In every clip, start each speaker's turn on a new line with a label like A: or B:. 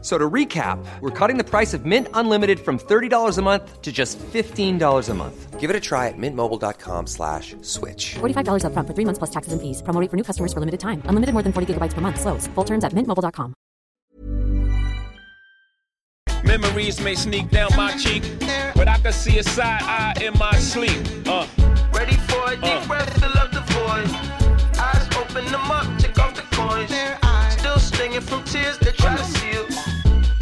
A: So to recap, we're cutting the price of Mint Unlimited from $30 a month to just $15 a month. Give it a try at mintmobile.com slash switch.
B: $45 upfront for three months plus taxes and fees. Promo rate for new customers for limited time. Unlimited more than 40 gigabytes per month. Slows. Full terms at mintmobile.com.
C: Memories may sneak down my cheek, but I can see a side eye in my sleep. Uh,
D: Ready for a
C: Uh.
D: deep breath, fill up the void. Eyes open them up, check off the coins. Still stinging from tears that try to seal.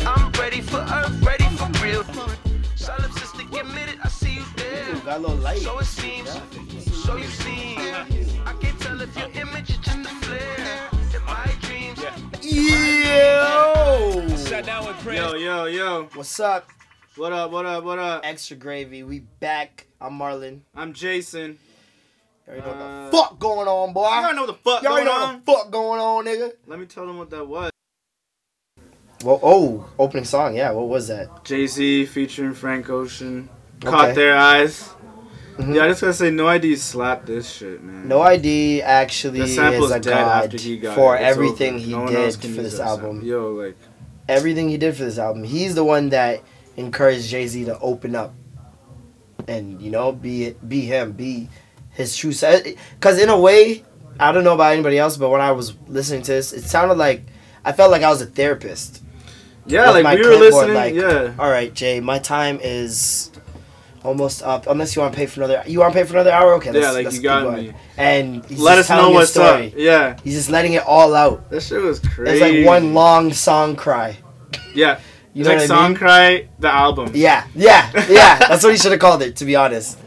D: I'm ready for earth, ready for real. Solipsistic admitted, I see you there.
E: Got a little light.
D: So it seems, so you seem. I can't tell if your image is just a flare. In my dreams,
E: Yo!
C: sat down with Prince.
F: Yo, yo, yo.
E: What's up?
F: What up, what up, what up?
E: Extra gravy. We back. I'm Marlon.
F: I'm Jason.
E: You already know what the fuck going on, boy.
F: I don't Uh, know what the fuck
E: You already Ah.
F: going
E: know
F: on.
E: what the fuck going on, nigga.
F: Let me tell them what that was.
E: Well, oh, opening song. Yeah, what was that?
F: Jay-Z featuring Frank
E: Okay.
F: Ocean.
E: Mm-hmm.
F: Caught their eyes. Yeah, I just gotta say, No ID slapped this shit, man.
E: No ID actually
F: That
E: is
F: sample's
E: a
F: dead
E: god
F: after he got
E: for
F: it. It's
E: everything
F: over.
E: he
F: No one
E: did
F: else can
E: for
F: use
E: this
F: that sample.
E: album.
F: Yo, like,
E: Everything he did for this album. He's the one that encouraged Jay Z to open up, and you know, be it, be him, be his true self. Because in a way, I don't know about anybody else, but when I was listening to this, it sounded like I felt like I was a therapist.
F: yeah,
E: with
F: like we were
E: clipboard,
F: listening. yeah,
E: All right, Jay, my time is almost up. Unless you want to pay for another, you want to pay for another hour? Okay,
F: Yeah, like, you
E: keep
F: got
E: going.
F: me.
E: And he's
F: let us
E: just
F: know
E: telling
F: what's
E: his story.
F: up. Yeah,
E: He's just letting it all out.
F: that shit was
E: It's
F: crazy.
E: like one long song cry.
F: Yeah,
E: You know
F: like
E: what I
F: song
E: mean?
F: cry the album.
E: Yeah, yeah, yeah. That's what he should have called it, to be honest.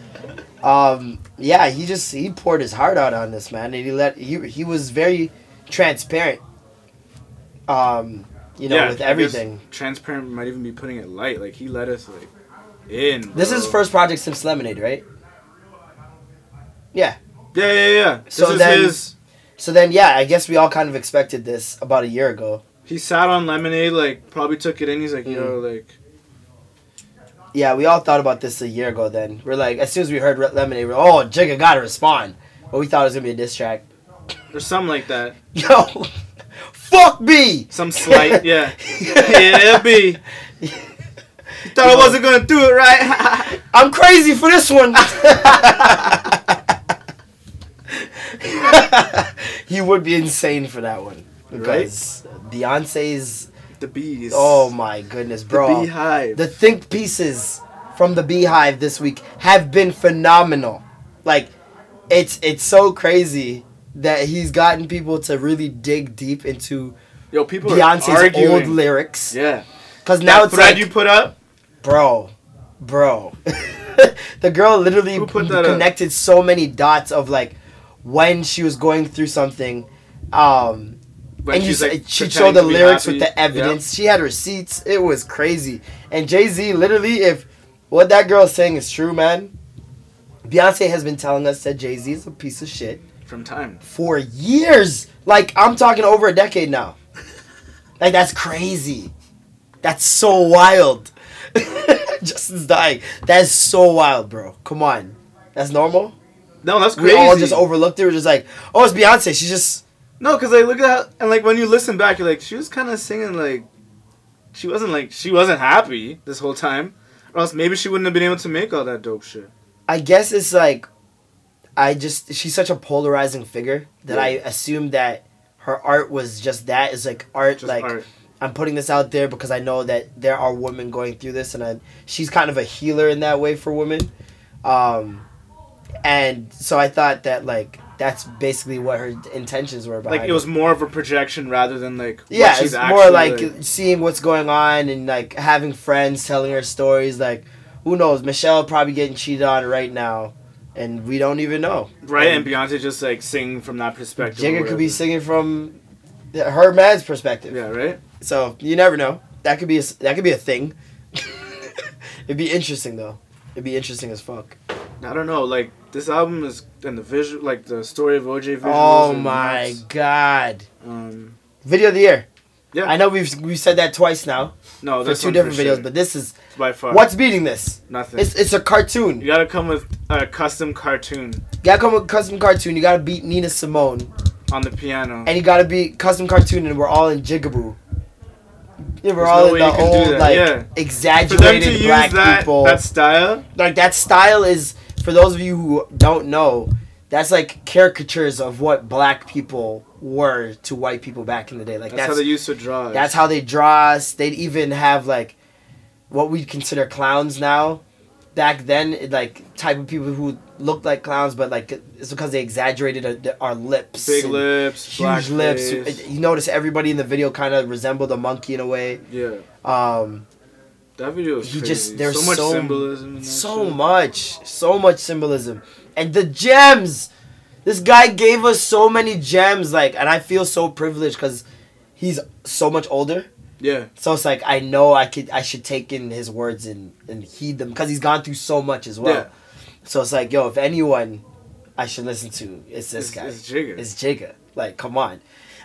E: Um, yeah, he just he poured his heart out on this man, and he let he he was very transparent. Um, you know,
F: yeah,
E: with
F: I guess
E: everything.
F: Transparent might even be putting it light. Like he let us like in.
E: This
F: bro.
E: is his first project since Lemonade, right? Yeah.
F: Yeah, yeah, yeah. This
E: So
F: is
E: then-
F: his.
E: So then, yeah, I guess we all kind of expected this about a year ago.
F: He sat on lemonade, like probably took it in. He's like, yo,
E: Mm.
F: like
E: Yeah, we all thought about this a year ago. Then we're like, as soon as we heard Re- Lemonade, we're oh, Jigga gotta respond. But we thought it was gonna be a diss track.
F: or something like that.
E: Yo, fuck me.
F: Some slight, yeah, yeah, it be. You thought I wasn't gonna do it, right?
E: I'm crazy for this one. he would be insane for that one. Because Beyonce's
F: the bees.
E: oh my goodness,
F: the
E: bro.
F: beehive.
E: The think pieces from the beehive this week have been phenomenal. Like it's it's so crazy that he's gotten people to really dig deep into
F: yo, people are
E: Beyonce's
F: arguing.
E: old lyrics.
F: yeah,
E: Cause now
F: now that
E: it's
F: thread
E: like,
F: you put up.
E: bro, bro. the girl literally
F: Who put that up?
E: connected so many dots of like when she was going through something, um,
F: When
E: and you
F: she's,
E: s-
F: like,
E: she
F: pretending
E: showed the
F: to be
E: lyrics
F: happy.
E: with the evidence. She had receipts. It was crazy. And Jay Z literally, if what that girl's saying is true, man. Beyonce has been telling us that Jay Z is a piece of shit
F: Yeah, from time.
E: for years. Like I'm talking over a decade now. Like that's crazy. That's so wild. Justin's dying. That's so wild, bro. Come on. That's normal.
F: No, that's crazy.
E: We all just overlooked it. We're just like, oh, it's Beyonce. She's just
F: No, because like look at how and like when you listen back, you're like she was kind of singing like she wasn't like she wasn't happy this whole time, or else maybe she wouldn't have been able to make all that dope shit.
E: I guess it's like I just she's such a polarizing figure that I assumed that her art was just that is like art
F: Just
E: like
F: art.
E: I'm putting this out there because I know that there are women going through this and I, she's kind of a healer in that way for women. Um and so I thought that like that's basically what her intentions were behind
F: Like it was more of a projection rather than like what
E: yeah,
F: she's
E: it's more
F: actually,
E: like, seeing what's going on and like having friends telling her stories. Like, who knows? Michelle probably getting cheated on right now, and we don't even know.
F: right, and Beyonce just like singing from that perspective. or
E: Jigga could be
F: whatever.
E: singing from th- her man's perspective.
F: Yeah, right.
E: So you never know. That could be a, s- that could be a thing. It'd be interesting though. It'd be interesting as fuck.
F: I don't know. Like this album is and the visual, like the story of OJ. Visuals
E: Oh
F: are
E: my
F: nuts.
E: god!
F: Um,
E: Video of the year.
F: Yeah.
E: I know we've we said that twice now
F: No,
E: for
F: that's
E: two different videos, but this is
F: by far
E: what's beating this.
F: nothing.
E: It's it's a cartoon.
F: you
E: You
F: gotta come with a custom cartoon
E: gotta come with custom cartoon. You gotta beat Nina Simone,
F: on the piano.
E: and you gotta beat custom cartoon, and we're all in jigaboo. Yeah, we're
F: There's
E: all
F: no
E: in
F: way
E: the
F: you can do
E: old
F: that,
E: like
F: yeah. For them to
E: exaggerated
F: use
E: black
F: that
E: people.
F: that style,
E: like that style is for those of you who don't know that's like caricatures of what black people were to white people back in the day like
F: that's,
E: that's
F: how they used to draw. it.
E: that's how they draw us they'd even have like what we consider clowns now back then it, like type of people who looked like clowns but like it's because they exaggerated our, our lips
F: big
E: and
F: lips,
E: huge
F: black
E: lips uh,
F: face.
E: you notice everybody in the video kind of resembled a monkey in a way
F: Yeah,
E: um
F: that video was
E: He
F: crazy.
E: just- there's
F: so much
E: so-
F: symbolism. in that
E: So
F: shit.
E: much, so much symbolism, and the gems. This guy gave us so many gems, like, and I feel so privileged because he's so much older.
F: Yeah,
E: So it's like I know I could, I should take in his words and and heed them because he's gone through so much as well.
F: Yeah.
E: So it's like, yo, if anyone, I should listen to, it's this
F: It's-
E: guy.
F: it's Jigga.
E: It's Jigga. Like, come on.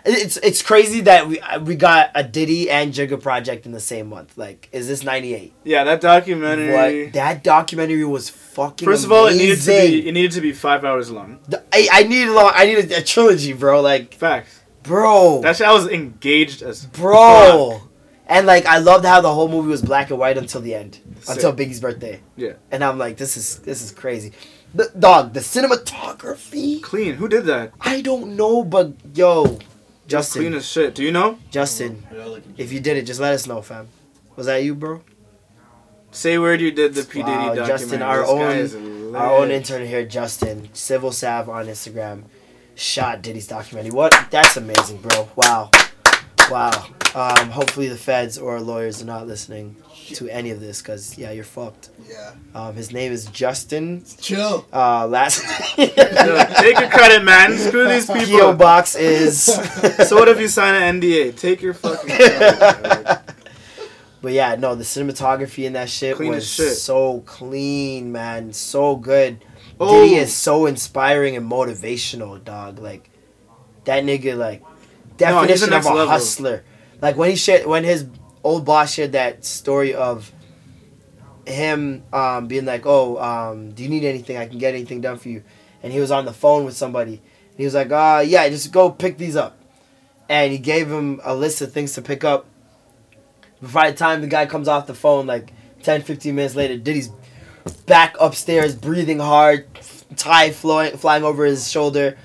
E: It- It's it's crazy that we we got a Diddy and Jigga project in the same month. Like, is this '98?
F: yeah. That documentary.
E: What that documentary was fucking.
F: First of all, it needed to be
E: amazing.
F: it needed to be five hours long.
E: The- I, I need a long. I need a, a trilogy, bro. Like,
F: Facts.
E: bro,
F: That shit, I was engaged as
E: bro, and like I loved how the whole movie was black and white until the end,
F: Sick.
E: until Biggie's birthday,
F: Yeah,
E: and I'm like, this is this is crazy. The, dog, the cinematography.
F: clean. Who did that?
E: I don't know, but yo,
F: Clean
E: Justin,
F: as shit. Do you know?
E: Justin, if you did it, just let us know, fam. Was that you, bro?
F: Say where you did the P Diddy
E: Wow,
F: documentary.
E: Justin, our
F: This guy
E: own-
F: is lit.
E: Our own intern here, Justin Civil Sav on Instagram, shot Diddy's documentary. What? That's amazing, bro. Wow, wow. Um, hopefully the feds or lawyers are not listening to any of this, cause yeah, you're fucked.
G: Yeah.
E: Um, his name is Justin.
G: Chill.
E: Uh, last
F: Yo, take your credit, man. Screw these
E: PO
F: people.
E: box is.
F: so what if you sign an NDA? Take your fucking. credit, dog.
E: But yeah, no, the cinematography and that shit
F: Clean as
E: was
F: shit.
E: so clean, man. So good.
F: Oh.
E: Diddy is so inspiring and motivational, dog. Like that nigga, like
F: No, he's
E: definition
F: the
E: of
F: next
E: a
F: level.
E: hustler. Like when he shared, when his old boss shared that story of him um, being like, "Oh, um, do you need anything? I can get anything done for you." And he was on the phone with somebody, and he was like, "Uh, yeah, just go pick these up." And he gave him a list of things to pick up. By the time the guy comes off the phone, like 10, 15 minutes later, Diddy's back upstairs, breathing hard, tie flying flying over his shoulder,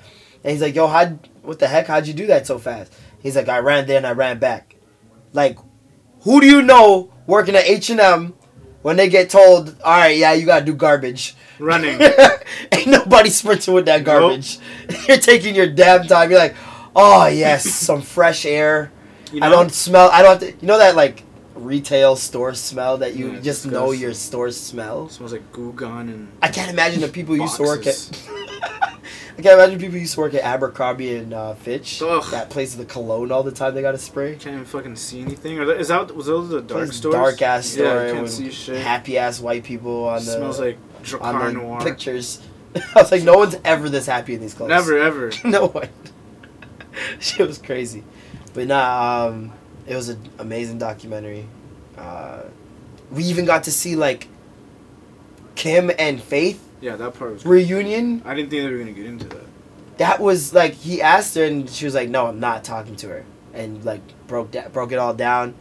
E: and he's like, "Yo, how? What the heck? How'd you do that so fast?" He's like, "I ran there and I ran back." Like, who do you know working at H and M when they get told, "All right, yeah, you gotta do garbage."
F: Running.
E: Ain't nobody sprinting with that garbage. You're taking your damn time. You're like, "Oh yes, some fresh air."
F: You
E: I
F: know?
E: don't smell. I don't. Have to, you know that like retail store smell that you
F: Yeah, it's
E: just know
F: disgusting.
E: your store smells.
F: Smells like goo gone and.
E: I can't imagine the people who used to work at.
F: boxes.
E: I can't imagine people who used to work at Abercrombie and uh, Fitch.
F: Ugh.
E: That place with the cologne all the time. They got to spray.
F: Can't even fucking see anything. Or is that was those the dark stores?
E: Dark ass store.
F: Yeah, you can't
E: with
F: see shit.
E: Happy ass white people on the
F: smells like Dracar
E: on the
F: Noir.
E: pictures. I was like, no one's ever this happy in these clothes.
F: Never ever.
E: no one. Shit was crazy, but nah. Um, it was an amazing documentary. Uh, we even got to see like Kim and Faith
F: Yeah, that part was.
E: reunion.
F: I didn't think they were gonna get into that.
E: that was like he asked her and she was like no i'm not talking to her and like broke that broke it all down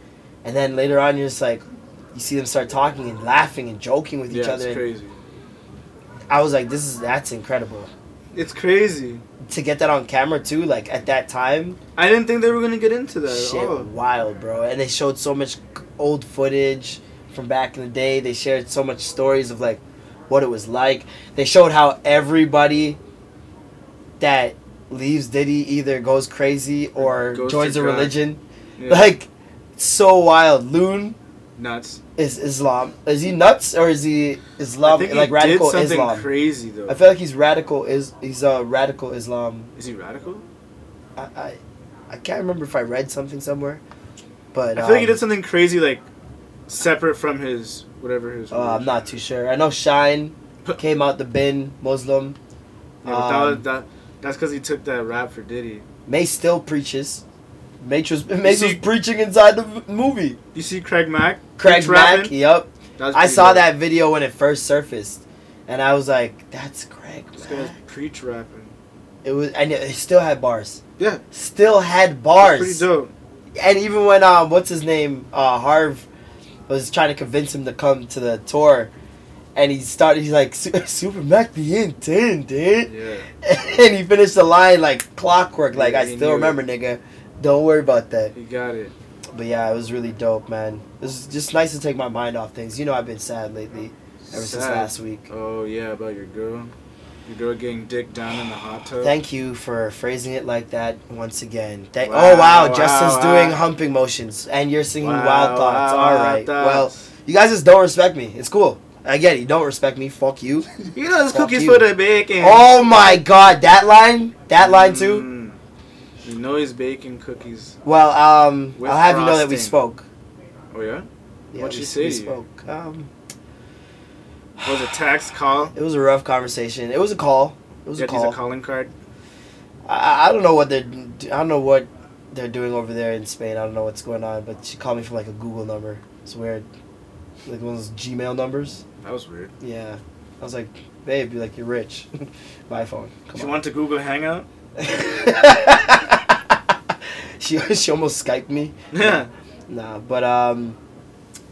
E: and then later on you're just like you see them start talking and laughing and joking with each
F: Yeah,
E: other
F: it's crazy.
E: i was like this is that's incredible
F: It's crazy.
E: to get that on camera too like at that time
F: I didn't think they were gonna get into that
E: shit
F: at all.
E: wild bro and they showed so much c- old footage from back in the day they shared so much stories of like what it was like they showed how everybody that leaves diddy either goes crazy or
F: Goes to
E: joins a
F: God.
E: religion
F: Yeah.
E: Like, so wild. Loon
F: nuts.
E: is Islam. Is he nuts or is he
F: I
E: Islam?
F: think he
E: like radical
F: did something
E: Islam.
F: crazy though.
E: I feel like he's radical. Is he's a uh, radical Islam?
F: Is he radical?
E: I, I I can't remember if I read something somewhere, but
F: I feel like he
E: um,
F: did something crazy, like separate from his whatever his.
E: uh, I'm not too sure. I know Shine came out the bin Muslim.
F: Yeah, but that was-
E: um,
F: that- that's because he took that rap for Diddy.
E: May still preaches. Matrix, Matrix
F: see-
E: was preaching inside the v- movie.
F: You see Craig Mack?
E: Craig
F: He's
E: Mack,
F: rapping?
E: yep.
F: That was
E: I
F: pretty
E: saw
F: dope.
E: that video when it first surfaced, and I was like, "That's Craig
F: This
E: Mack."
F: guy's preach rapping.
E: It was, and it it still had bars.
F: Yeah, it's
E: Still had bars.
F: pretty dope.
E: And even when um, what's his name, uh, Harv, was trying to convince him to come to the tour, and he started. He's like, "Su- "Super Mac being ten, dude,"
F: Yeah,
E: and he finished the line like clockwork. Like
F: Yeah,
E: I
F: he
E: still
F: knew
E: remember, nigga. Don't worry about that.
F: he got it.
E: But yeah, it was really dope, man. It was just nice to take my mind off things. You know, I've been sad lately, ever since
F: Sad.
E: last week.
F: Oh yeah, about your girl. Your girl getting dick down in the hot tub.
E: Thank you for phrasing it like that once again. Thank-
F: Wow,
E: oh wow,
F: wow,
E: Justin's
F: wow.
E: doing humping motions, and you're singing
F: Wow,
E: wild thoughts.
F: wow,
E: All
F: wild
E: right,
F: thoughts.
E: well, you guys just don't respect me. It's cool. I get it. You don't respect me. Fuck you.
F: you know this
E: Fuck
F: cookies
E: you.
F: for the bacon.
E: oh my god, that line, that line too.
F: Mm. You know he's baking cookies.
E: Well, um,
F: With
E: I'll have you know that we
F: frosting.
E: spoke.
F: Oh yeah,
E: Yeah,
F: What'd
E: we-
F: she say
E: We
F: to you?
E: spoke. Um,
F: was a tax call.
E: it was a rough conversation. It was a call. It was
F: Yeah,
E: a
F: he's a
E: call.
F: calling card.
E: I, I don't know what they're I don't know what they're doing over there in Spain. I don't know what's going on, but she called me from like a Google number. It's weird, like one of those Gmail numbers.
F: That was weird.
E: Yeah, I was like, babe, you're like you're rich. My phone. Come
F: she
E: on.
F: went to Google Hangout.
E: she she almost skyped me.
F: Yeah.
E: Nah, but um,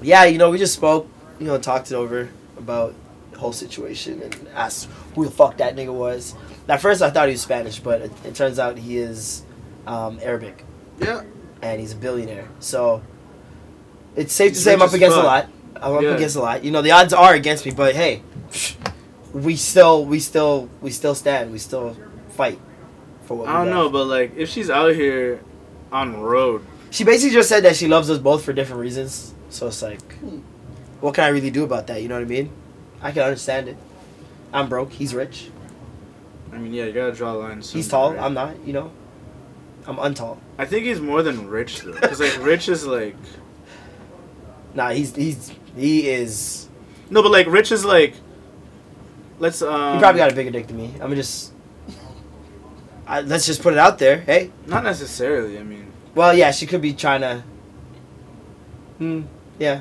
E: yeah, you know, we just spoke, you know, talked it over about the whole situation and asked who the fuck that nigga was. At first, I thought he was Spanish, but it, it turns out he is um, Arabic
F: yeah.
E: and he's a billionaire. So it's safe
F: He's
E: to say I'm
F: rich
E: up
F: as
E: against
F: fuck.
E: a lot. I'm up
F: Yeah.
E: against a lot. You know, the odds are against me, but hey, we still, we still, we still stand. We still fight for what.
F: I
E: we
F: don't
E: love.
F: know, but like if she's out here on road,
E: She basically just said that she loves us both for different reasons. So it's like, what can I really do about that? You know what I mean? I can understand it. I'm broke. He's rich.
F: I mean, yeah, you gotta draw lines.
E: He's
F: somewhere,
E: tall.
F: right?
E: I'm not. You know, I'm untall.
F: I think he's more than rich though, because like rich is like
E: Nah, he's he's he is.
F: no, but like rich is like let's um.
E: He probably got a bigger dick than me. I'm just. I, let's just put it out there. Hey,
F: Not necessarily. I mean,
E: well, yeah, she could be trying to. Hmm. Yeah,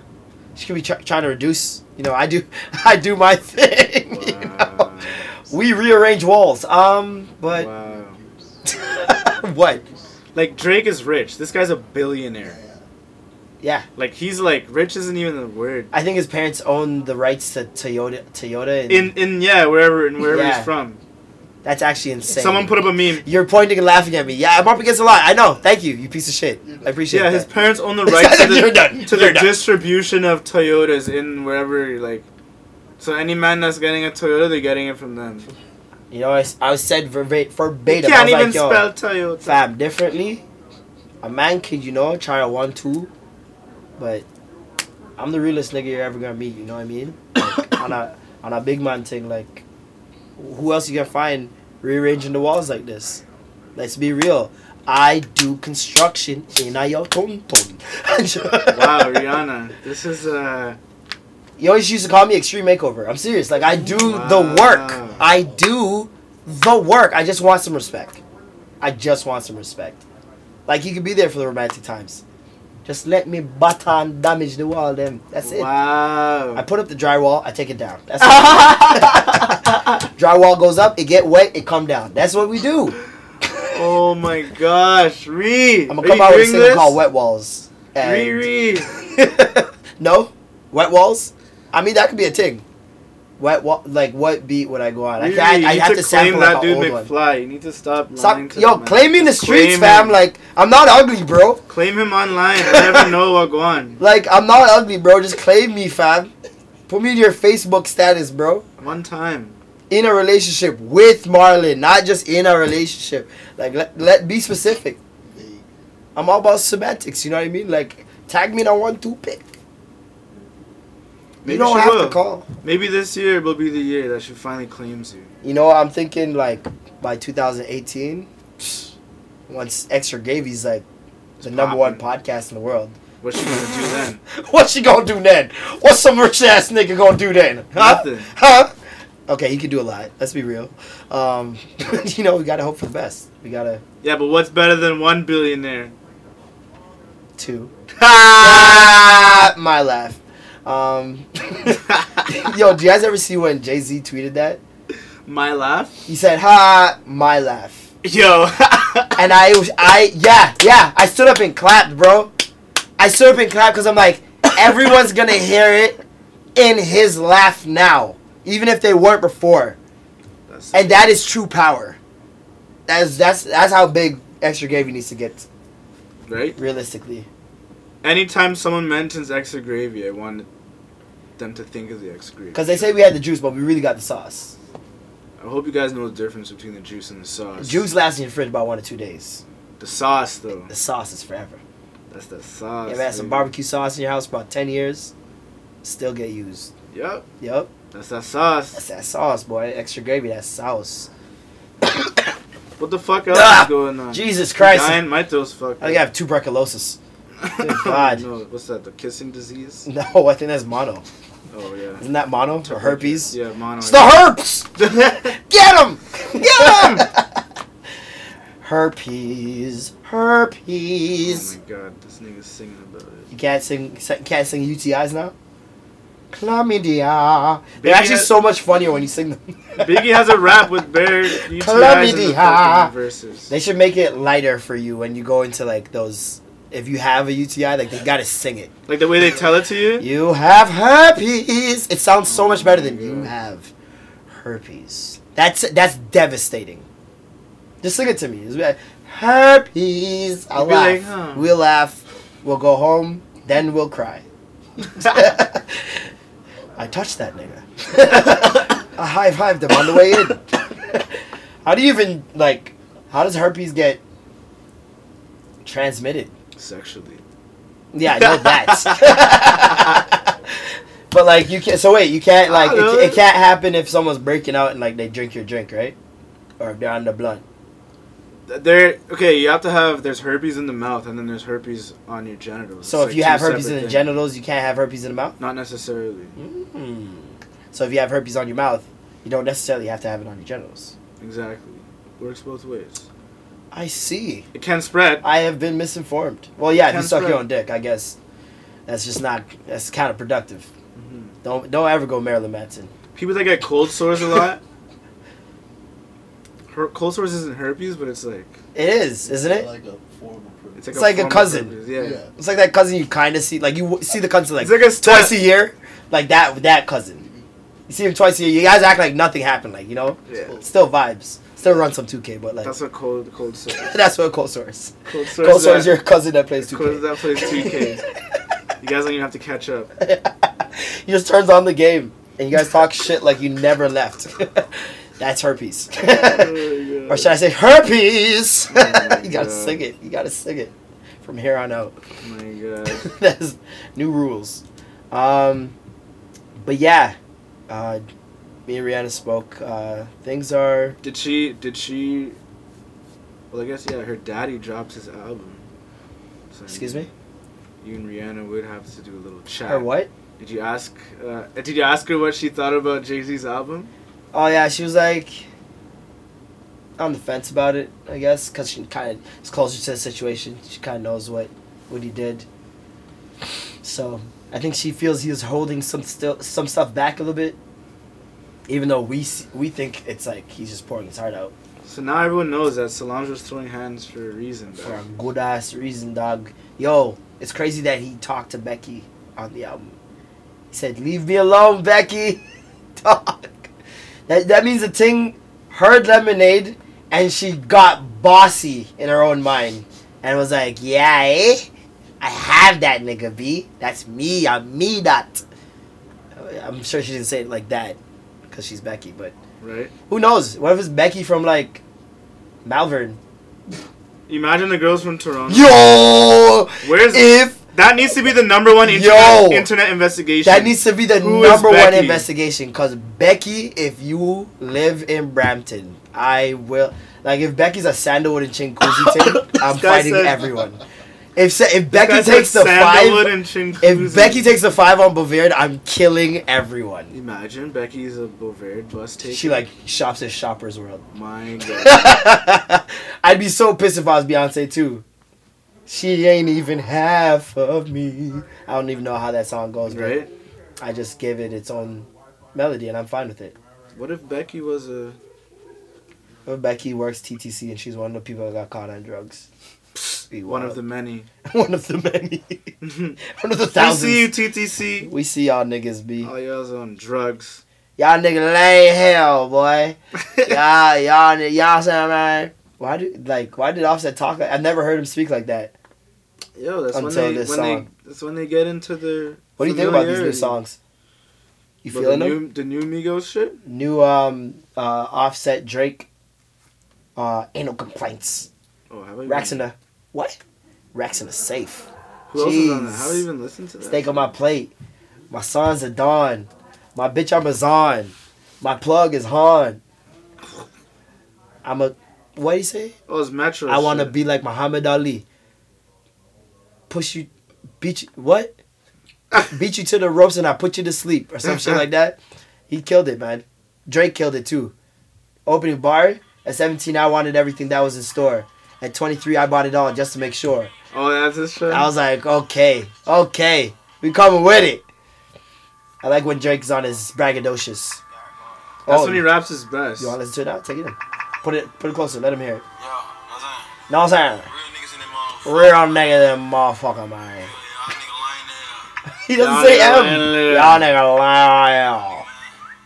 E: she could be try trying to reduce. You know, I do. I do my thing. you know?
F: wow.
E: We rearrange walls. Um, but
F: wow.
E: what?
F: Like Drake is rich. This guy's a billionaire.
E: Yeah,
F: Like he's like rich isn't even a word.
E: I think his parents own the rights to Toyota. Toyota, and
F: In in yeah wherever and wherever
E: Yeah.
F: he's from.
E: that's actually insane.
F: Someone put up a meme.
E: You're pointing and laughing at me. Yeah, I'm up against a lot. I know. Thank you, you piece of shit. I appreciate
F: Yeah,
E: that.
F: his parents own the rights to the,
E: You're done.
F: To
E: You're
F: the
E: done.
F: distribution of Toyotas in wherever like. So any man that's getting a Toyota, they're getting it from them.
E: you know, I, s- I was said verba-
F: They
E: verbatim. I
F: can't
E: was
F: even
E: like, yo,
F: spell Toyota.
E: fam, differently. A man can, you know, try to one two, but I'm the realest nigga you're ever gonna meet. You know what I mean? Like, on a on a big man thing, like who else you gonna find rearranging the walls like this? Let's be real. I do construction in a yo tonton.
F: wow, Rihanna, this is uh.
E: You always used to call me Extreme Makeover. I'm serious. Like I do the
F: Wow.
E: work. I do the work. I just want some respect. I just want some respect. Like you could be there for the romantic times. Just let me butter and damage the wall. Then that's it.
F: Wow.
E: I put up the drywall. I take it down. That's it. drywall goes up. It get wet. It come down. That's what we do.
F: Oh my gosh, Ree!
E: I'm gonna come out with a single called "Wet Walls."
F: Ree,
E: And
F: Ree!
E: no, wet walls. I mean that could be a thing. Wet wall, like what beat would I go on? I
F: Ree,
E: can't. I
F: you
E: have
F: need
E: to
F: to claim
E: sample like
F: that
E: an
F: dude
E: old one.
F: McFly. You need to stop lying
E: Stop,
F: to
E: yo,
F: the man.
E: claiming the streets,
F: Claim
E: fam.
F: him.
E: Like I'm not ugly, bro.
F: Claim him online. I never know what go on.
E: Like I'm not ugly, bro. Just claim me, fam. Put me in your Facebook status, bro.
F: One time.
E: In a relationship with Marlon, not just in a relationship. Like let, let be specific. I'm all about semantics. You know what I mean? Like tag me in a one two pick.
F: Maybe
E: you don't
F: she
E: have
F: will.
E: to call.
F: Maybe this year will be the year that she finally claims you.
E: You know, I'm thinking like by 2018, once Extra Gravy's like the number one podcast in the world.
F: What's she gonna do then?
E: What she gonna do then? What's some rich ass nigga gonna do then? Huh?
F: Nothing.
E: Huh? Okay, he could do a lot. Let's be real. Um, you know, we gotta hope for the best. We gotta.
F: Yeah, but what's better than one billionaire?
E: two.
F: Ha!
E: Ah, my laugh. Um, yo, do you guys ever see when Jay Z tweeted that?
F: My laugh.
E: He said, "Ha, my laugh,"
F: Yo.
E: and I, was, I, yeah, yeah, I stood up and clapped, bro. I stood up and clapped because I'm like, everyone's gonna hear it in his laugh now, even if they weren't before,
F: That's-
E: and that is true power. That's that's that's how big extra gravy needs to get
F: right.
E: realistically.
F: Anytime someone mentions extra gravy, I want them to think of the extra gravy.
E: Because they say we had the juice, but we really got the sauce.
F: I hope you guys know the difference between the juice and the sauce.
E: Juice lasts in your fridge about one or two days.
F: The sauce, though.
E: The sauce is forever.
F: That's the sauce.
E: You ever had some
F: baby.
E: barbecue sauce in your house about 10 years? Still get used.
F: Yep.
E: Yep.
F: That's that sauce.
E: That's that sauce, boy. Extra gravy, that sauce.
F: What the fuck else
E: Ah!
F: is going on?
E: Jesus Christ.
F: I'm Dying, my throat's fucked.
E: I think I have tuberculosis. Good God.
F: no, what's that? The kissing disease?
E: No, I think that's mono.
F: Oh yeah.
E: Isn't that mono? Or herpes?
F: Yeah, mono.
E: It's the herps! Get him! Get him! herpes.
F: Oh
E: Herpes.
F: my god, this nigga's singing about it.
E: You can't sing, can't sing UTIs now? Chlamydia.
F: Baby,
E: They're actually
F: that-
E: so much funnier when you sing them.
F: Biggie has a rap with Bear UTIs in the
E: Chlamydia.
F: fucking verses.
E: They should make it lighter for you when you go into like those. If you have a UTI, like they gotta sing it.
F: Like the way they tell it to you.
E: You have herpes. It sounds so much better than
F: my
E: you
F: God.
E: have herpes. That's that's devastating. Just sing it to me. It's like, herpes. I'll
F: You'd be
E: laugh.
F: like, huh.
E: We'll laugh. We'll go home. Then we'll cry. I touched that nigga. I high fived him on the way in. how do you even like? How does herpes get transmitted?
F: Sexually.
E: Yeah, I know that. but like you can't. So wait, you can't like it, it can't happen if someone's breaking out and like they drink your drink, right? Or if they're on the blunt.
F: Th- There, okay, you have to have. There's herpes in the mouth, and then there's herpes on your genitals.
E: So
F: It's
E: if
F: like
E: you
F: two
E: have herpes in the Hmm?
F: separate things.
E: genitals, you can't have herpes in the mouth.
F: not necessarily. Hmm.
E: So if you have herpes on your mouth, you don't necessarily have to have it on your genitals.
F: Exactly, works both ways.
E: I see.
F: It can spread.
E: I have been misinformed. Well, yeah, if you
F: Can't
E: suck your
F: spread.
E: own dick, I guess that's just not that's counterproductive.
F: Mm-hmm.
E: Don't don't ever go Marilyn Manson.
F: People that get cold sores a lot. Her- cold sores isn't herpes, but it's like
E: It is, isn't it?
G: Like a form of prison.
F: it's like,
E: It's like a
F: form of
E: cousin.
F: herpes, Yeah.
G: Yeah.
E: It's like that cousin you kind of see, like you w- see the cousin like,
F: It's like a step.
E: twice a year, like that that cousin. You see him twice a year. You guys act like nothing happened, like you know.
F: Yeah.
E: Still vibes. Still run some 2K, but like
F: That's what cold cold sores.
E: that's what cold source.
F: Cold sores.
E: Cold source is
F: that-
E: your cousin that plays 2K.
F: cold- that plays 2K. you guys don't even have to catch up.
E: He just turns on the game and you guys talk shit like you never left. that's herpes.
F: Oh,
E: or should I say herpes?
F: my
E: you gotta
F: God.
E: sing it. You gotta sing it from here on out.
F: Oh my god.
E: That's new rules. Um, but yeah, uh, me and Rihanna spoke. Uh, things are
F: Did she? Did she? Well, I guess yeah. Her daddy drops his album. So
E: excuse me.
F: You and Rihanna would have to do a little chat.
E: Her what?
F: Did you ask? Uh, did you ask her what she thought about Jay Z's album?
E: Oh yeah, she was like on the fence about it. I guess because she kind of is closer to the situation. She kind of knows what what he did. So I think she feels he is holding some still some stuff back a little bit. Even though we s- we think it's like he's just pouring his heart out.
F: So now everyone knows that Solange was throwing hands for a reason.
E: for a
F: Bro.
E: good ass reason, dog. Yo, it's crazy that he talked to Becky on the album. He said, "Leave me alone, Becky." dog. That that means the thing heard Lemonade and she got bossy in her own mind and was like, "Yeah, eh? I have that nigga B. That's me. I'm me that." I'm sure she didn't say it like that because she's Becky, but
F: Right?
E: who knows? What if it's Becky from like Malvern?
F: Imagine the girls from Toronto.
E: Yo,
F: Where's
E: if
F: that needs to be the number one
E: Yo!
F: internet, internet investigation?
E: that needs to be the
F: Who is
E: number one
F: Becky?
E: investigation, because Becky, if you live in Brampton, I will. Like if Becky's a sandalwood and chinkuzi team, I'm
F: guy
E: fighting
F: said-
E: everyone. If sa- if Becky
F: Guys
E: takes the
F: like sandalwood
E: five,
F: and Shinkuzi.
E: if Becky takes the five on Bavard, I'm killing everyone.
F: Imagine Becky's a Bovaird bus taker.
E: She like shops at Shoppers World.
F: my god.
E: I'd be so pissed if I was Beyonce too. She ain't even half of me. I don't even know how that song goes, but
F: right?
E: I just give it its own melody, and I'm fine with it.
F: What if Becky was a
E: But Becky works TTC, and she's one of the people that got caught on drugs. Be
F: one
E: wild.
F: of the many?
E: one of the many, one of the
F: I see you, Oh,
E: thousands.
F: TTC.
E: We see y'all niggas be
F: All y'all's on drugs.
E: y'all niggas lay hell, boy. y'all, y'all, ni- y'all sound right. Why do like why did Offset talk? Like, I've never heard him speak like that.
F: Yo, that's when
E: Until
F: they when
E: this
F: they
E: song.
F: that's when they get into their.
E: What do you think about these new
F: familiarity.
E: songs? You
F: But
E: feeling
F: the
E: them?
F: new, the new Migos shit?
E: new um uh offset Drake uh ain't no complaints.
F: Oh, have I? even-
E: Racks in a what? Racks in a safe.
F: Who else is on that?
E: Jeez.
F: Have I even listened to that?
E: Steak on my plate. My son's a Don. My bitch I'm a Zon. My plug is Han. I'm a what do you say?
F: Oh, it's Metro.
E: I wanna
F: shit.
E: be like Muhammad Ali. Push you beat you what? beat you to the ropes and I put you to sleep or some shit like that. He killed it, man. Drake killed it too. Opening bar, at 17 I wanted everything that was in store. At 23 I bought it all just to make sure.
F: Oh, that's his shit.
E: I was like, okay, okay, we coming with it. I like when Drake's on his braggadocious.
F: that's
E: Oh,
F: when he raps his best.
E: You wanna listen to it now? Take it in. Put it put it closer, let him hear it.
G: Yo, know what I'm
E: No I'm saying
G: saying? Real niggas in them motherfuckers.
E: Real nigga, them motherfucker, man.
G: Y'all nigga lying there.
E: He doesn't
F: Y'all
E: say
F: nigga
E: M.
F: lying.
E: Y'all nigga liar.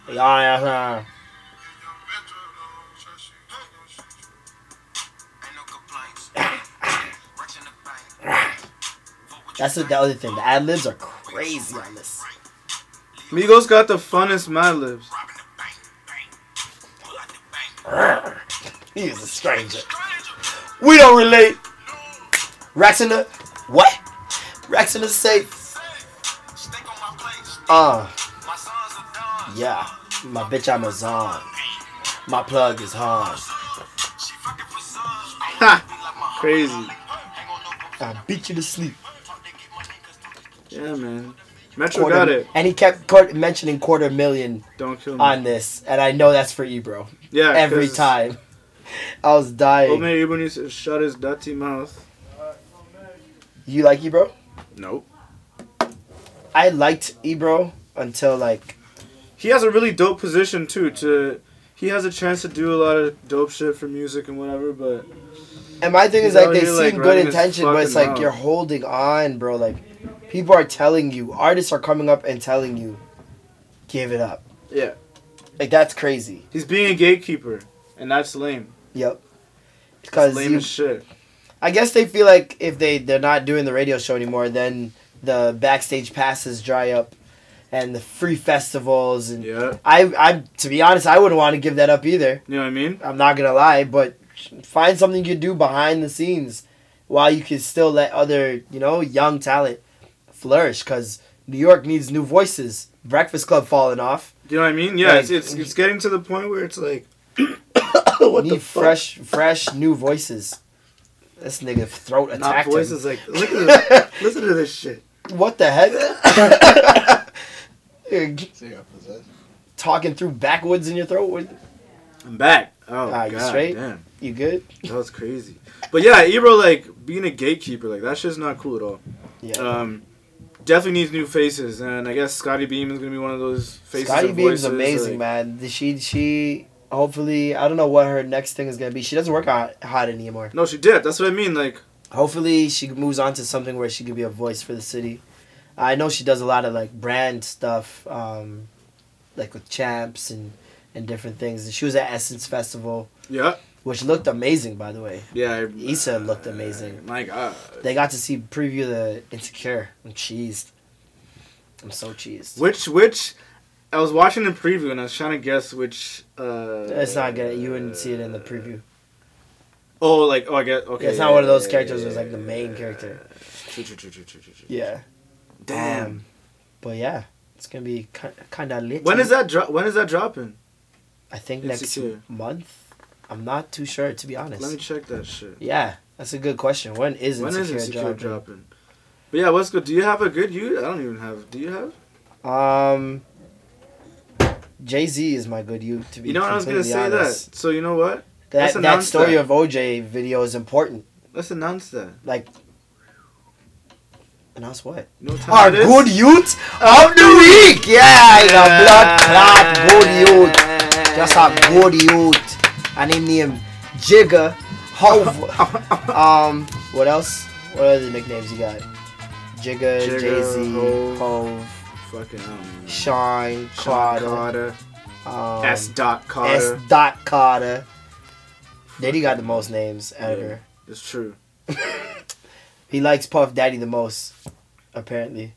E: Y'all nigga.
G: Ain't no complaints. Rich in the bank.
E: That's the, the other thing. The ad libs are crazy on this.
F: Migos got the funnest Mad Libs.
G: Robbing the bank. Bank. Pull out the bank.
E: He is a stranger. We don't relate. Racks in the what? Racks in the safe.
G: Steak on my plate.
E: Uh,
G: My son's a don.
E: yeah. My bitch, I'm a zon. My plug is hard.
G: She fucking for son. I wanna
F: Ha!
G: be like my homie.
F: Crazy.
G: Hang on no books.
E: I beat you to sleep.
G: Talk to get money 'cause the
F: Yeah, man. Metro
E: Quarter-
F: got it.
E: And he kept court- mentioning quarter million
F: Don't kill me.
E: on this, and I know that's for Ebro
F: yeah,
E: every
F: 'cause
E: time. I was dying.
F: Old man Ebro needs to shut his dirty mouth.
E: You like Ebro?
F: Nope.
E: I liked Ebro until like
F: He has a really dope position too. To he has a chance to do a lot of dope shit for music and whatever, but
E: and my thing
F: He's
E: is like
F: out
E: they
F: here, like,
E: seem
F: running
E: good
F: his
E: intention, but it's
F: fucking
E: like
F: mouth.
E: you're holding on, bro. Like people are telling you, artists are coming up and telling you, give it up.
F: yeah,
E: Like that's crazy.
F: he's being a gatekeeper, and that's lame.
E: Yep.
F: It's
E: Because
F: lame as shit.
E: I guess they feel like if they they're not doing the radio show anymore, then the backstage passes dry up, and the free festivals and
F: Yeah,
E: I I to be honest, I wouldn't want to give that up either.
F: you know what I mean.
E: I'm not gonna lie, but find something you do behind the scenes while you can still let other you know young talent flourish. Cause New York needs new voices. Breakfast Club falling off.
F: Do you know what I mean? Yeah,
E: Like-
F: it's, it's it's getting to the point where it's like,
E: Need fresh, fresh new voices. This nigga throat
F: not
E: attacked him.
F: voices like, look at this, listen to this shit.
E: What the heck? You're g- Talking through backwoods in your throat. What-
F: I'm back. Oh
E: Ah, you
F: god,
E: straight?
F: damn,
E: You good?
F: that was crazy. But yeah, Ebro like being a gatekeeper, like that shit's not cool at all.
E: Yeah.
F: Um, definitely needs new faces, and I guess Scotty Beam is gonna be one of those faces.
E: Scotty
F: and
E: Beam's
F: voices,
E: amazing,
F: like-
E: man. The- She she hopefully I don't know what her next thing is gonna be. She doesn't work out hot anymore.
F: No, she did. That's what I mean. Like,
E: Hopefully she moves on to something where she could be a voice for the city. I know she does a lot of like brand stuff, um, like with champs and and different things. And she was at Essence Festival,
F: yeah,
E: which lolooked amazing, by the way.
F: yeah. I-
E: Issa looked amazing.
F: My God,
E: They got to see preview the Insecure. I'm cheesed. I'm so cheesed.
F: which which. I was watching the preview and I was trying to guess which. uh
E: It's not good. You wouldn't see it in the preview.
F: Oh, like oh, I get okay.
E: Yeah, it's not one of those characters. It's like the main character.
F: True, true, true, true, true, true, true.
E: Yeah.
F: Damn.
E: Um, but yeah, it's gonna be kind of lit.
F: when is that drop? When is that dropping?
E: I think
F: It's
E: next
F: secure.
E: month. I'm not too sure to be honest.
F: Let me check that shit.
E: yeah, that's a good question. When is
F: When
E: Insecure,
F: is Insecure
E: dropping?
F: dropping? But yeah, what's good? Do you have a good you? I don't even have. Do you have?
E: Um, Jay Z is my good you. To be
F: You know what I was gonna
E: completely
F: say
E: honest.
F: that. So you know what?
E: that
F: Let's
E: that
F: announce
E: story
F: that.
E: of OJ video is important.
F: Let's announce that.
E: Like Announce what?
F: You know what time
E: Our
F: it is?
E: good youth of the week. Yeah, the blood clot good youth. Just a good youth. I named him Jigga Hov. um, what else? What other nicknames you got? Jigga,
F: Jigga,
E: Jay Z,
F: Hov.
E: Hov,
F: Fucking um,
E: Shine,
F: Sean
E: Carter,
F: Carter.
E: um,
F: S. Dot
E: S.
F: Carter.
E: Dot Carter. Diddy got the most names ever.
F: Yeah, it's true.
E: He likes Puff Daddy the most, apparently,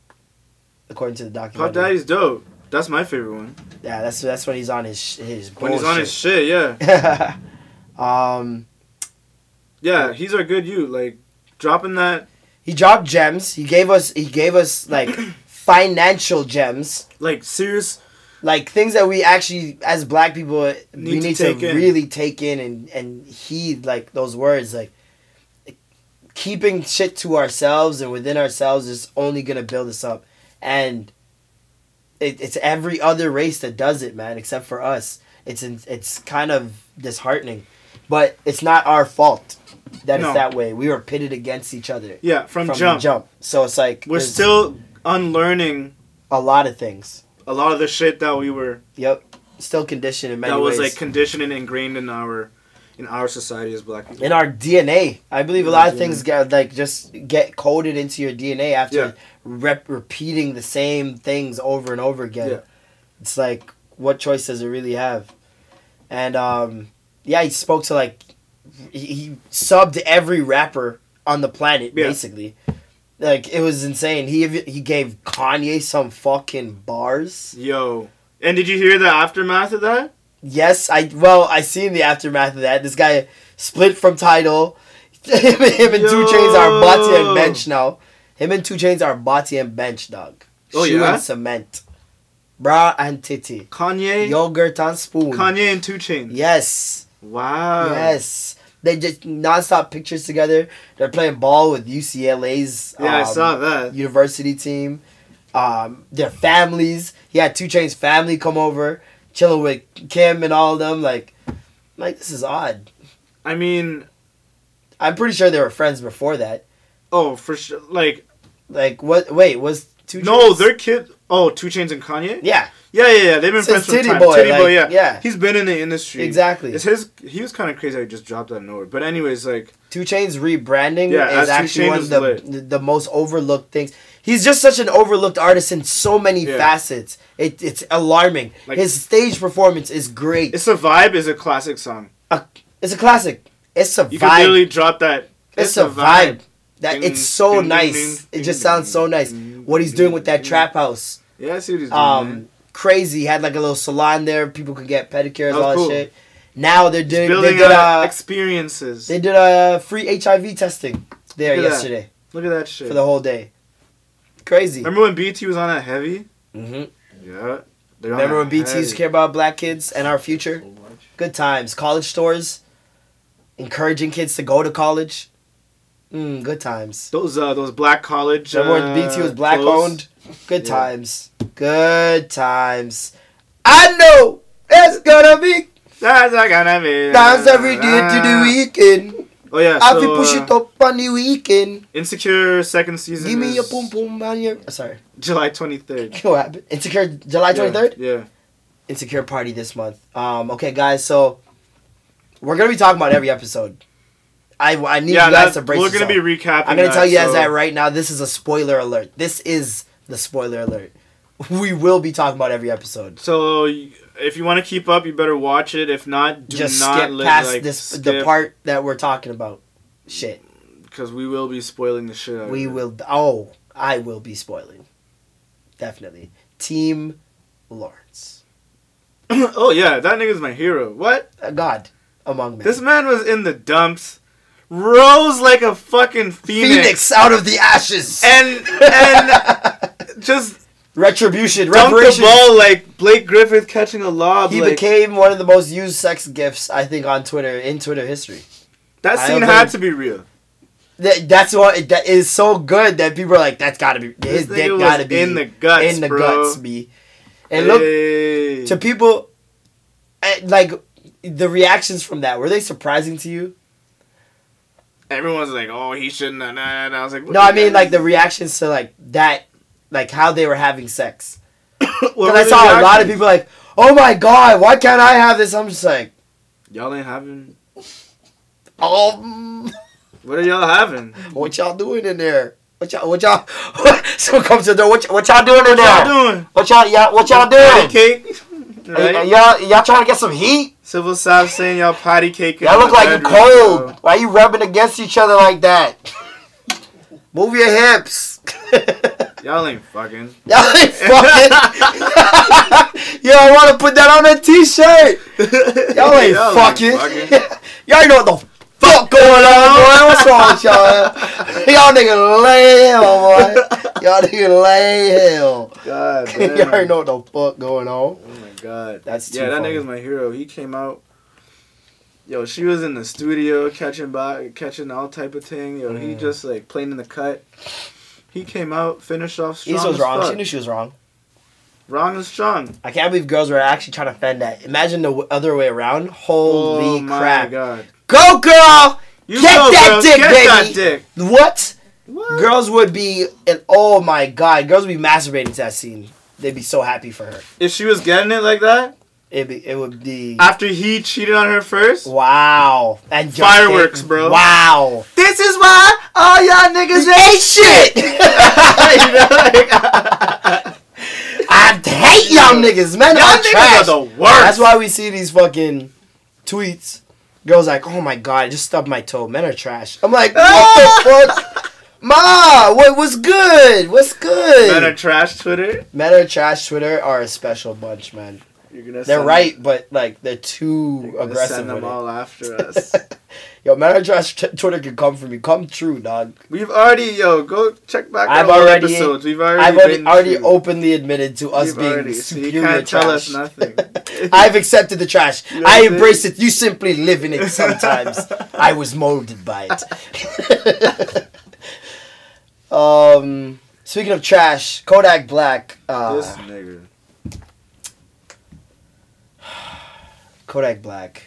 E: according to the documentary.
F: Pop Daddy's dope. That's my favorite one.
E: Yeah, that's that's when he's on his sh- his bullshit.
F: When he's on his shit, yeah.
E: um,
F: Yeah, he's our good you. Like, dropping that,
E: he dropped gems. He gave us he gave us like financial gems,
F: like, serious.
E: like things that we actually as black people we
F: Need to
E: need to,
F: take in.
E: really take in and and heed like those words like keeping shit to ourselves and within ourselves is only gonna build us up and it, it's every other race that does it man except for us it's in, it's kind of disheartening but it's not our fault that
F: No.
E: it's that way we were pitted against each other
F: Yeah, from,
E: from
F: jump.
E: the jump so it's like
F: We're
E: there's
F: still unlearning
E: a lot of things
F: a lot of the shit that we were,
E: yep still conditioned in many
F: that was,
E: ways.
F: like, conditioned and ingrained in our, in our society as black people.
E: in our DNA. I believe a lot of
F: Mhm.
E: things get like just get coded into your DNA after
F: Yeah.
E: rep- repeating the same things over and over again.
F: Yeah.
E: It's like what choice does it really have? And um, yeah, he spoke to like he, he subbed every rapper on the planet
F: Yeah.
E: basically. Like it was insane. He he gave Kanye some fucking bars.
F: Yo. And did you hear the aftermath of that?
E: Yes, I well I seen the aftermath of that. This guy split from title. him, him and Two Chains are Bati and
F: Yo.
E: bench now. Him and Two Chains are Bati and bench dog.
F: Oh,
E: Shoe
F: yeah?
E: and cement, bra and titty,
F: Kanye?
E: yogurt and spoon.
F: Kanye Uh. and Two Chainz.
E: Yes,
F: Wow.
E: yes. They just nonstop pictures together. They're playing ball with UCLA's
F: Yeah, I
E: um,
F: saw that.
E: university team. Um, their families. He had Two Chain's family come over, chilling with Kim and all of them. Like, like this is odd.
F: I mean,
E: I'm pretty sure they were friends before that.
F: oh, for sure. Like,
E: Like, what? Wait, was Two?
F: no,
E: Chainz-
F: their kid. Oh, Two Chains and Kanye.
E: yeah.
F: yeah, yeah. yeah. They've been
E: Since
F: friends from
E: Titty
F: time.
E: Boy,
F: Titty
E: like,
F: Boy, yeah,
E: yeah.
F: He's been in the industry.
E: Exactly.
F: It's his. He was kind of crazy. how He just dropped out of nowhere. But anyways, like,
E: Two Chain's rebranding
F: Yeah,
E: is
F: as Two
E: actually
F: Chainz
E: one
F: is
E: of the,
F: lit.
E: the most overlooked things. He's just such an overlooked artist in so many
F: Yeah.
E: facets. It, it's alarming.
F: Like-
E: His stage performance is great. It's
F: "It's a Vibe" is a classic song.
E: a, it's a classic. It's a
F: You could
E: vibe.
F: literally drop that.
E: It's, a vibe. That
F: Ding,
E: it's so
F: ding, ding,
E: nice.
F: ding,
E: it just
F: ding,
E: sounds so
F: ding,
E: nice.
F: ding,
E: What he's
F: ding,
E: doing with that
F: ding.
E: trap house,
F: Yeah, I see what he's doing. man.
E: um, crazy. He had like a little salon there. People could get pedicures,
F: That was
E: all that
F: cool.
E: shit. Now they're doing. They
F: Building
E: did
F: out
E: a
F: experiences.
E: they did a free HIV testing there
F: Look at that.
E: yesterday.
F: Look at that shit.
E: for the whole day. Crazy. Remember,
F: Remember when BT was on that heavy?
E: Mhm.
F: Yeah. They were on
E: Remember when
F: that
E: BT used to
F: heavy.
E: care about black kids and our future? Good times. College stores, encouraging kids to go to college. Mm, good times.
F: Those uh, those black college.
E: Remember
F: uh,
E: when BT was black
F: clothes?
E: owned? Good
F: Yeah.
E: times. Good times. I know it's gonna be
F: That's not gonna be. Ah.
E: times every day to the weekend.
F: Oh yeah.
E: I'll be
F: so,
E: push
F: uh,
E: it up on the weekend.
F: Insecure second season.
E: Give me
F: is
E: your boom boom on your. oh, Sorry.
F: July twenty third.
E: What happened? Insecure July 23rd?
F: Yeah.
E: insecure party this month. Um, okay, guys, so we're gonna be talking about every episode. I, I need
F: Yeah.
E: you guys
F: that-
E: to break.
F: we're gonna be recapping.
E: I'm gonna
F: that,
E: tell you guys
F: so-
E: that right now. This is a spoiler alert. This is the spoiler alert. We will be talking about every episode.
F: So y- if you want to keep up, you better watch it. If not, do
E: Just
F: not
E: skip
F: li-
E: past
F: like,
E: this the part that we're talking about. Shit,
F: because we will be spoiling the shit. Out
E: we
F: of it.
E: will. Oh, I will be spoiling. Definitely, Team Lawrence,
F: oh yeah, that nigga's my hero. What?
E: a god among men.
F: This man was in the dumps, rose like a fucking phoenix,
E: Phoenix out of the ashes.
F: and and just
E: Retribution.
F: dunked the
E: Reparation.
F: ball like Blake Griffith catching a lob.
E: He
F: like,
E: became one of the most used sex gifs I think on Twitter in Twitter history.
F: that
E: I
F: scene
E: don't
F: had
E: think-
F: to be real.
E: That, that's what that is so good that people are like, that's gotta be his
F: This nigga
E: dick
F: was
E: gotta be
F: in the guts,
E: in the
F: bro.
E: guts, be. And look
F: Hey.
E: to people, eh, like the reactions from that were they surprising to you?
F: everyone's like, "Oh, he shouldn't." Have, nah, nah, nah. I was like,
E: No, I mean like the reactions to like that, like how they were having sex. Because I saw a lot of people like, oh my god, why can't I have this? I'm just like,
F: Y'all ain't having.
E: um,
F: What are y'all having?
E: what y'all doing in there? What y'all, what y'all, so comes to the door, what, y- what y'all doing in
F: What
E: there?
F: y'all doing?
E: What y'all, y'all, what y'all
F: Patty
E: doing?
F: cake. Right?
E: Y- Y'all, y'all trying to get some heat?
F: Civil South saying y'all potty cake.
E: Y'all look like you cold. Why you rubbing against each other like that? Move your hips.
F: Y'all ain't fucking.
E: Y'all ain't fucking. Y'all want to put that on a t-shirt. Y'all ain't fucking. y'all ain't know what the fuck going on, boy. What's wrong with y'all? y'all niggas lay hell, boy. Y'all niggas lay hell.
F: God damn.
E: y'all ain't know what the fuck going on.
F: Oh my god.
E: That's
F: yeah.
E: too
F: That
E: funny.
F: nigga's my hero. He came out. Yo, she was in the studio catching bo- catching all type of thing. Yo,
E: Mm.
F: he just like playing in the cut. He came out, finished off strong.
E: Issa was
F: as
E: wrong.
F: fuck.
E: She knew she was wrong.
F: Wrong and strong.
E: I can't believe girls were actually trying to fend that. Imagine the w- other way around. Holy
F: oh my
E: crap.
F: god.
E: Go, girl!
F: You
E: get
F: go,
E: that
F: girls,
E: dick,
F: get
E: baby!
F: that dick.
E: What?
F: What?
E: Girls would be, and oh my god, girls would be masturbating to that scene. They'd be so happy for her.
F: If she was getting it like that
E: It'd be, it would be.
F: after he cheated on her first,
E: wow. And just
F: Fireworks,
E: it-
F: bro.
E: Wow.
F: this is why all y'all niggas ain't shit.
E: I hate y'all niggas, man.
F: Y'all
E: Y'all
F: niggas
E: trash.
F: are the worst.
E: That's why we see these fucking tweets. Girls like, oh my god, I just stubbed my toe. Men are trash. I'm like, what the fuck? Ma, what was good? What's good?
F: Men are trash. Twitter.
E: Meta Trash Twitter are a special bunch, man.
F: You're gonna.
E: They're
F: send-
E: right, but like they're too
F: you're gonna
E: aggressive
F: Send them
E: with it.
F: all after us.
E: Yo, Meta Trash t- Twitter can come for me. Come true, dog.
F: We've already yo go check back
E: I've
F: our old
E: already-
F: episodes. We've already
E: I've already,
F: been
E: already
F: through.
E: openly admitted to us
F: We've
E: being
F: already- so
E: superior
F: you can't
E: trash.
F: tell us nothing.
E: I've accepted the trash.
F: know
E: I
F: what I'm
E: embrace it. You simply live in it sometimes. I was molded by it. um, speaking of trash, Kodak Black. Uh,
F: this nigga.
E: Kodak Black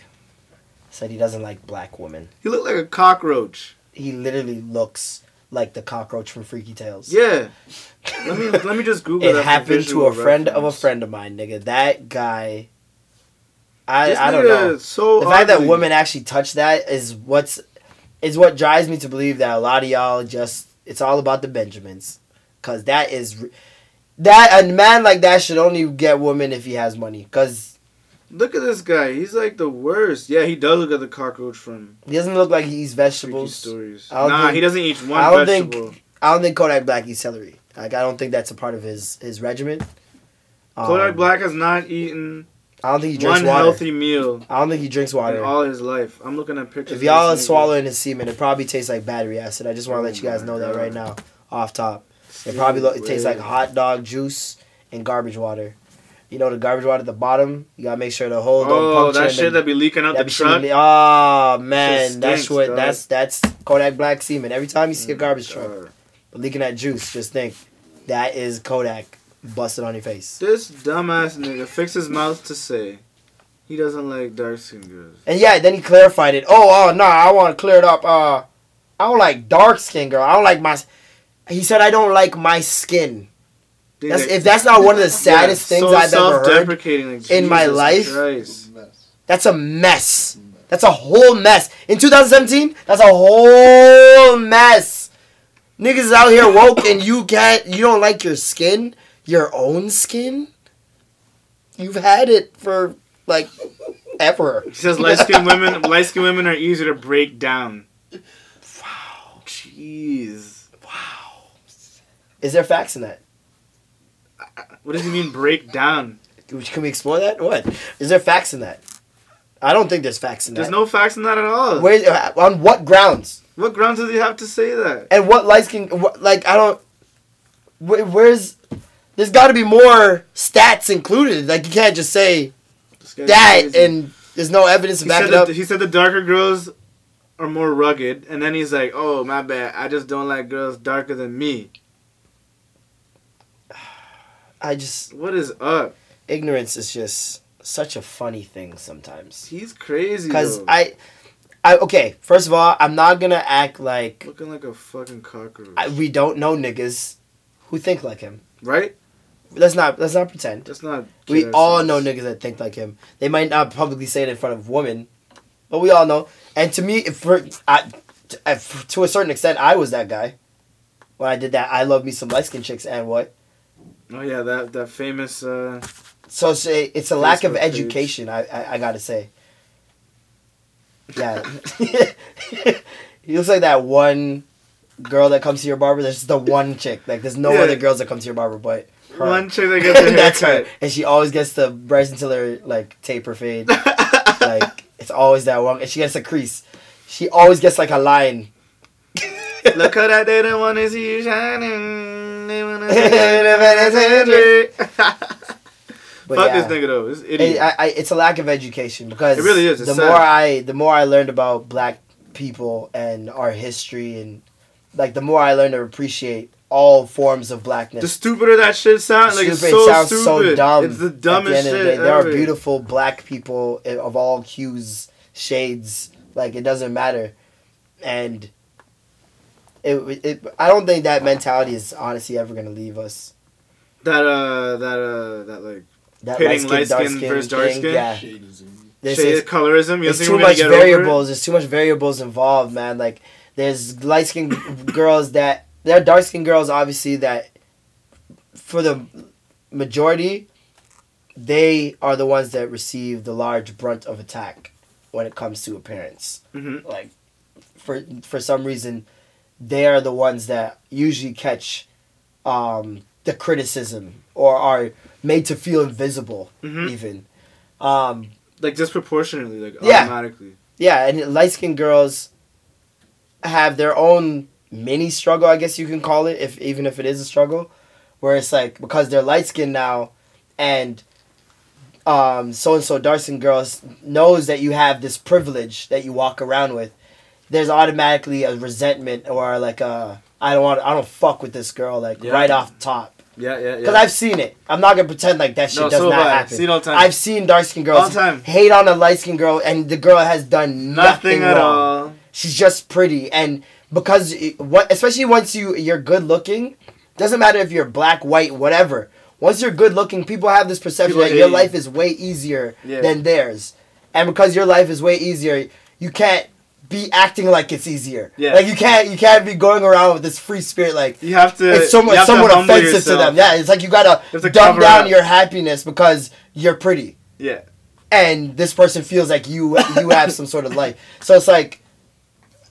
E: said he doesn't like black women.
F: He looked like a cockroach.
E: He literally looks like the cockroach from Freaky Tales.
F: Yeah. let me let me just Google
E: It
F: that for
E: happened to
F: visual
E: a friend of a
F: reference.
E: friend of mine, nigga. That guy. I,
F: This
E: I don't
F: nigga
E: know.
F: is So
E: the fact that
F: ugly.
E: women actually touch that is what's is what drives me to believe that a lot of y'all just it's all about the Benjamins, cause that is r- that a man like that should only get women if he has money, cause
F: Look at this guy. He's like the worst. Yeah, he does look like the cockroach from
E: he doesn't look like he eats
F: Freaky
E: vegetables.
F: Stories.
E: I don't
F: Nah,
E: think-
F: he doesn't eat one
E: I don't think-
F: vegetable.
E: I don't think Kodak Black eats celery. Like I don't think that's a part of his his regimen. Um,
F: Kodak Black has not eaten
E: I don't think he drinks
F: one
E: water.
F: healthy meal
E: I don't think he drinks
F: in
E: water.
F: all his life. I'm looking at pictures.
E: If y'all are
F: of this nigga.
E: swallowing his semen, it probably tastes like battery acid. I just want to
F: Oh
E: let you guys
F: my
E: know that right now,
F: God.
E: off top. It probably lo- it tastes like
F: Wait.
E: hot dog juice and garbage water. You know the garbage water at the bottom. You gotta make sure the hole don't
F: Oh,
E: puncture.
F: that
E: and
F: shit
E: then-
F: that be leaking out
E: that
F: the
E: be
F: truck.
E: shooting- Oh man,
F: Shit
E: that's
F: stinks,
E: what
F: dog. Mm,
E: that's that's Kodak Black semen. Every time you see a garbage truck
F: Or-
E: leaking that juice, just think that is Kodak busted on your face.
F: This dumbass nigga fixed his mouth to say he doesn't like dark skinned girls.
E: And yeah, then he clarified it. Oh, oh no, I want to clear it up. Uh, I don't like dark skin, girl. I don't like my. s-" He said I don't like my skin.
F: Dude,
E: That's,
F: like-
E: if that's not one of the
F: Yeah,
E: saddest things
F: so
E: I've ever heard,
F: self-deprecating, like,
E: in my
F: Jesus
E: life.
F: Christ.
E: that's a mess. That's a whole mess. In 2017, that's a whole mess. Niggas is out here woke and you can't, you don't like your skin, your own skin. You've had it for like ever.
F: He says light skinned women light skinned women are easier to break down. Wow. Jeez.
E: Is there facts in that?
F: What does he mean break down?
E: Can we- can we explore that? What? Is there facts in that? I don't think there's facts in
F: There's
E: that.
F: no facts in that at all.
E: Where, uh, on what grounds?
F: What grounds does he have to say that?
E: And what lights can what, like I don't. Where, where's there's got to be more stats included. Like you can't just say
F: This guy's
E: that
F: crazy.
E: and there's no evidence to
F: he
E: back
F: said
E: it up.
F: that, he said the darker girls are more rugged, and then he's like, "Oh my bad, I just don't like girls darker than me."
E: I just
F: What is up?
E: ignorance is just such a funny thing sometimes.
F: He's crazy.
E: Cause
F: though.
E: I, I okay. First of all, I'm not gonna act like
F: Looking like a fucking cockroach.
E: I, we don't know niggas who think like him.
F: right?
E: Let's not let's not pretend.
F: That's not.
E: We
F: kid
E: all
F: ourselves.
E: know niggas that think like him. They might not publicly say it in front of women, but we all know. And to me, if for I, t- if, to a certain extent, I was that guy when I did that. I love me some light skin chicks and what.
F: Oh yeah, that that famous. Uh,
E: So it's a, it's a lack of
F: Facebook page.
E: education. I, I I gotta say. Yeah, he looks like that one girl that comes to your barber. There's the one chick. Like there's no
F: Yeah.
E: other girls that come to your barber, but her.
F: One chick that gets her
E: That's
F: haircut.
E: her, and she always gets the Bryson Tiller like taper fade. like it's always that one, and she gets a crease. She always gets like a line.
F: Look how that they don't wanna see you shining. They wanna see
E: But
F: Fuck
E: yeah.
F: this nigga though. This idiot.
E: It, I, I, it's a lack of education because
F: It really is. It's
E: the
F: sad.
E: more I, the more I learned about black people and our history, and like the more I learned to appreciate all forms of blackness.
F: the stupider that shit sounds, like it's
E: Stupid
F: so
E: sounds
F: stupid.
E: so dumb.
F: It's the
E: at end
F: dumbest
E: of the
F: shit.
E: day. There are
F: ever.
E: beautiful black people i- of all hues, shades. Like it doesn't matter, and it, it. I don't think that mentality is honestly ever gonna leave us.
F: That uh, that uh, that like
E: That
F: Pitting
E: light-skinned,
F: light-skinned
E: dark-skinned
F: versus dark-skinned?
E: thing, Yeah. This
F: shade
E: is-
F: colorism. You
E: There's
F: think
E: too
F: we're gonna
E: much
F: get over it?
E: variables. There's too much variables involved, man. Like there's light skinned girls that there are dark skinned girls obviously that for the majority they are the ones that receive the large brunt of attack when it comes to appearance.
F: Mhm.
E: Like for for some reason they are the ones that usually catch um, the criticism or are made to feel invisible
F: Mhm.
E: even. Um,
F: Like disproportionately, like
E: Yeah.
F: automatically.
E: yeah, and light skinned girls have their own mini struggle, I guess you can call it, if even if it is a struggle, where it's like because they're light skinned now, and um, so and so dark skinned girls knows that you have this privilege that you walk around with. There's automatically a resentment or like a I don't want I don't fuck with this girl like
F: Yeah.
E: right off top.
F: Yeah, yeah, yeah.
E: Because I've seen it. I'm not gonna pretend like that shit
F: No,
E: does
F: so
E: not
F: have I.
E: happen.
F: Seen it all the time.
E: I've seen dark skinned girls
F: All the time.
E: hate on a light skinned girl, and the girl has done nothing,
F: nothing at
E: wrong.
F: all.
E: She's just pretty, and because it, what, especially once you you're good looking, doesn't matter if you're black, white, whatever. Once you're good looking, people have this perception
F: People
E: that
F: hate
E: your
F: you.
E: life is way easier
F: Yeah.
E: than theirs, and because your life is way easier, you can't be acting like it's easier.
F: Yeah.
E: Like you can't you can't be going around with this free spirit like
F: You have to.
E: it's somewhat,
F: you have to
E: somewhat
F: humble
E: offensive to
F: yourself.
E: them. Yeah, it's like you gotta
F: have to
E: dumb
F: cover
E: down
F: up.
E: your happiness because you're pretty,
F: Yeah.
E: and this person feels like you you have some sort of life. So it's like,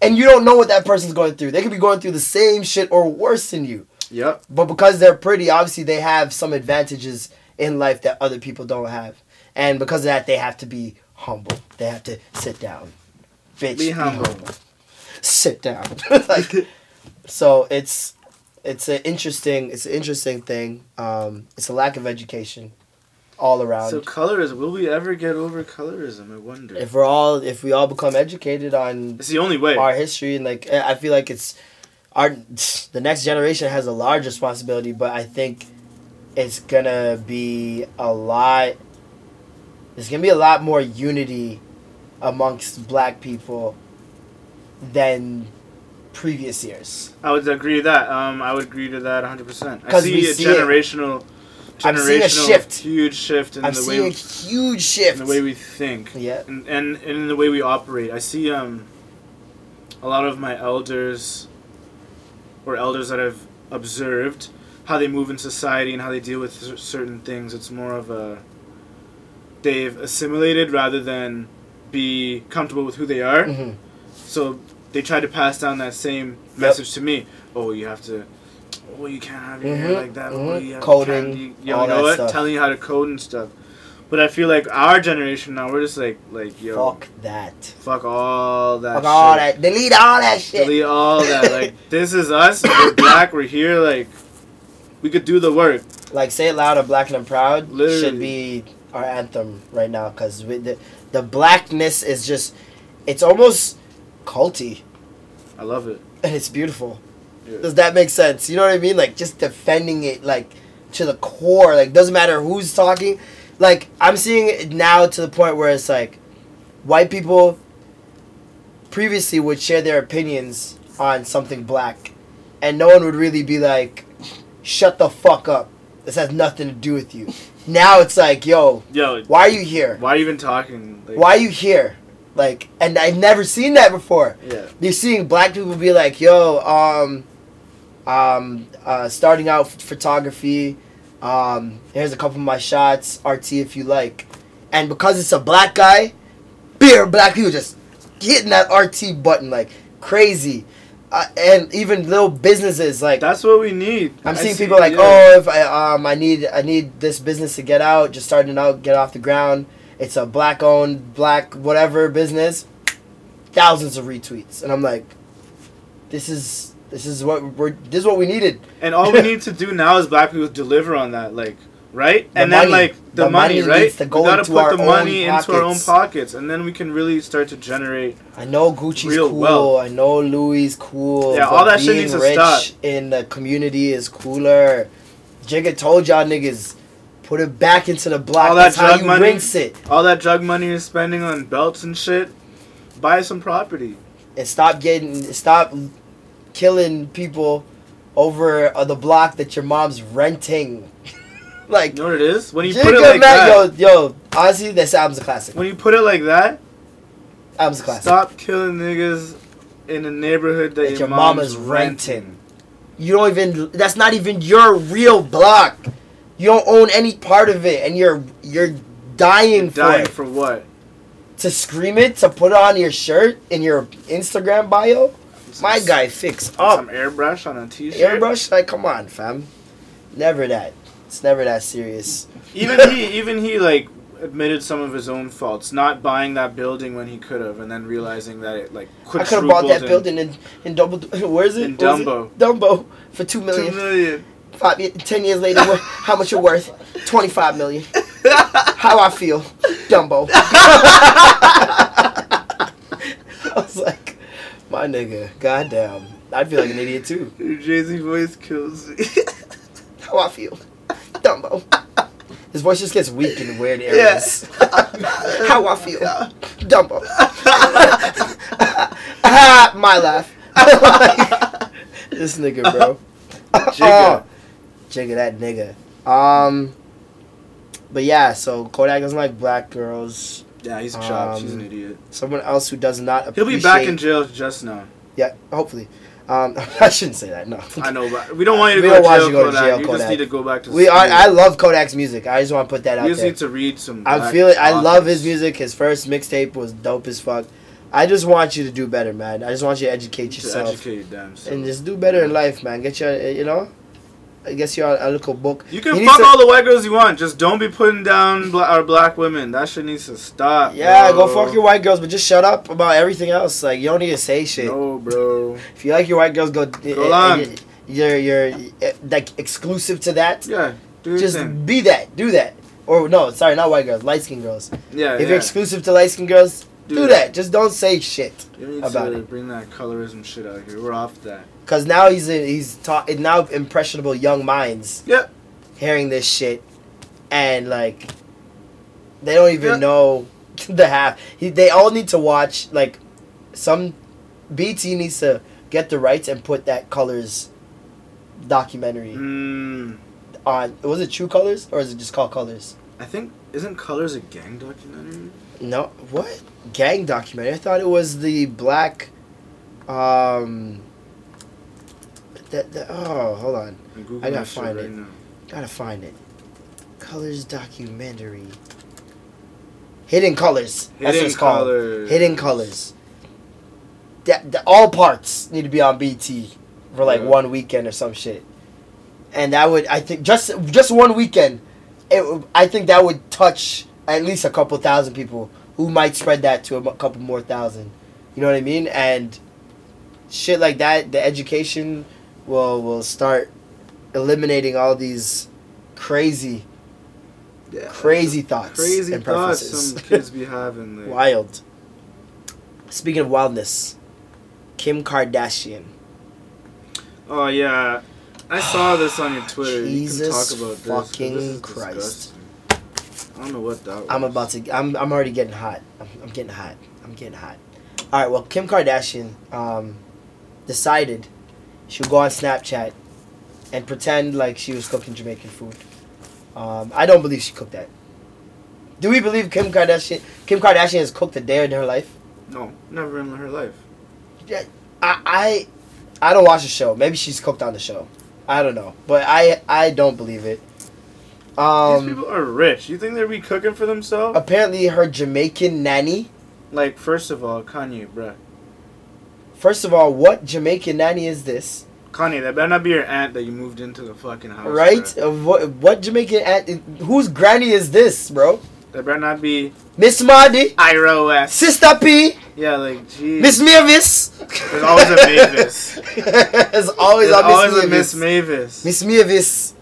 E: and you don't know what that person's going through. They could be going through the same shit or worse than you,
F: Yep.
E: but because they're pretty, obviously they have some advantages in life that other people don't have, and because of that, they have to be humble. They have to sit down, bitch. Oh
F: Be humble.
E: sit down. like, so it's it's an interesting it's an interesting thing. Um, it's a lack of education all around.
F: So colorism. Will we ever get over colorism? I wonder.
E: if we're all if we all become educated on
F: it's the only way.
E: our history and like I I feel like it's our the next generation has a large responsibility, but I think it's gonna be a lot. There's gonna be a lot more unity amongst Black people than previous years.
F: I would agree to that. Um, I would agree to that 100. percent I
E: 'Cause
F: see
E: we
F: a
E: see it.
F: generational, generational
E: I'm seeing a shift.
F: huge shift in
E: I'm
F: the way
E: seeing a
F: we,
E: huge
F: in
E: shift.
F: the way we think.
E: Yeah.
F: And, and and in the way we operate. I see um, a lot of my elders, or elders that I've observed, how they move in society and how they deal with cer- certain things. It's more of a they've assimilated rather than be comfortable with who they are.
E: Mm-hmm.
F: So they tried to pass down that same message to me. Oh, you have to. Oh, you can't have your hair
E: Mhm,
F: like that. Oh,
E: mhm.
F: you have
E: Coding,
F: can't- you- you
E: all
F: know
E: that
F: what?
E: stuff.
F: Telling you how to code and stuff. But I feel like our generation now, we're just like, like yo, fuck,
E: Fuck that.
F: all that,
E: Fuck all
F: shit.
E: that. Delete all that shit.
F: Delete all that. Like this is us. We're black. We're here. Like we could do the work.
E: Like say it loud, I'm black and I'm proud.
F: Literally.
E: Should be our anthem right now because the the blackness is just, it's almost culty
F: I love it.
E: and it's beautiful.
F: Yeah.
E: Does that make sense? You know what I mean? Like just defending it like to the core. Like doesn't matter who's talking. Like I'm seeing it now to the point where it's like white people previously would share their opinions on something black, and no one would really be like, "Shut the fuck up! This has nothing to do with you." Now it's like, "Yo,
F: Yeah, like,
E: why are you here?
F: Why are you even talking? Like,
E: Why are you here?" Like, and I've never seen that before.
F: Yeah.
E: You're seeing black people be like, "Yo, um, um, uh, starting out f- photography. Um, here's a couple of my shots, RT if you like." And because it's a black guy, beer black people just hitting that RT button like crazy, uh, and even little businesses like
F: That's what we need.
E: I'm
F: I
E: seeing
F: see-
E: people like,
F: yeah.
E: oh, if I um I need I need this business to get out, just starting out, get off the ground. It's a black owned, black whatever business. Thousands of retweets, and I'm like, this is this is what we're this is what we needed.
F: And all we need to do now is black people deliver on that, like, right?
E: The
F: and
E: money.
F: then, like, the,
E: The
F: money,
E: money
F: right?
E: needs to go
F: we gotta
E: into
F: put
E: our
F: the
E: own
F: money into our own
E: pockets.
F: pockets, and then we can really start to generate.
E: I know Gucci's
F: Real
E: cool.
F: wealth.
E: I know Louis cool.
F: Yeah,
E: but
F: all that shit
E: being
F: needs to
E: rich
F: stop.
E: In the community is cooler. Jigga told y'all niggas, put it back into the block.
F: All that
E: That's how
F: drug
E: you
F: money.
E: rinse it.
F: All that drug money you're spending on belts and shit, buy some property.
E: and stop getting stop killing people over uh, the block that your mom's renting. like
F: You know what it is? When you
E: Jigga
F: put it like
E: Mac-
F: that.
E: yo yo honestly this album's a classic.
F: When you put it like that,
E: Album's a classic.
F: stop killing niggas in the neighborhood that,
E: That
F: your,
E: your
F: mama's,
E: mama's
F: renting.
E: renting. You don't even that's not even your real block. You don't own any part of it and you're you're dying for
F: Dying
E: it.
F: for what?
E: to scream it, to put it on your shirt in your Instagram bio. My guy fix up.
F: Some airbrush on a t-shirt.
E: Airbrush? Like, come on, fam. Never that. It's never that serious.
F: even he even he like admitted some of his own faults not buying that building when he could have and then realizing that it like
E: I
F: quadrupled
E: could have bought that
F: in
E: building in, in double. Where is it?
F: In
E: What was it?
F: Dumbo.
E: Dumbo for two
F: two
E: million.
F: million
E: Five ye- ten years later, wha- how much you're worth? Twenty five million. how I feel, Dumbo. I was like, my nigga, goddamn. I feel like an idiot too.
F: your jay-z voice kills me
E: How I feel, Dumbo. His voice just gets weak in weird
F: Yeah.
E: areas. how I feel, Dumbo. my laugh. this nigga, bro.
F: Jigga.
E: Jigga that nigga. Um, but yeah, so Kodak doesn't like black girls.
F: yeah he's a chop he's an
E: Um,
F: idiot
E: Someone else who does not
F: he'll
E: appreciate.
F: be back in jail just now
E: Yeah, hopefully. Um, I shouldn't say that. No,
F: i know but we don't want you to
E: We
F: go
E: don't want
F: to jail,
E: you to go to
F: Kodak.
E: jail,
F: you just
E: Kodak.
F: need to go back to
E: we
F: school
E: are. I love Kodak's music. I just want to put that
F: you
E: out
F: just
E: there.
F: need to read some
E: I
F: black
E: feel it. I love
F: authors.
E: his music. His first mixtape was dope as fuck. I just want you to do better, man. I just want you to educate
F: to
E: yourself
F: educate them so.
E: and just do better in life, man. Get your, eh, you know, I guess your a little book.
F: you can
E: need
F: fuck
E: to-
F: all the white girls you want. Just don't be putting down bla- our black women. That shit needs to stop.
E: Yeah,
F: bro.
E: go fuck your white girls, but just shut up about everything else. Like you don't need to say shit.
F: No, bro.
E: If you like your white girls, go. eh,
F: Go on.
E: You're you're eh, like exclusive to that.
F: Yeah, do your
E: Just
F: thing.
E: be that. Do that. Or no, sorry, not white girls, light skinned girls.
F: Yeah,
E: If
F: yeah.
E: you're exclusive to light skinned girls,
F: Do
E: do,
F: that.
E: that. Just don't say shit
F: You need
E: about
F: to
E: it.
F: bring that colorism shit out here. We're off that.
E: Cause now he's in, he's ta- now impressionable young minds
F: Yep.
E: hearing this shit, and like they don't even
F: Yeah.
E: know the half. He, they all need to watch like some BT needs to get the rights and put that colors documentary
F: Mm,
E: on. Was it True Colors or is it just called Colors?
F: I think isn't Colors a gang documentary?
E: No, what gang documentary? I thought it was the black. Um, that, that oh hold on.
F: I'm Googling
E: I gotta
F: that shit
E: find
F: right
E: it.
F: now.
E: Gotta find it. Colors documentary. Hidden colors. That's
F: Hidden
E: what it's called.
F: Colours.
E: Hidden colors. That, that all parts need to be on BT for like
F: Yeah.
E: one weekend or some shit. And that would I think just just one weekend, it, would- I think that would touch at least a couple thousand people who might spread that to a mu- couple more thousand. You know what I mean? And shit like that, the education will will start eliminating all these crazy
F: Yeah,
E: crazy thoughts
F: crazy
E: and
F: thoughts
E: preferences.
F: some kids be having. Like,
E: Wild. Speaking of wildness, Kim Kardashian.
F: Oh yeah, I saw this on your Twitter.
E: Jesus
F: you can talk about this, 'cause
E: fucking
F: this is
E: Christ.
F: disgusting. I don't know what that. Was.
E: I'm about to. I'm. I'm already getting hot. I'm, I'm getting hot. I'm getting hot. All right. Well, Kim Kardashian um, decided she would go on Snapchat and pretend like she was cooking Jamaican food. Um, I don't believe she cooked that. Do we believe Kim Kardashian? Kim Kardashian has cooked a day in her life.
F: No, never in her life.
E: Yeah, I, I, I don't watch the show. Maybe she's cooked on the show. I don't know, but I, I don't believe it.
F: These
E: Um, uh,
F: people are rich. You think they'd be cooking for themselves?
E: apparently, her Jamaican nanny.
F: like, first of all, Kanye, bruh.
E: First of all, what Jamaican nanny is this?
F: Kanye, that better not be your aunt that you moved into the fucking house.
E: Right?
F: bruh.
E: Uh, What, what Jamaican aunt? Whose granny is this, bro?
F: That better not be
E: Miss Mardi,
F: Iro West.
E: Sister P,
F: Yeah, like, jeez.
E: Miss Mavis.
F: There's always a Mavis. There's
E: There's always a
F: always a
E: Miss
F: Miss
E: Mavis.
F: Mavis.
E: Miss Mavis.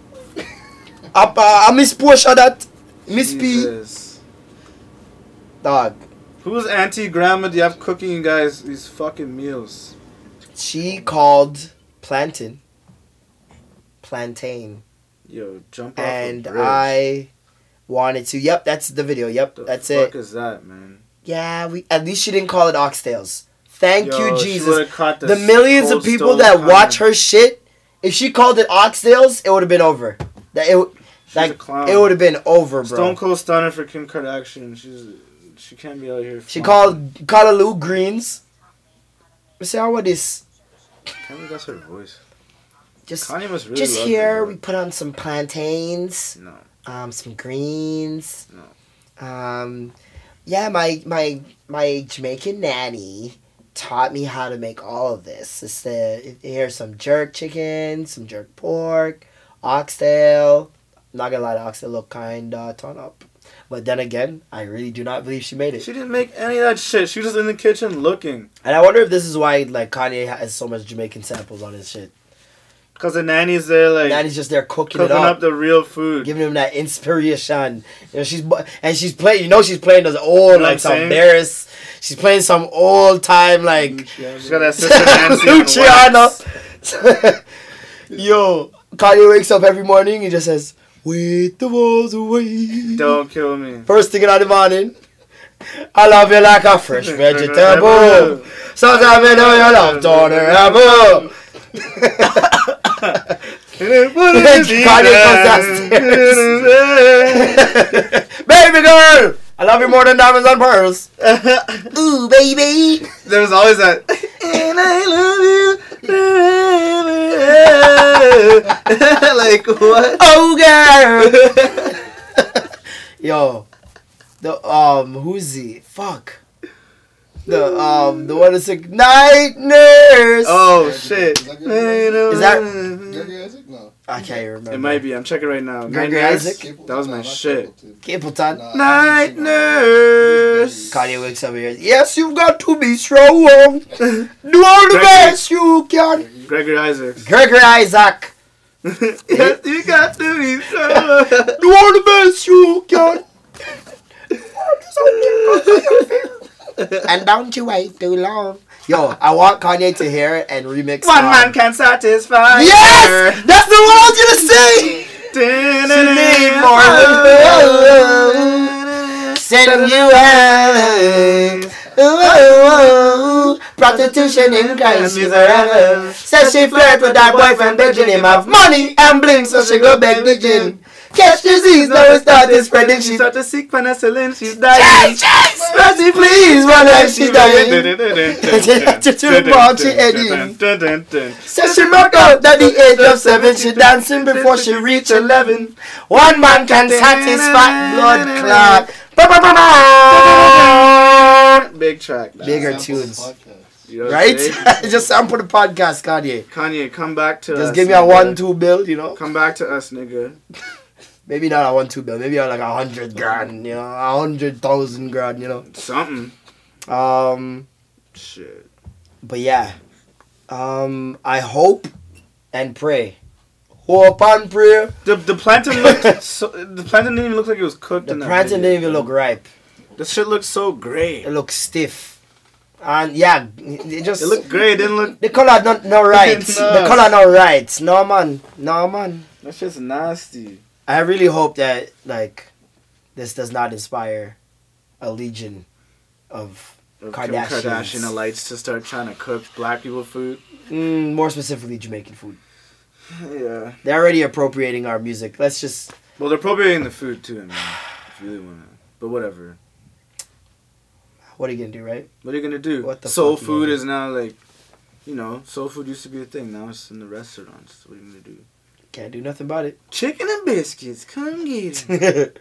E: Up, uh, I Miss Portia that. Miss P.
F: Jesus.
E: Dog.
F: Who's auntie grandma do you have cooking you guys these fucking meals?
E: She called Plantain. Plantain.
F: Yo, jump off
E: And
F: a bridge.
E: I wanted to. Yep, that's the video. Yep,
F: The
E: that's
F: fuck
E: it.
F: is that, man?
E: Yeah, we. At least she didn't call it oxtails. Thank
F: Yo,
E: you,
F: she
E: Jesus.
F: would've caught
E: The,
F: this
E: millions of
F: cold
E: people
F: stone
E: that watch
F: coming.
E: her shit. If she called it oxtails, it would have been over. That it.
F: She's a
E: Like
F: clown.
E: it would have been over, bro.
F: Um, Stone Cold Stunner for Kim Kardashian. She's she can't be out here.
E: She
F: fucking-
E: called called Lou Greens. I say, how about this?
F: I think that's her voice.
E: Just
F: Kanye must really
E: just
F: love
E: here,
F: her,
E: we
F: bro.
E: put on some plantains,
F: No,
E: um, some greens.
F: No.
E: Um, yeah, my my my Jamaican nanny taught me how to make all of this. It's the here's some jerk chicken, some jerk pork, oxtail. Not gonna lie, the oxtail look kinda torn up. But then again, I really do not believe she made it.
F: she didn't make any of that shit. She was just in the kitchen looking.
E: And I wonder if this is why like Kanye has so much Jamaican samples on his shit.
F: Cause the nanny's there, like
E: Nanny's just there cooking it
F: cooking
E: up,
F: up the real food.
E: giving him that inspiration. You know she's bu- and she's playing. You know she's playing those old
F: know what I'm
E: like some
F: saying?
E: Barris. She's playing some old time like
F: She's got that sister Nancy. on
E: Luciano.
F: wax.
E: Yo, Kanye wakes up every morning. He just says, "Wait the walls away."
F: Don't kill me.
E: First thing in the morning. I love you like a fresh vegetable. Sometimes I know you love tolerable. Kanye comes Baby girl, I love you more than diamonds and pearls. Ooh, baby.
F: There's always that. And I love you. like what?
E: Oh, girl. Yo, the um, who's he? Fuck. The um, the one that's like night nurse.
F: Oh shit!
H: Is that good?
E: Is that-
H: Gregory Isaac? No.
E: I can't even remember.
F: It might be. I'm checking right now.
E: Gregory
F: Night Nurse?
E: Isaac?
H: Capleton?
F: That was
H: No,
F: my
H: not
F: shit.
H: Capleton.
E: Capleton.
H: Nah,
F: Night
H: Capleton,
F: Nurse.
E: Kanye wakes up here. Yes, you've got to be strong. Do all the
F: Gregory-
E: best you can.
F: Gregory Isaacs.
E: Gregory Isaac.
F: yes, you got to be so.
E: Do all the best you can. and don't you wait too long. Yo, I want Kanye to hear it and remix.
F: One
E: um,
F: man can satisfy.
E: Yes, that's the one I was gonna say. need more
F: Oh,
E: love. Send you heaven. Ooh, ooh, ooh. Prostitution in Christ is forever. Says she flirt with her boyfriend, begging him of money and bling, so she go back the gym. Catch disease, now it started spreading.
F: She
E: She
F: started sick penicillin. She's dying.
E: Mercy, please, one life she dying. Says she broke out at the age of seven. She dancing before she reached eleven. One man can satisfy blood clot. Ba, ba, ba, ba.
F: Big track. that.
E: Bigger
H: Samples
E: tunes.
H: podcast.
F: You know what I'm
E: Right?
F: saying?
E: Just sample the podcast, Kanye.
F: Kanye, come back to us.
E: Just give me a
F: nigga.
E: one two bill, you know.
F: Come back to us, nigga.
E: Maybe not a one two bill. Maybe like a hundred grand, you know, a hundred thousand grand, you know.
F: Something.
E: Um,
F: Shit.
E: but yeah, um, I hope and pray. Hope and prayer.
F: The the plantain looked so, the plantain didn't even look like it was cooked.
E: The
F: in that
E: plantain
F: video.
E: didn't even look ripe.
F: The shit looked so gray.
E: It looked stiff, and yeah, it just
F: It looked gray. It didn't look.
E: The color not no right.
F: No.
E: The color not right. No man. No man.
F: That's just nasty.
E: I really hope that like this does not inspire a legion of
F: of Kim
E: Kardashians.
F: Kardashian elites to start trying to cook black people food.
E: Mm, more specifically, Jamaican food.
F: Yeah.
E: They're already appropriating our music. Let's just
F: Well, they're appropriating the food too. I mean, if you really want to, but whatever.
E: what are you gonna do, right?
F: What are you gonna do?
E: What the
F: soul
E: fuck,
F: food
E: man?
F: is now like, you know, soul food used to be a thing. Now it's in the restaurants. What are you gonna do?
E: Can't do nothing about it.
F: Chicken and biscuits. Come get it.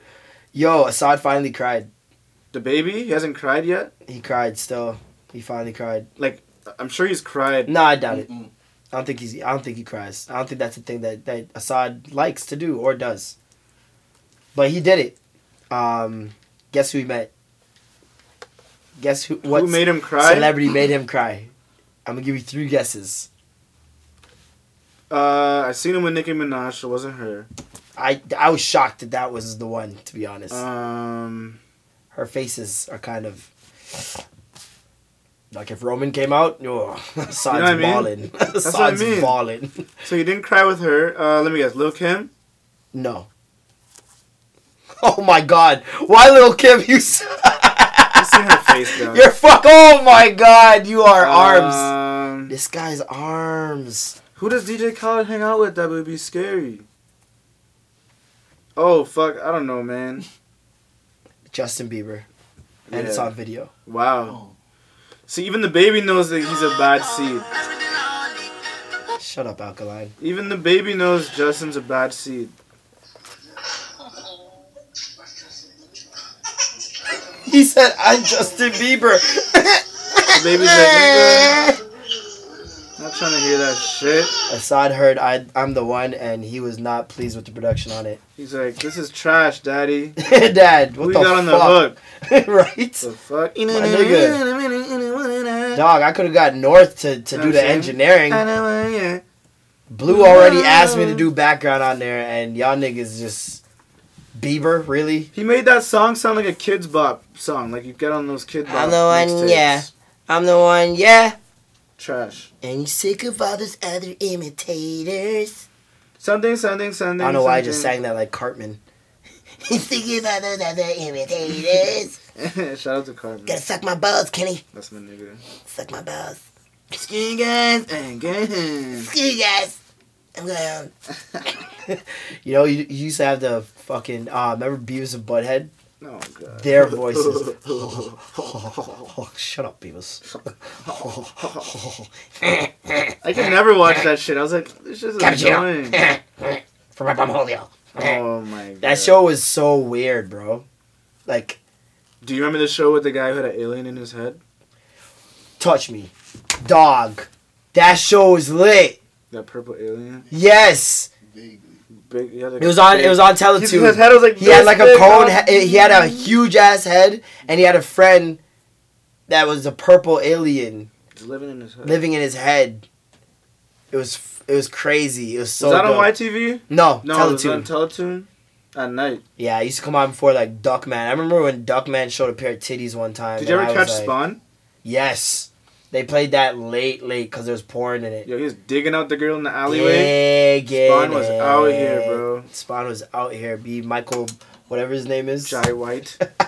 E: Yo, Assad finally cried.
F: the baby. He hasn't cried yet.
E: He cried. Still, he finally cried.
F: Like, I'm sure he's cried.
E: No, I doubt it. I don't think he's. I don't think he cries. I don't think that's a thing that that Assad likes to do or does. But he did it. Um, guess who he met? Guess who? What
F: Who made him cry?
E: Celebrity made him cry. I'm gonna give you three guesses.
F: Uh, I seen him with Nicki Minaj. It wasn't her.
E: I I was shocked that that was the one. To be honest,
F: Um,
E: her faces are kind of. Like if Roman came out, oh, Assad's
F: what I mean?
E: balling.
F: That's what I
E: Assad's
F: mean.
E: balling.
F: so he didn't cry with her. Uh, let me guess. Lil Kim.
E: No. Oh my god. Why little Kim you s-
F: I seen her face though.
E: Your fuck oh my god, you
F: Uh,
E: are arms.
F: Um,
E: This guy's arms.
F: Who does DJ Khaled hang out with that would be scary? Oh fuck, I don't know, man.
E: Justin Bieber. And it's
F: Yeah.
E: on video.
F: Wow. See, even the baby knows that he's a bad seed.
E: Shut up, Alkaline.
F: Even the baby knows Justin's a bad seed.
E: He said I'm Justin Bieber.
F: The baby's like, "Nigga, not trying to hear that shit.
E: Assad heard I I'm the one and he was not pleased with the production on it.
F: He's like, this is trash, daddy.
E: Dad, what
F: Who you
E: the
F: got on the
E: fuck?
F: hook?
E: right?
F: The fuck?
E: Dog, I could have got North to, to do
F: I'm
E: the
F: saying?
E: engineering.
F: nigga.
E: Blue already asked me to do background on there, and y'all niggas just Bieber, really?
F: He made that song sound like a kids bop song, like you get on those kid bop.
E: I'm the one,
F: mixtapes.
E: yeah. I'm the one, yeah.
F: Trash.
E: And you sick of all those other imitators.
F: Something, something, something.
E: I don't know why I just
F: something.
E: sang that like Cartman. He's sick of all those other imitators.
F: Shout out to Carmen.
E: Gotta suck my balls, Kenny.
F: That's my nigga.
E: Suck my balls.
F: Skin guys and guys.
E: Screw you guys. I'm going home. you know, you, you used to have the fucking, uh, remember Beavis and Butthead?
F: Oh god.
E: Their voices. Shut up, Beavis.
F: I could never watch that shit. I was like, this is annoying.
E: From my bumholio.
F: oh my god.
E: That show was so weird, bro. Like,
F: Do you remember the show with the guy who had an alien in his head?
E: touch me. Dog. That show was lit.
F: That purple alien.
E: Yes.
F: Big. He had a
E: It was on it was on
F: His,
E: Teletoon.
F: his head was like.
E: he had
F: this
E: like a
F: big,
E: cone
F: huh?
E: he he had a huge ass head and he had a friend that was a purple alien
F: He's living in his head.
E: living in his head. It was f- it was crazy. It was so
F: was that
E: dope.
F: on YTV?
E: No,
F: No, it was
E: Teletoon.
F: on Teletoon. At night.
E: yeah, it used to come on before like Duckman. I remember when Duckman showed a pair of titties one time.
F: Did you
E: and
F: ever
E: I was
F: catch
E: like,
F: Spawn?
E: Yes. They played that late, late because there was porn in it.
F: Yo, he was digging out the girl in the alleyway.
E: Dig it.
F: Spawn was out here, bro.
E: Spawn was out here. Be Michael, whatever his name is.
F: Jai White.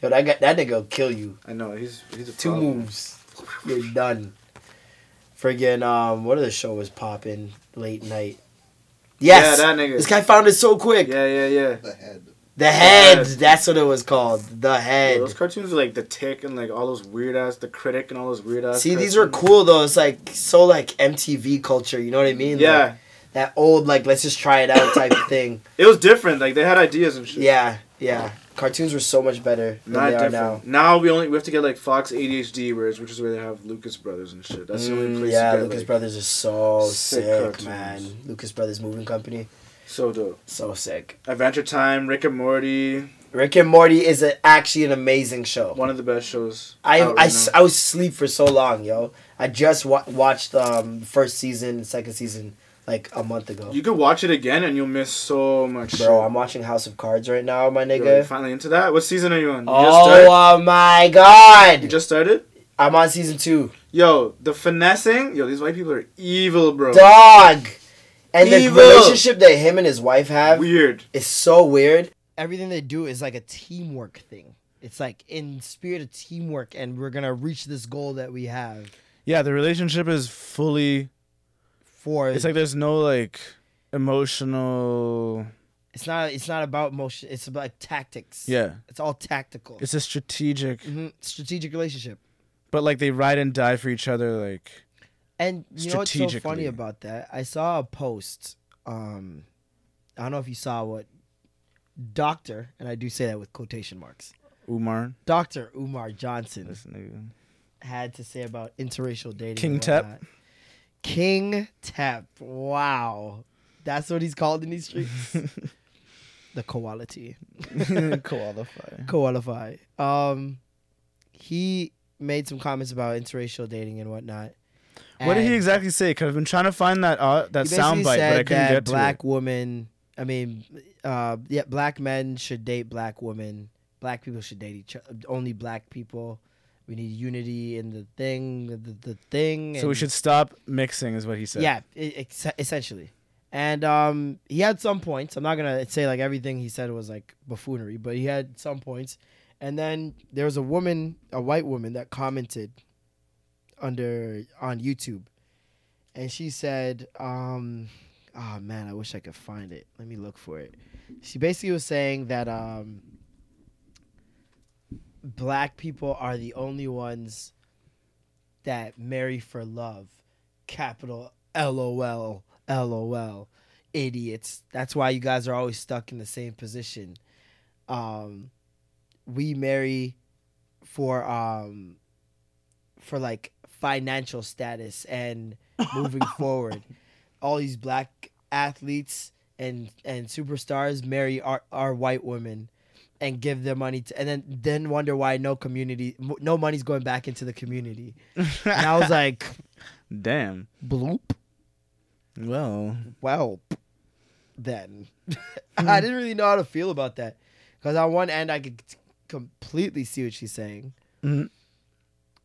E: Yo, that guy, that nigga will kill you.
F: I know he's he's a
E: Two
F: problem.
E: moves, you're done. Friggin' um, what other show was popping late night? Yes,
F: Yeah, that nigga.
E: This guy found it so quick.
F: Yeah, yeah, yeah.
H: The head.
E: The head.
F: Head.
E: That's what it was called. The
F: Yeah,
E: head.
F: those cartoons were like the Tick and like all those weird ass, the Critic and all those weird ass.
E: See, these were
F: cartoons.
E: cool though. It's like so like MTV culture. You know what I mean? Like,
F: Yeah,
E: that old like let's just try it out type of thing.
F: it was different. Like they had ideas and shit.
E: Yeah, yeah. Cartoons were so much better than
F: not
E: they
F: different.
E: are now.
F: Now we only we have to get like Fox ADHD, whereas which is where they have Lucas Brothers and shit. That's the only
E: Mm,
F: place.
E: yeah,
F: you get,
E: Lucas
F: like,
E: Brothers is so
F: sick
E: sick,
F: cartoons.
E: man. Lucas Brothers Moving Company,
F: So dope.
E: so sick.
F: Adventure Time, Rick and Morty,
E: Rick and Morty is a, actually an amazing show.
F: one of the best shows.
E: I
F: out
E: I,
F: Oh, right
E: s-
F: now.
E: I was asleep for so long, yo. I just wa- watched um first season, second season like a month ago.
F: you could watch it again and you'll miss so much. shit.
E: Bro, I'm watching House of Cards right now, my
F: Yo, you
E: nigga.
F: finally into that. What season are you on? You just
E: Oh,
F: started?
E: oh my
F: you
E: god!
F: just started.
E: I'm on season two.
F: Yo, the finessing. Yo, these white people are evil, bro.
E: Dog! And
F: Evil.
E: the relationship that him and his wife have
F: Weird.
E: is so weird. Everything they do is like a teamwork thing. It's like in spirit of teamwork, and we're gonna reach this goal that we have
F: Yeah, the relationship is fully.
E: for.
F: It's like there's no like emotional.
E: it's not it's not about motion. It's about tactics.
F: Yeah.
E: it's all tactical. It's
F: It's a strategic,
E: strategic relationship.
F: but like they ride and die for each other. Like
E: And you know what's so funny
F: Strategically.
E: about that? I saw a post. Um, I don't know if you saw what Doctor, and I do say that with quotation marks.
F: Umar,
E: Doctor Umar Johnson
F: this nigga.
E: had to say about interracial dating.
F: King
E: and
F: Tep?
E: whatnot. King Tep. Wow, that's what he's called in these streets. the quality
F: qualify.
E: qualify. Um, he made some comments about interracial dating and whatnot.
F: What did he
E: And-
F: exactly say? Cause I've been trying to find that uh, that
E: He basically
F: soundbite, but I
E: said
F: couldn't
E: that
F: get to
E: black
F: it.
E: women. I mean, uh, yeah, black men should date black women. Black people should date each other. Only black people. We need unity in the thing, the, the thing.
F: So we
E: and-
F: should stop mixing, is what he said.
E: Yeah, e- ex- essentially. And um, he had some points. I'm not gonna say like everything he said was like buffoonery, but he had some points. And then there was a woman, a white woman, that commented under on YouTube, and she said, um, "Oh man, I wish I could find it. Let me look for it." She basically was saying that um, black people are the only ones that marry for love capital lol lol idiots that's why you guys are always stuck in the same position um we marry for um for like financial status and moving forward all these black athletes and and superstars marry our, our white women and give their money to, and then then wonder why no community mo- no money's going back into the community and i was like
F: Damn.
E: bloop
F: Well,
E: well then i didn't really know how to feel about that because on one end i could c- completely see what she's saying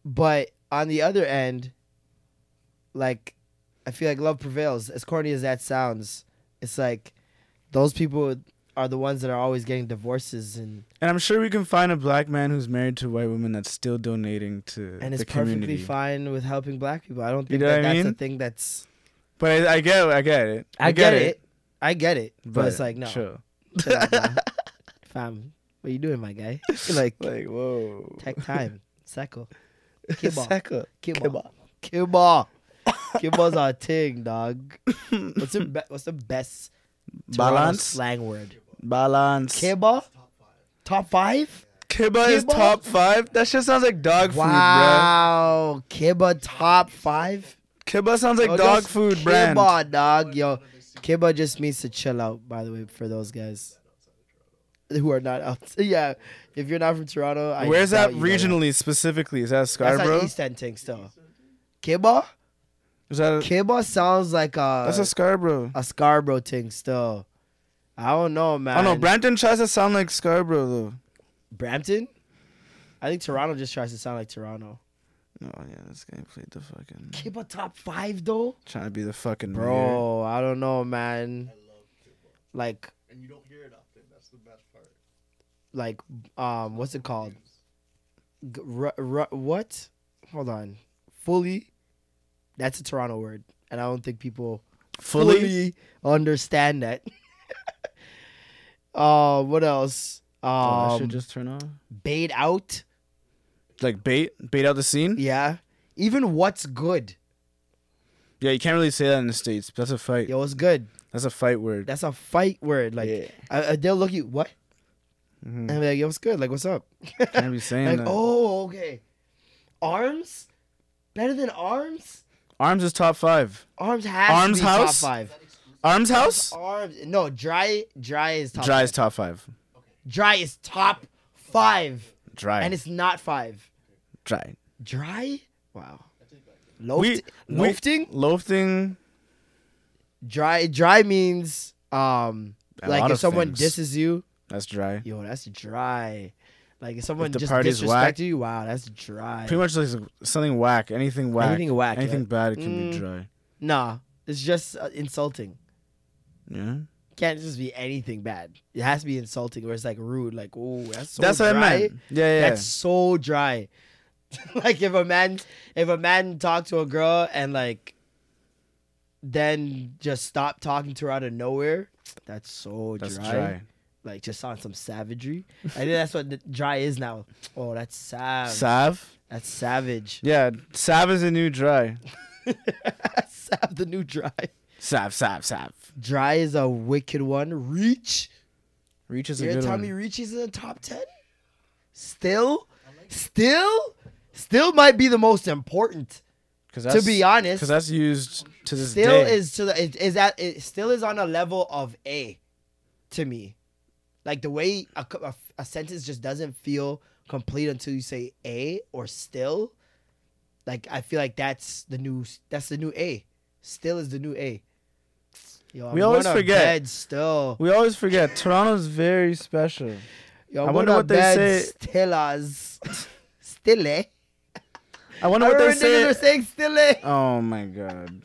E: but on the other end like i feel like love prevails as corny as that sounds it's like those people are the ones that are always getting divorces and
F: and I'm sure we can find a black man who's married to a white woman that's still donating to
E: and
F: the
E: it's perfectly
F: community.
E: fine with helping black people i don't think
F: know
E: that
F: what I
E: that's a
F: mean?
E: thing that's
F: But I, I get, I get it.
E: i, get, it. i get it but, it's like no
F: chill.
E: fam what you doing my guy like
F: Like whoa.
E: Tech time. Seco.
F: Sackle.
E: Kibba. Kibba. Kibba's our thing, dog. What's the, be- what's the best Toronto
F: Balance.
E: slang word?
F: Balance.
E: Kibba? Top five?
F: Kibba is
E: Kibba?
F: top five. That shit sounds like dog
E: Wow. Kibba top five?
F: food, bro. Kibba sounds like
E: Yo,
F: dog
E: Oh, that's
F: food
E: Kibba,
F: brand.
E: dog. Yo, Kibba just means to chill out, by the way, for those guys who are not out. Yeah. If you're not from Toronto, I
F: Where's that
E: doubt you know
F: regionally specifically? Is that
E: That's
F: Scarborough?
E: an East End thing still. Kibba?
F: is that a,
E: Kibba sounds like a.
F: that's a Scarborough?
E: a Scarborough thing still. I don't know, man.
F: I don't know. Brampton tries to sound like Scarborough though.
E: Brampton. I think Toronto just tries to sound like Toronto.
F: Oh yeah, this guy played the fucking
E: Kibba top five though,
F: trying to be the fucking mayor.
E: bro. I don't know, man. Like,
H: And you don't hear it often. That's the best part.
E: like, um, what's it called? G- ru- ru- what? Hold on. Fully. That's a Toronto word, and I don't think people
F: Fully?
E: understand that. uh, what else?
F: Oh, that
E: Um,
F: should just turn off.
E: bait out.
F: Like bait, bait out the scene.
E: Yeah. Even what's good.
F: Yeah, you can't really say that in the states. That's a fight.
E: Yo, what's good?
F: That's a fight word.
E: That's a fight word. Like,
F: Yeah. Mm-hmm.
E: I, I- they'll look at you, what? And I'll be like, yo, what's good? Like, what's up?
F: can't be saying
E: Like,
F: that.
E: oh, okay. Arms? Better than arms?
F: Arms is top five.
E: Arms has
F: Arms
E: to be
F: house?
E: top five.
F: Arms house.
E: Arms, no, dry, dry is Oh, top
F: Dry
E: five.
F: is top five.
E: Dry is top five.
F: Dry.
E: And it's not five.
F: dry.
E: Dry? Wow. Loaf-
F: We, we-
E: loafting?
F: Loafting.
E: Dry, dry means, um,
F: A
E: like
F: lot
E: if
F: of
E: someone
F: things.
E: disses you,
F: That's dry.
E: Yo, that's dry. Like if someone
F: the
E: just
F: party's
E: disrespected
F: whack-
E: you, wow, that's dry.
F: Pretty much like something whack. Anything whack.
E: Anything whack, mm.
F: Anything
E: yeah.
F: bad. It can be dry.
E: nah, it's just uh, insulting.
F: Yeah.
E: can't just be anything bad. It has to be insulting or it's like rude. Like, oh, that's so
F: That's
E: dry.
F: what I meant. Yeah, yeah.
E: That's so dry. like if a man if a man talked to a girl and like then just stopped talking to her out of nowhere, that's so
F: That's
E: dry.
F: dry.
E: Like just on some savagery. I think that's what the dry is now. Oh, that's savage.
F: Sav.
E: that's savage.
F: Yeah, Sav is a new dry.
E: Sav the new dry.
F: Sav, Sav, Sav.
E: Dry is a wicked one. Reach.
F: Reach is a
E: You're
F: good
E: telling me
F: one.
E: Reach is in the top ten? Still? Still? Still might be the most important.
F: to
E: be honest,
F: because that's used to this
E: still
F: day.
E: is to the it- is that it still is on a level of a to me like the way a, co- a, a sentence just doesn't feel complete until you say a or still like i feel like that's the new that's the new a still is the new a Yo,
F: We always
E: going to
F: forget.
E: bed still
F: We always forget Toronto's very special.
E: Yo,
F: I wonder what they say-
E: stillas still eh?
F: I wonder
E: I
F: what they
E: remember niggas
F: say.
E: were saying still eh?
F: Oh my god.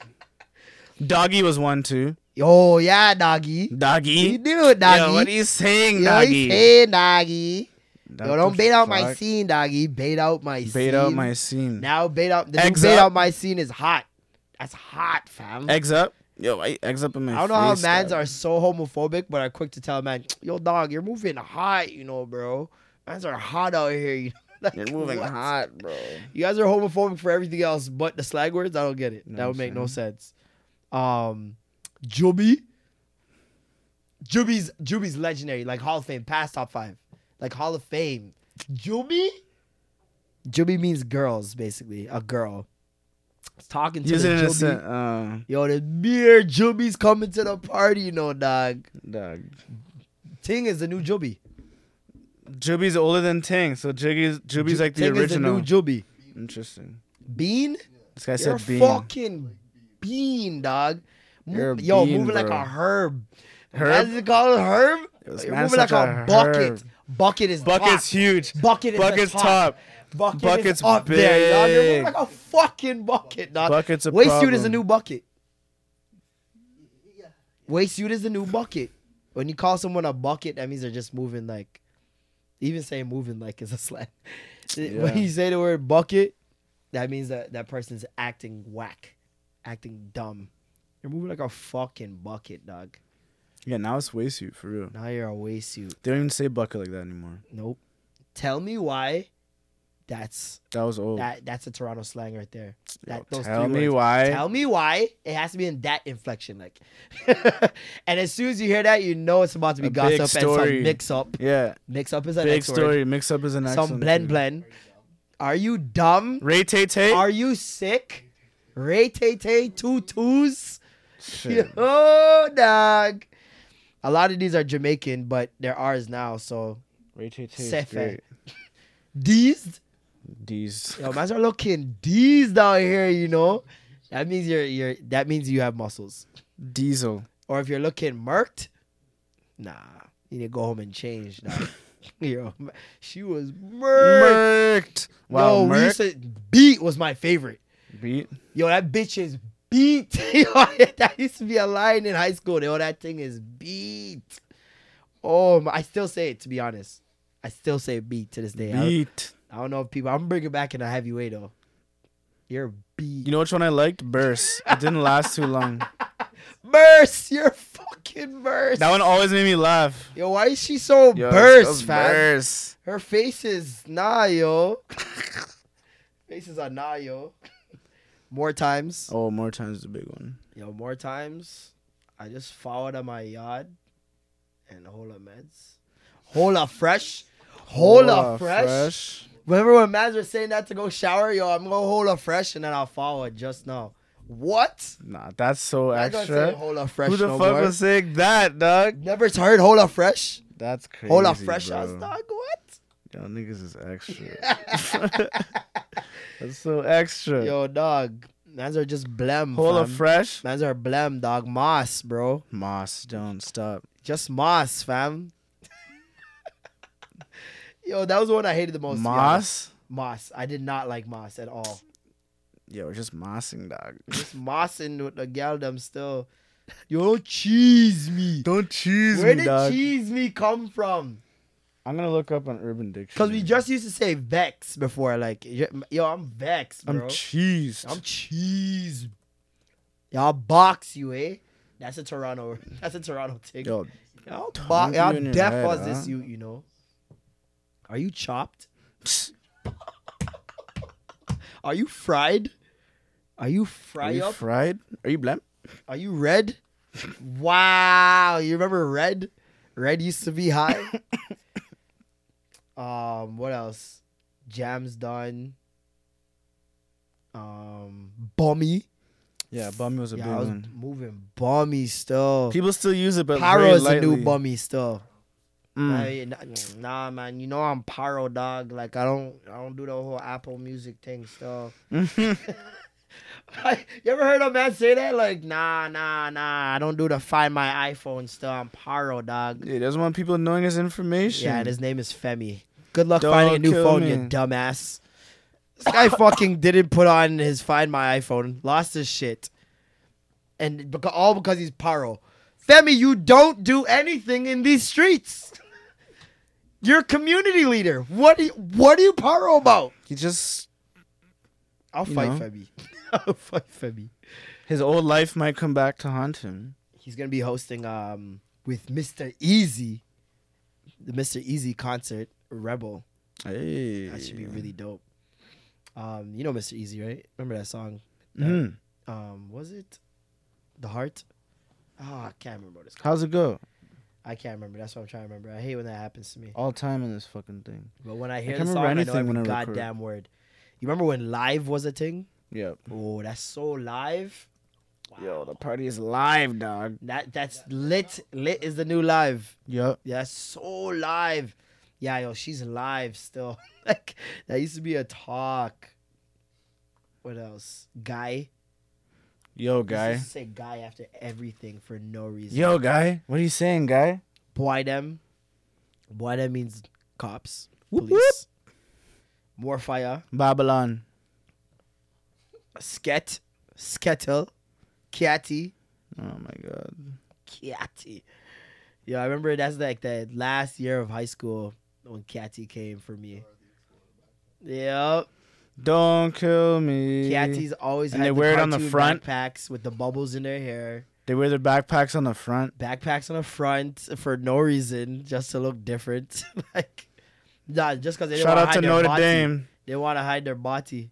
F: Doggy was one too.
E: yo yeah doggy
F: Doggy.
E: you do doggy
F: Yo, what are you saying,
E: Yo,
F: doggy?
E: he's saying doggy.
F: That
E: Yo, don't
F: the
E: bait out my
F: fuck?
E: scene, doggy. Bait out my scene.
F: Bait out my scene.
E: Now bait out. The new
F: Eggs
E: bait
F: up.
E: out my scene is hot. That's hot, fam.
F: Eggs up. Yo, I eggs up in my
E: I don't know how
F: face,
E: mans
F: dog.
E: are so homophobic, but are quick to tell a man, "Yo, dog, you're moving hot, you know, bro. Mans are hot out here. You know? Like,
F: You're moving
E: what?
F: hot, bro.
E: You guys are homophobic for everything else, but the slag words, I don't get it. that would make no sense. Um, Juby, Juby's Juby's legendary, like Hall of Fame, past top five, like Hall of Fame. Juby, Juby means girls, basically a girl. It's talking to
F: Use
E: the
F: it in a
E: Juby.
F: sen- uh,
E: Yo, the mere Juby's coming to the party, you know, dog.
F: dog.
E: Ting is the new Juby.
F: Juby's older than Ting, so Jiggy's Juby's like the
E: Ting
F: original.
E: is the new Juby.
F: Interesting.
E: Bean.
F: This guy
E: You're
F: said bean.
E: fucking bean, dog. Mo-
F: You're a
E: Yo,
F: bean,
E: moving like
F: bro.
E: a herb.
F: Herb?
E: That's called herb.
F: was
E: You're
F: mad
E: moving like
F: such
E: a,
F: a
E: bucket.
F: herb.
E: Bucket is
F: Bucket's
E: top.
F: huge.
E: Bucket is the
F: Bucket's
E: top.
F: top.
E: Bucket
F: Bucket's
E: is up there, dog. You're moving
F: big.
E: like a fucking bucket, dog.
F: Bucket's a
E: Waste suit
F: problem.
E: is a new bucket. Waste suit is a new bucket. When you call someone a bucket, that means they're just moving like. Even saying moving like is a slang.
F: Yeah.
E: When you say the word bucket, that means that that person's acting whack, acting dumb. You're moving like a fucking bucket, dog.
F: Yeah, now it's waysuit for real.
E: Now you're a waistsuit.
F: They don't even say bucket like that anymore.
E: Nope. Tell me why. That's
F: That was old.
E: that. That's a Toronto slang right there. That,
F: Yo,
E: those
F: tell
E: three
F: me
E: words.
F: why.
E: Tell me why. It has to be in that inflection, like. and as soon as you hear that, you know it's about to be
F: A big
E: gossip and
F: story.
E: some mix up.
F: yeah,
E: Mix up is a
F: big story. Mix up is an
E: Some
F: excellent
E: blend
F: word.
E: blend. Are you dumb?
F: Ray Tay Tay.
E: Are you sick? Ray Tay Tay two twos.
F: Shit.
E: Oh dog. A lot of these are Jamaican, but they're ours now. So
F: Ray Tay Tay. is
E: Sefe.
F: great.
E: these,
F: These.
E: yo, man's are looking these down here. You know, that means you're you're that means you have muscles.
F: Diesel.
E: Or if you're looking murked, nah, you need to go home and change. Dog. yo, she was murked.
F: Merked. Wow,
E: yo, we used
F: Merked.
E: to, beat was my favorite.
F: Beat.
E: Yo, that bitch is beat. Yo, that used to be a line in high school. Yo, that thing is beat. Oh, my, I still say it to be honest. I still say beat to this day. I don't,
F: Beat.
E: I don't know if people. I'm bringing back in a heavyweight though. You're beat.
F: You know which one I liked? Burst. It didn't last too long.
E: Merce, you're fucking Merce.
F: That one always made me laugh.
E: Yo, why is she so
F: Yo,
E: burst,
F: so
E: fam?
F: Burst.
E: Her face is nah, yo. Faces are nah, yo. More times.
F: Oh, more times the big one.
E: Yo, more times, I just followed on my yard and hola meds. Hola fresh. Hola,
F: Oh,
E: fresh. Remember when meds were saying that to go shower? Yo, I'm going to hola fresh and then I'll follow it just now. What?
F: Nah, that's so
E: I'm not gonna say
F: extra.
E: hola fresh
F: Who the
E: no
F: fuck
E: more.
F: was saying that, dog?
E: Never heard hola fresh.
F: That's crazy.
E: Hola fresh
F: bro.
E: ass dog. What?
F: Y'all niggas is extra. that's so extra.
E: Yo, dog. Meds are just blem.
F: Hola
E: fam.
F: fresh.
E: Meds are blem, dog. Moss, bro.
F: Moss, don't stop.
E: Just moss, fam. Yo, that was the one I hated the most. to be honest.
F: Moss.
E: Moss. I did not like Moss at all.
F: Yo, we're just mossing, dog.
E: Just mossing with the gal them still. You don't cheese me.
F: Don't cheese
E: Where
F: me,
E: did
F: dog.
E: cheese me come from?
F: I'm gonna look up on Urban Dictionary.
E: Because we just used to say vex before. Like, yo, I'm vexed, bro.
F: I'm cheesed.
E: I'm cheese. Y'all box you, eh? That's a Toronto. That's a Toronto thing.
F: Yo,
E: y'all bo-
F: tongue
E: y'all
F: you in your
E: deaf
F: head,
E: was
F: huh?
E: this you, you know. Are you chopped? Are you fried? Are you
F: are
E: fried
F: you
E: up?
F: fried? Are you blam?
E: Are you red? wow, you remember red? Red used to be high. um, what else? Jam's done. Um, bummy.
F: Yeah, bummy was a
E: Yeah,
F: big
E: I was
F: one.
E: moving bummy still.
F: People still use it, but
E: Pyro
F: very
E: is a
F: lightly.
E: new bummy still.
F: Mm.
E: I- n- nah, man, you know I'm pyro dog. Like I don't, I don't do the whole Apple Music thing still. you ever heard a man say that? Like, nah, nah, nah. I don't do the Find My iPhone still. I'm pyro dog.
F: He doesn't want people knowing his information.
E: Yeah, and his name is Femi. Good luck
F: Dog
E: finding a new
F: kill
E: phone, you
F: me.
E: dumbass. This guy fucking didn't put on his Find My iPhone. Lost his shit, and beca- all because he's pyro. Femi, you don't do anything in these streets. You're a community leader. What do you, what are you pyro about?
F: He just
E: I'll
F: You
E: fight
F: know.
E: Femi. I'll fight Femi.
F: his old life might come back to haunt him.
E: he's gonna be hosting um with Mr. Easy, the Mr. Easy concert Rebel.
F: Hey,
E: That should be really dope. Um, you know Mr. Easy, right? Remember that song?
F: Mhm.
E: Um, was it the heart? Ah, I can't remember what it's called.
F: How's it go?
E: I can't remember. That's what I'm trying to remember. I hate when that happens to me.
F: All time in this fucking thing.
E: But when I hear the
F: can't
E: song,
F: remember
E: I know
F: anything when I
E: every
F: record.
E: goddamn word. You remember when live was a thing?
F: Yep.
E: Oh, that's so live.
F: Yo, the party is live, dog.
E: That that's lit. Lit is the new live.
F: Yep.
E: Yeah, so live. Yeah, yo, she's live still. like that used to be a talk. What else? Guy.
F: Yo,
E: Guy.
F: guy.
E: say guy after everything for no reason.
F: Yo, guy. What are you saying, guy?
E: Boy them. Boy them means cops,
F: Whoop,
E: police. More fire.
F: Babylon.
E: Sket. Skettle. Kiati.
F: Oh my god.
E: Kiati. Yeah, I remember that's like the last year of high school when Kiati came for me. Yep.
F: Don't kill me.
E: Kiatis always
F: And
E: had
F: they
E: the
F: wear it on the
E: cartoon
F: front.
E: backpacks with the bubbles in their hair,
F: They wear their backpacks on the front.
E: backpacks on the front for no reason, just to look different. like, nah, just because they didn't
F: Shout
E: wanna
F: out
E: hide
F: to
E: their
F: Notre
E: body.
F: Dame.
E: They want to hide their body.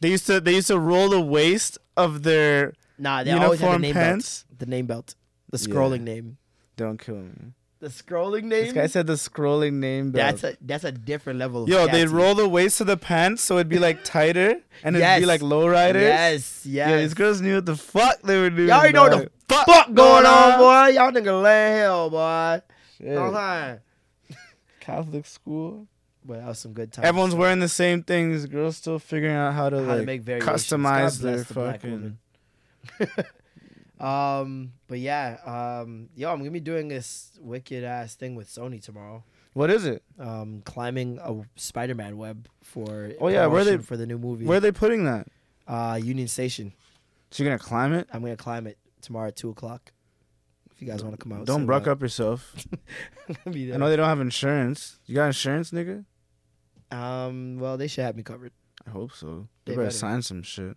F: They used to they used to roll the waist of their
E: Nah, they always had the
F: uniform
E: name
F: pants.
E: belt, the name belt, the
F: Yeah.
E: scrolling name,
F: Don't kill me.
E: the scrolling
F: This
E: name.
F: guy said the scrolling name belt.
E: that's a that's a different level. Of
F: Yo, they'd
E: Kiati.
F: roll the waist of the pants so it'd be like tighter and it'd
E: Yes.
F: be like low riders.
E: Yes,
F: Yeah, these
E: yes.
F: girls knew what the fuck they were doing.
E: Y'all already know what the fuck, going on, boy. Y'all nigga lay hell, boy.
F: Shit.
E: Okay.
F: Catholic school.
E: But that was some good times.
F: Everyone's wearing the same thing. These girls still figuring out how to,
E: How to
F: like,
E: make variations.
F: customize
E: God bless
F: their
E: the black
F: fucking.
E: woman. Um, but yeah, um, yo, I'm gonna be doing this wicked ass thing with Sony tomorrow.
F: What is it?
E: Um, climbing a Spider-Man web for
F: Oh, yeah, where they-
E: promotion for the new movie.
F: Where are they putting that?
E: uh, Union Station.
F: So you're gonna climb it?
E: I'm gonna climb it tomorrow at two o'clock. If you guys want to come out, uh,
F: Don't ruck up yourself. I know they don't have insurance. You got insurance, nigga?
E: Um, well, they should have me covered.
F: I hope so.
E: They
F: They better
E: better.
F: sign some shit.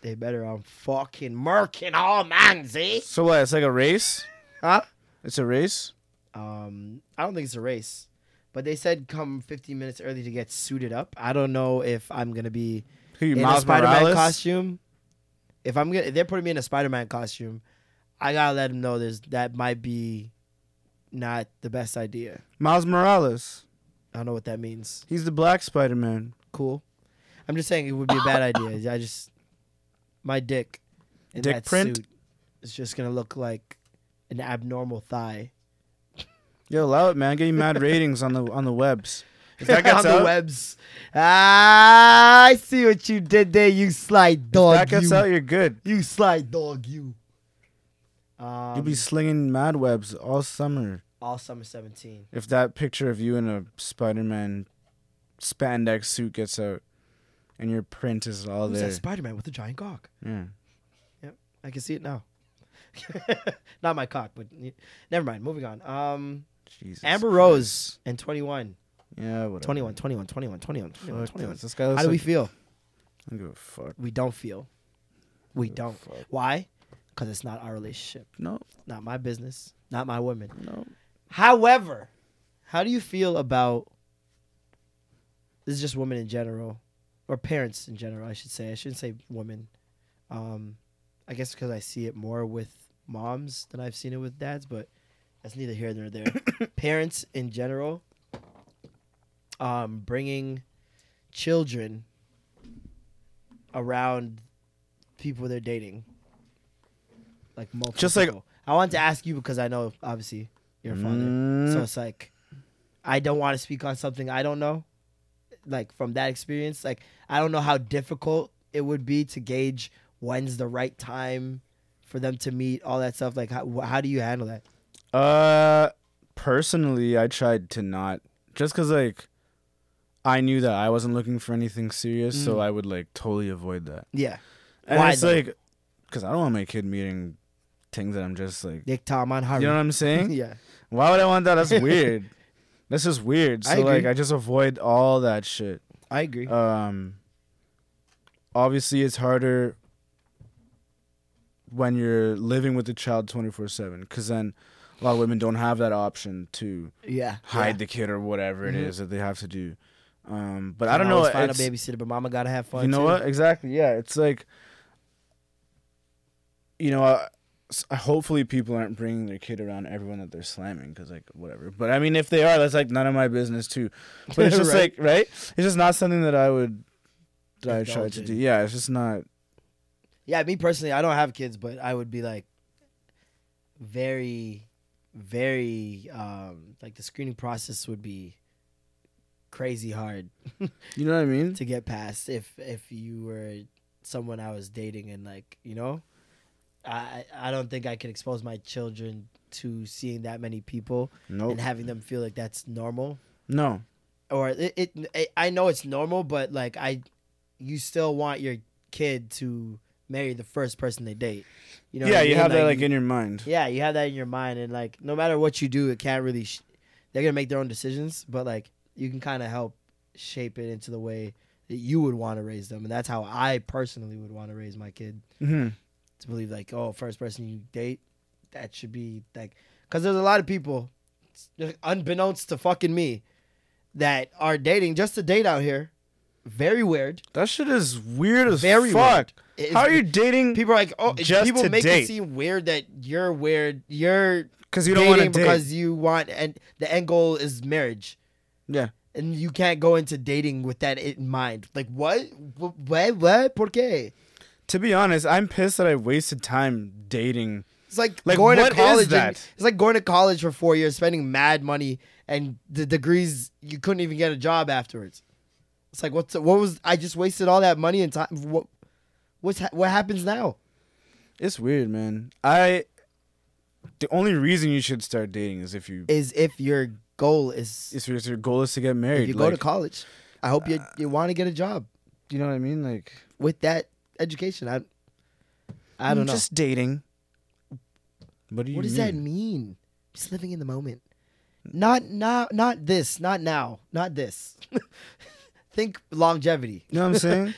E: They better. I'm fucking murking all eh? manzy.
F: So what? It's like a race.
E: Huh?
F: It's a race.
E: Um, I don't think it's a race, but they said come 15 minutes early to get suited up. I don't know if I'm gonna be
F: Who you,
E: in a
F: Miles
E: Spider-Man
F: Morales?
E: costume. If I'm gonna, if they're putting me in a Spider-Man costume, I gotta let them know there's that might be not the best idea.
F: Miles Morales.
E: I don't know what that means.
F: He's the Black Spider Man.
E: Cool. I'm just saying it would be a bad idea. I just my dick in
F: Dick
E: that
F: print?
E: suit is just gonna look like an abnormal thigh.
F: Yo, allow it, man. Get you mad ratings on the on the webs. If that gets
E: on
F: out,
E: the webs. Ah, I see what you did there, you sly dog.
F: that gets
E: you.
F: out, you're good.
E: you sly dog, you. Um,
F: You'll be slinging mad webs all summer.
E: all summer 17.
F: If that picture of you in a Spider Man spandex suit gets out, and your print is all
E: Who's
F: there.
E: that Spider Man with the giant gawk?
F: yeah.
E: Yep, I can see it now. Not my cock, but y- never mind. Moving on. Um,
F: Jesus.
E: Amber Rose and 21.
F: Yeah, whatever.
E: 21, 21, 21, 21, 21,
F: Fuck this. This guy
E: How
F: looks
E: do we
F: like-
E: feel?
F: I don't give a fuck.
E: We don't feel. We don't. Why? Because it's not our relationship.
F: No,
E: Not my business. Not my woman.
F: no.
E: However, how do you feel about this is just women in general, or parents in general, I should say. I shouldn't say women. Um, I guess because I see it more with moms than I've seen it with dads, but that's neither here nor there. parents in general, um, bringing children around people they're dating, like multiple.
F: Just like-
E: people. I want to ask you because I know obviously you're a father, so it's like I don't want to speak on something I don't know like from that experience like i don't know how difficult it would be to gauge when's the right time for them to meet all that stuff like how, wh- how do you handle that
F: Uh, personally, I tried to not just because like I knew that I wasn't looking for anything serious, so I would like totally avoid that.
E: yeah
F: And
E: Why,
F: it's
E: though?
F: like because I don't want my kid meeting things that I'm just like,
E: nick tom on Harvey.
F: you know what I'm saying?
E: yeah
F: Why would I want that? That's weird. That's just weird. So
E: I
F: like,
E: agree.
F: I just avoid all that shit.
E: i agree
F: Um, obviously, it's harder when you're living with the child 24 7 because then a lot of women don't have that option to
E: yeah
F: hide
E: yeah.
F: the kid or whatever it is that they have to do. Um, but I
E: Can
F: don't know.
E: always find a
F: it's-
E: babysitter but mama gotta have fun
F: you know
E: too.
F: what? Exactly. Yeah. It's like, you know, uh, s- hopefully people aren't bringing their kid around everyone that they're slamming because, like, whatever. But I mean, if they are, that's like none of my business, too. But it's just
E: Right.
F: like, right? It's just not something that I would, that I try
E: Indulge
F: to
E: in.
F: do. Yeah. It's just not.
E: yeah me personally i don't have kids but i would be like very very um like the screening process would be crazy hard
F: You know what I mean?
E: to get past if if you were someone I was dating and like you know, I I I don't think I could expose my children to seeing that many people
F: Nope.
E: and having them feel like that's normal
F: No.
E: or it, it I- I know it's normal but like I you still want your kid to marry the first person they date. You know what
F: yeah.
E: I
F: You
E: mean?
F: have that, like,
E: you-
F: in your mind.
E: yeah, you have that in your mind, and like no matter what you do, it can't really. Sh- they're gonna make their own decisions, but like you can kind of help shape it into the way that you would want to raise them, and that's how I personally would want to raise my kid.
F: Mhm.
E: To believe like, oh, first person you date, that should be like, because there's a lot of people, unbeknownst to fucking me, that are dating just to date out here. Very weird.
F: That shit is weird as
E: Very
F: fuck.
E: weird. It
F: How
E: is-
F: are you dating
E: People are like, oh,
F: Just
E: people
F: to
E: make
F: date.
E: it seem weird that you're weird. You're
F: because you don't want to
E: dating
F: date?
E: because you want and the end goal is marriage
F: yeah.
E: and you can't go into dating with that in mind like what Wh- what what por qué
F: To be honest, I'm pissed that I wasted time dating.
E: it's like,
F: Like,
E: going
F: what
E: to
F: is
E: college and-
F: that?
E: it's like going to college for 4 years spending mad money and the degrees you couldn't even get a job afterwards it's like what's what was I just wasted all that money and time what what's ha- what happens now
F: It's weird, man. I the only reason you should start dating is if you
E: is if your goal is
F: if your, if your goal is to get
E: if
F: married.
E: you go
F: like, uh,
E: to college I hope you you want to get a job
F: You know what I mean? Like
E: with that education I I don't know
F: Just dating. What do you
E: What does
F: mean?
E: that mean? Just living in the moment.
F: Mm.
E: Not now, not this, not now, not this. Think longevity.
F: You know what I'm saying?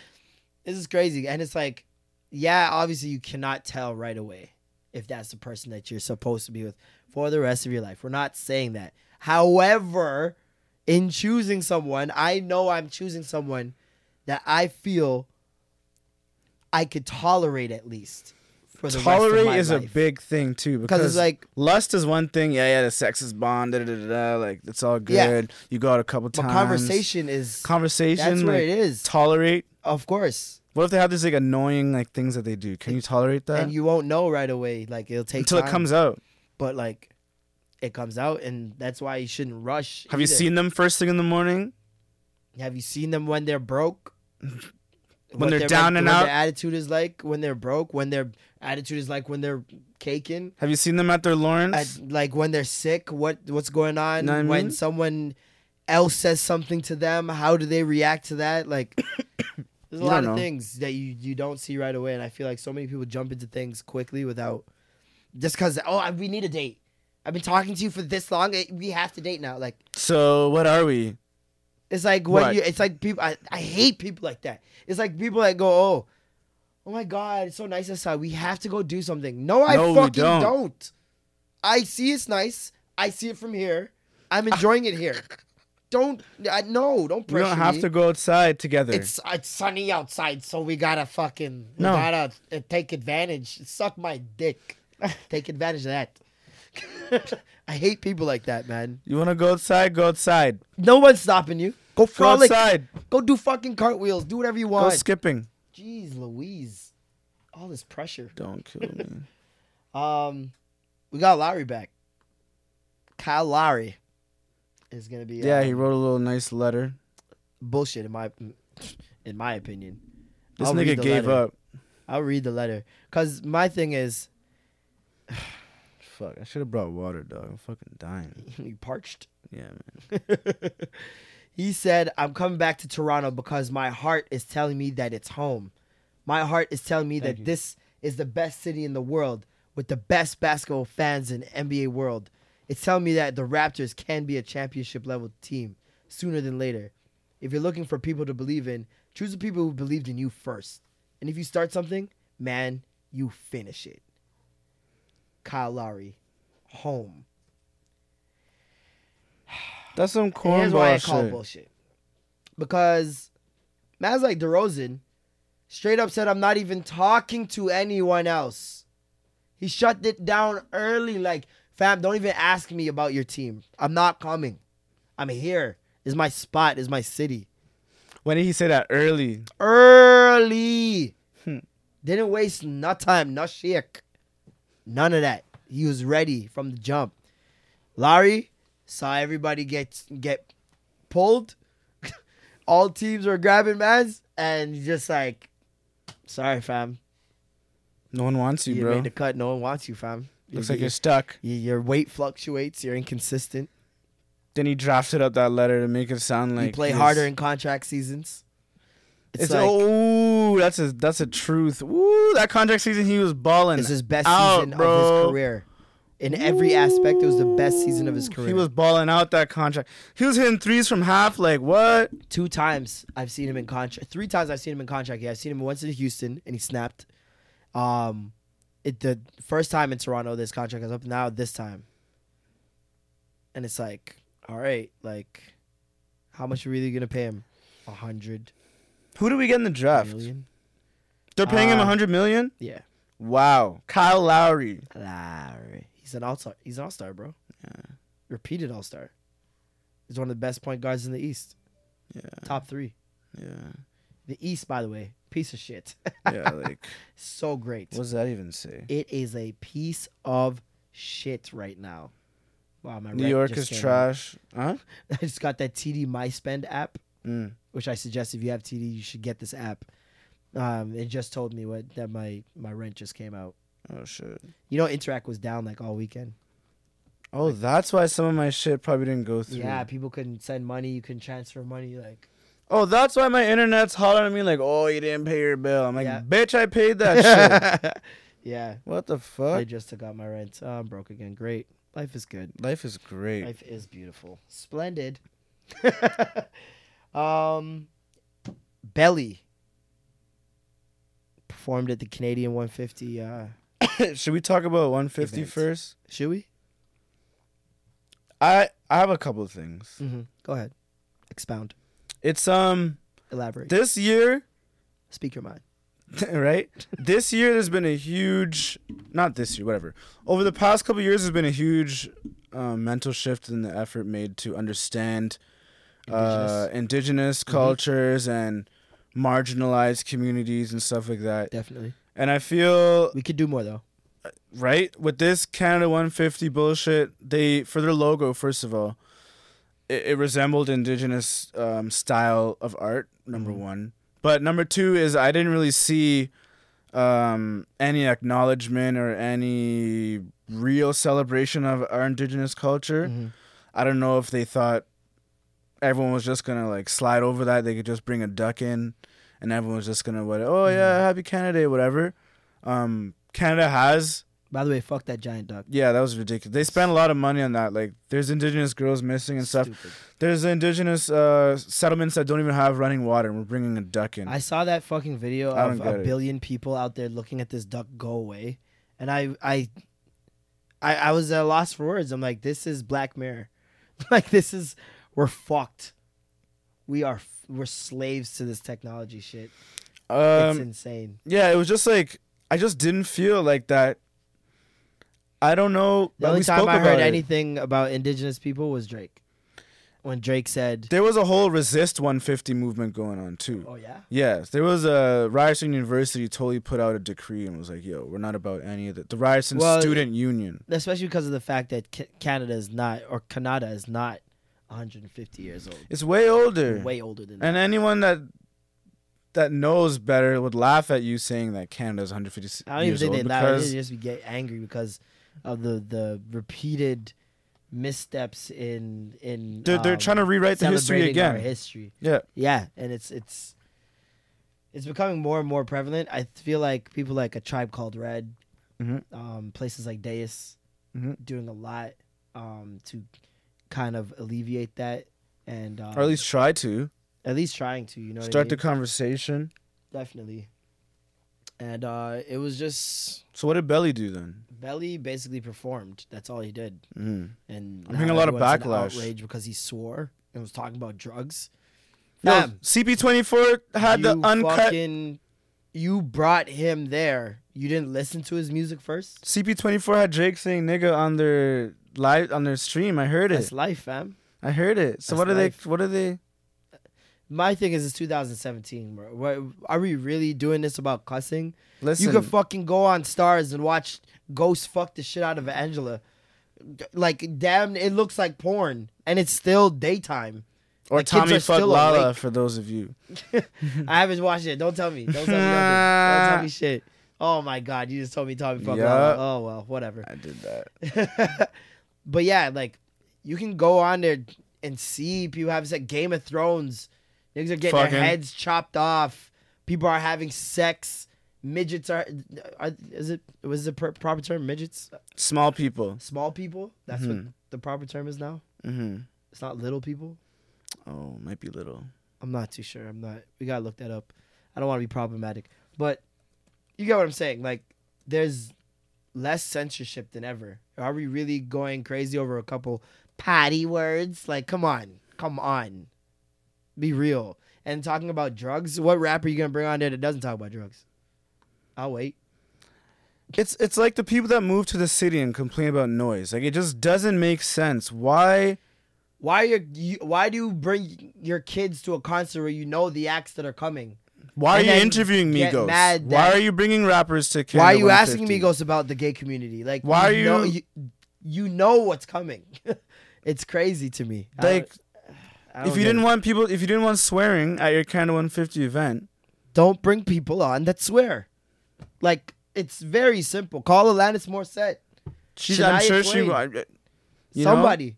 E: This is crazy. And it's like, yeah, obviously you cannot tell right away if that's the person that you're supposed to be with for the rest of your life. We're not saying that. However, in choosing someone, I know I'm choosing someone that I feel I could tolerate at least for the rest of my
F: Tolerate is a
E: life.
F: big thing too because
E: it's like-
F: lust is one thing. Yeah, yeah, the sex is bond. Da, da, da, da, like it's all good.
E: Yeah.
F: You go out a couple
E: but
F: times.
E: conversation is
F: Conversation.
E: That's where
F: like,
E: it is.
F: Tolerate.
E: Of course.
F: What if they have these like annoying like things that they do? Can you tolerate that
E: and you won't know right away. Like it'll take
F: Uh, until it
E: time,
F: comes out?
E: but like it comes out, and that's why you shouldn't rush.
F: Have you
E: either.
F: seen them first thing in the morning?
E: Have you seen them when they're broke?
F: When
E: What
F: they're
E: their-
F: down and
E: what
F: out?
E: Their attitude is like when they're broke. When their attitude is like when they're caking.
F: Have you seen them at their Lawrence?
E: At, like when they're sick. What what's going on?
F: Know what I
E: when
F: mean?
E: someone else says something to them, how do they react to that? Like. There's a
F: You
E: lot
F: don't
E: of
F: know.
E: things that you, you don't see right away, and I feel like so many people jump into things quickly without just because oh I, we need a date. I've been talking to you for this long. eh, We have to date now. Like
F: So what are we?
E: it's like when
F: Right.
E: you. It's like people. I, I hate people like that. It's like people that go oh, oh my god, it's so nice outside. We have to go do something. No, I
F: No, we
E: fucking
F: don't.
E: don't. I see it's nice. I see it from here. I'm enjoying it here. Don't I, no. Don't
F: We
E: pressure
F: don't have
E: me.
F: to go outside together.
E: It's it's sunny outside, so we gotta fucking we
F: No.
E: gotta uh, take advantage. Suck my dick. take advantage of that. I hate people like that, man.
F: you want to go outside? Go outside.
E: No one's stopping you. Go
F: Go
E: frolic.
F: outside.
E: Go do fucking cartwheels. Do whatever you
F: Go
E: want.
F: skipping.
E: Jeez, Louise. All this pressure.
F: Don't kill me.
E: Um, we got Lowry back. Kyle Lowry is gonna be
F: Yeah,
E: uh,
F: he wrote a little nice letter.
E: bullshit in my in my opinion.
F: This
E: I'll read
F: nigga
E: the
F: gave
E: letter.
F: up.
E: I'll read the letter because my thing is
F: Fuck, I should have brought water, dog. I'm fucking dying.
E: he parched.
F: Yeah, man.
E: He said, "I'm coming back to Toronto because my heart is telling me that it's home. My heart is telling me that this is the best city in the world with the best basketball fans in NBA world. It's telling me that the Raptors can be a championship level team sooner than later. If you're looking for people to believe in, choose the people who believed in you first. And if you start something, man, you finish it." Kyle Lowry, home.
F: That's some cornball
E: Here's why I call
F: shit.
E: bullshit. Because man's like DeRozan straight up said, I'm not even talking to anyone else. He shut it down early, like, fam, don't even ask me about your team. I'm not coming. I'm here. This Is my spot, this is my city.
F: When did he say that? Early.
E: Early. Didn't waste no time, no shit. None of that. He was ready from the jump. Larry saw everybody get get pulled. All teams were grabbing mans, and he's just like, sorry, fam.
F: No one wants you,
E: You
F: bro.
E: made the cut. No one wants you, fam.
F: Looks
E: You-
F: like you're stuck.
E: you- your weight fluctuates. You're inconsistent.
F: Then he drafted up that letter to make it sound like
E: you play
F: he's-
E: harder in contract seasons.
F: It's, oh, that's a that's a truth. Ooh, that contract season he was balling.
E: It's his best
F: out,
E: season of
F: bro.
E: his career. In every aspect, it was the best season of his
F: Ooh,
E: career.
F: He was balling out that contract. He was hitting threes from half. Like what?
E: two times I've seen him in contract. Three times I've seen him in contract. Yeah, I've seen him once in Houston and he snapped. Um, it the first time in Toronto this contract is up. Now this time, and it's like, all right, like, how much are we really gonna pay him? A hundred
F: Who did we get in the draft?
E: million.
F: They're paying him
E: Uh,
F: a hundred million.
E: Yeah,
F: Wow, Kyle Lowry.
E: Larry. He's an all star. He's an all star, bro. Repeated all star. He's one of the best point guards in the East.
F: Yeah.
E: Top three.
F: Yeah,
E: The East, by the way, piece of shit.
F: yeah. Like,
E: so great.
F: what does that even say?
E: It is a piece of shit right now. Wow, my
F: New
E: rec
F: York is
E: just came out.
F: trash. Huh?
E: I just got that TD My Spend app,
F: Mm.
E: which I suggest if you have TD, you should get this app. Um, it just told me what that my my rent just came out.
F: Oh shit.
E: You know, Interact was down like all weekend.
F: Oh, that's why some of my shit probably didn't go through.
E: Yeah, people couldn't send money. You couldn't transfer money. Like,
F: Oh, that's why my internet's hollering at me like, "Oh, you didn't pay your bill." I'm like,
E: Yeah.
F: "Bitch, I paid that shit."
E: yeah,
F: What the
E: I
F: fuck?
E: just took out my rent. Oh, I'm broke again. Great, life is good.
F: Life is great.
E: Life is beautiful. Splendid. um Belly performed at the Canadian 150 uh
F: Should we talk about 150
E: Event.
F: first?
E: should we?
F: I I have a couple of things.
E: Mhm. Go ahead. Expound.
F: It's um
E: Elaborate.
F: this year,
E: Speak your mind.
F: right? this year there's been a huge not this year, whatever. Over the past couple years there's been a huge um, mental shift in the effort made to understand uh, indigenous
E: Mm-hmm.
F: cultures and marginalized communities and stuff like that.
E: Definitely.
F: And I feel
E: We could do more though.
F: right with this canada 150 bullshit they for their logo first of all it, it resembled indigenous um, style of art number one but number two is i didn't really see um, any acknowledgement or any real celebration of our indigenous culture i don't know if they thought everyone was just gonna like slide over that they could just bring a duck in and everyone was just gonna what oh yeah happy canada Day, whatever um, Canada has
E: By the way, fuck that giant duck.
F: Yeah, that was ridiculous. They spent a lot of money on that. Like, there's indigenous girls missing and stuff. There's indigenous uh, settlements that don't even have running water, and we're bringing a duck in.
E: I saw that fucking video
F: I don't
E: of
F: get
E: a
F: it.
E: billion people out there looking at this duck go away, and I, I, I, I was at a loss for words. I'm like, this is Black Mirror, like this is we're fucked. We are f- we're slaves to this technology shit. it's
F: Um,
E: insane.
F: yeah, it was just like I just didn't feel like that. I don't know.
E: The
F: but
E: only
F: we spoke
E: time I
F: about
E: heard
F: it.
E: anything about indigenous people was Drake, when Drake said,
F: There was a whole resist 150 movement going on too.
E: "Oh yeah,
F: Yes, there was a Ryerson University totally put out a decree and was like, "Yo, we're not about any of the the Ryerson
E: Well,
F: Student Union."
E: especially because of the fact that Ca- Canada is not or Canada is not 150 years old,
F: It's way older.
E: way older than that.
F: and anyone that that knows better would laugh at you saying that Canada's 150
E: I don't even
F: years
E: think
F: old
E: they laugh. I think
F: because
E: They just be get angry because of the the repeated missteps in in.
F: They're- they're trying to rewrite the history
E: um, celebrating
F: again.
E: Our history,
F: yeah,
E: yeah, and it's it's it's becoming more and more prevalent. I feel like people like a tribe called Red,
F: Mhm.
E: um, places like Deus,
F: Mhm.
E: doing a lot um, to kind of alleviate that. And um,
F: or at least try to
E: at least trying to, you know, what I
F: start the
E: mean?
F: conversation.
E: definitely. And uh, it was just
F: So what did Belly do then?
E: Belly basically performed. That's all he did.
F: Mm.
E: And
F: I'm
E: now
F: hearing a lot of
E: everyone's in
F: backlash.
E: outrage because he swore and was talking about drugs.
F: Yo,
E: Fam,
F: CP24 had the
E: you
F: uncut.
E: fucking- you brought him there. You didn't listen to his music first.
F: CP24 had Drake saying "nigga" on their live on their stream. I heard it.
E: That's life, fam.
F: I heard it. So
E: that's
F: what are
E: life.
F: they? What are they?
E: My thing is, it's 2017, bro. What, are we really doing this about cussing?
F: Listen,
E: You could fucking go on stars and watch Ghost fuck the shit out of Angela. Like, damn, it looks like porn, and it's still daytime.
F: or
E: the kids
F: Tommy
E: are
F: fuck
E: still
F: Lala
E: awake.
F: for those of you.
E: I haven't watched it. Don't tell me. Don't tell me. Nothing. Don't tell me shit. Oh my god, you just told me Tommy fuck
F: Yup.
E: Lala. Oh well, whatever.
F: I did that.
E: But yeah, like you can go on there and see people having sex. Game of Thrones, niggas are getting
F: Fucking.
E: their heads chopped off. People are having sex. Midgets are, are is it was the pr- proper term midgets?
F: Small people.
E: Small people. That's
F: Mm-hmm.
E: what the proper term is now.
F: hmm
E: It's not little people.
F: Oh, might be little.
E: I'm not too sure. I'm not. We gotta look that up. I don't want to be problematic, but you get what I'm saying. Like, there's less censorship than ever. Are we really going crazy over a couple patty words? Like, come on, come on, be real. And talking about drugs, what rapper you gonna bring on there that doesn't talk about drugs? I'll wait.
F: It's it's like the people that move to the city and complain about noise. Like it just doesn't make sense. Why?
E: Why are you? Why do you bring your kids to a concert where you know the acts that are coming? And
F: Why are you
E: then
F: interviewing
E: get
F: Migos?
E: mad
F: Why
E: that-
F: are you bringing rappers to? Canada
E: Why are you asking
F: 150?
E: Migos about the gay community? Like,
F: Why are
E: Know,
F: you-
E: you, you know what's coming. it's crazy to me. I don't-
F: Like,
E: I don't
F: if
E: get
F: you didn't
E: it.
F: want people, if you didn't want swearing at your Canada 150 event,
E: don't bring people on that swear. Like, it's very simple. Call Alanis Morissette.
F: she's. I'm
E: Shania
F: sure she.
E: Twain.
F: wa- You know?
E: Somebody.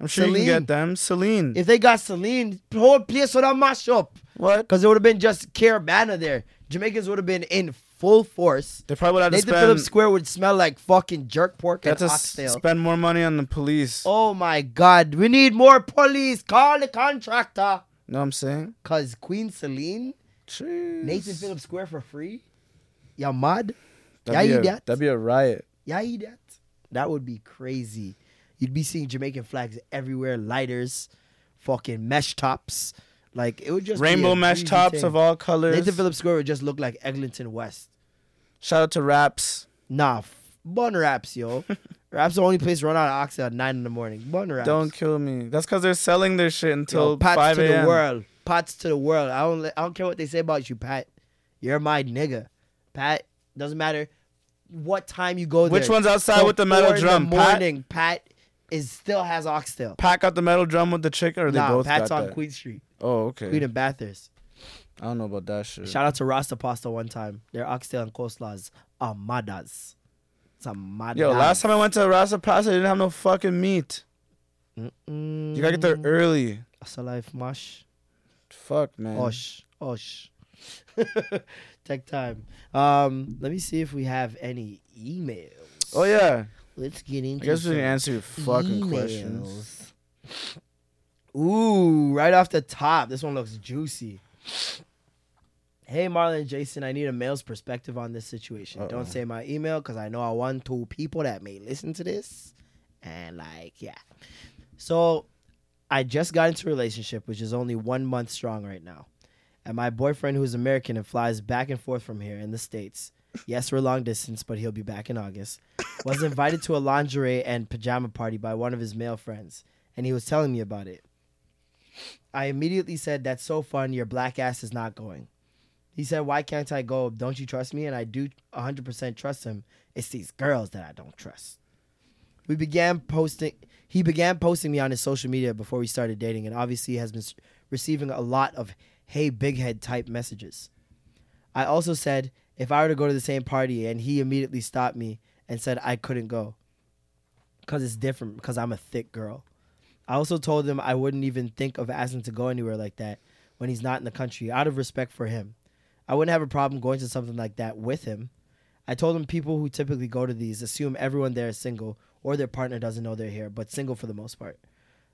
F: I'm sure you can
E: Celine.
F: get them. Celine.
E: If they got Celine, the whole place would have mashed up.
F: What?
E: Because it would have been just Caravana there. Jamaicans would have been in full force.
F: They probably would have to
E: Nathan Phillips
F: spend.
E: Square would smell like fucking jerk pork
F: They have
E: and
F: to s-
E: oxtail.
F: spend more money on the police.
E: oh my God. We need more police. Call the contractor.
F: Know what I'm saying?
E: Cause Queen Celine,
F: Jeez.
E: Nathan Phillips Square for free. Y'all mad? Y'all
F: That'd,
E: eat
F: be a,
E: that?
F: that'd be a riot.
E: Y'all eat that? That would be crazy. You'd be seeing Jamaican flags everywhere, lighters, fucking mesh tops. Like it would just be
F: Rainbow
E: a
F: mesh
E: greasy
F: tops
E: thing.
F: of all colors.
E: Nathan Phillips Square would just look like Eglinton West.
F: Shout out to Raps.
E: Nah, f- bun wraps, yo. wraps the only place run out of oxy at nine in the morning. Bun wraps.
F: Don't kill me. That's because they're selling their shit until
E: Yo, Pats
F: 5
E: to the
F: a.m.
E: world. Pats to the world. I don't. li- I don't care what they say about you, Pat. You're my nigga, Pat. Doesn't matter what time you go there.
F: Which one's outside with the metal
E: four
F: drum,
E: In the
F: Pat?
E: morning, Pat, is still has oxtail.
F: Pack out the metal drum with the chick, or they
E: nah,
F: both
E: Pat's
F: got
E: on
F: that?
E: Queen Street,
F: Oh, okay.
E: Queen and Bathurst.
F: I don't know about that shit.
E: Shout out to Rasta Pasta one time. Their oxtail and coleslaws are madas. It's a madas.
F: Yo, last time I went to Rasa Plaza, they didn't have no fucking meat.
E: Mm,
F: You gotta get there early.
E: Asalaif mash.
F: Fuck, man.
E: Osh, osh. Tech time. Um, let me see if we have any emails.
F: Oh yeah.
E: Let's get into.
F: I guess we
E: some
F: can answer your fucking questions.
E: emails. Ooh, right off the top, this one looks juicy. Hey, Marlon and Jason, I need a male's perspective on this situation. Don't say my email because I know I want two people that may listen to this. And, like, yeah. So, I just got into a relationship, which is only one month strong right now. And my boyfriend, who's American and flies back and forth from here in the States, yes, we're long distance, but he'll be back in August, was invited to a lingerie and pajama party by one of his male friends. And he was telling me about it. I immediately said, That's so fun. Your black ass is not going. He said, Why can't I go? Don't you trust me? And I do 100% trust him. It's these girls that I don't trust. We began posting, he began posting me on his social media before we started dating, and obviously has been s- receiving a lot of hey, big head type messages. I also said, If I were to go to the same party, and he immediately stopped me and said I couldn't go because it's different because I'm a thick girl. I also told him I wouldn't even think of asking to go anywhere like that when he's not in the country out of respect for him. I wouldn't have a problem going to something like that with him. I told him people who typically go to these assume everyone there is single or their partner doesn't know they're here, but single for the most part.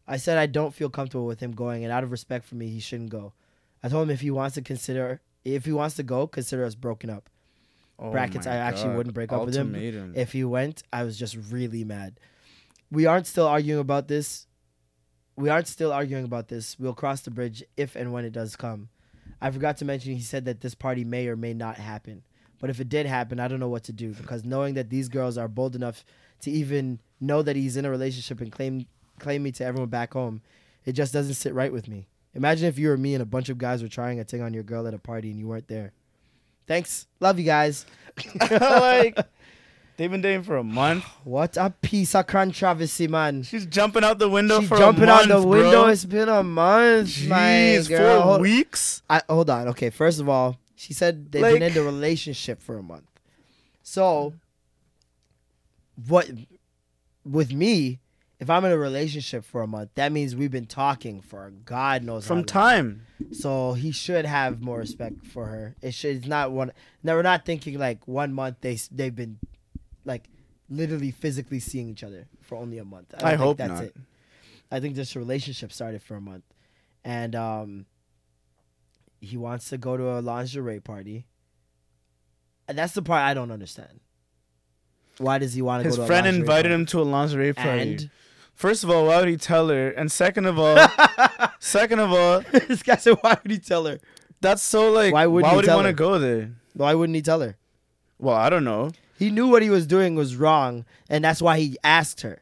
E: I said I don't feel comfortable with him going and out of respect for me he shouldn't go. I told him if he wants to consider if he wants to go, consider us broken up
F: Oh
E: brackets,
F: my
E: I actually
F: God.
E: wouldn't break up with him.
F: Ultimatum.
E: If he went, I was just really mad. We aren't still arguing about this. We aren't still arguing about this. We'll cross the bridge if and when it does come. I forgot to mention he said that this party may or may not happen. But if it did happen, I don't know what to do because knowing that these girls are bold enough to even know that he's in a relationship and claim claim me to everyone back home, it just doesn't sit right with me. Imagine if you were me and a bunch of guys were trying a thing on your girl at a party and you weren't there. Thanks. Love you guys.
F: like they've been dating for a month.
E: What a piece of controversy, man.
F: She's jumping out the window
E: She
F: for
E: jumping
F: a month,
E: out the window.
F: Bro.
E: It's been a month, my
F: Jeez,
E: girl.
F: four
E: Hold-
F: weeks.
E: I, hold on. Okay, first of all, she said they've been
F: Like-
E: in the relationship for a month. So, what? With me, if I'm in a relationship for a month, that means we've been talking for God knows how
F: From
E: long.
F: time.
E: So he should have more respect for her. It should. It's not one. Now we're not thinking like one month. They s- they've been like literally physically seeing each other for only a month. don't
F: I
E: think
F: hope
E: that's
F: not.
E: It. I think this relationship started for a month, and um, he wants to go to a lingerie party. And that's the part I don't understand. Why does he want to
F: His
E: go to a
F: friend
E: lingerie
F: invited
E: party?
F: him to a lingerie party.
E: And
F: First of all, why would he tell her? And second of all, second of all,
E: this guy said, "Why would he tell her?
F: that's so like
E: Why
F: why
E: would
F: would,
E: you
F: he
E: tell
F: want
E: her?
F: to go there?
E: Why wouldn't he tell her?"
F: Well, I don't know.
E: He knew what he was doing was wrong, and that's why he asked her.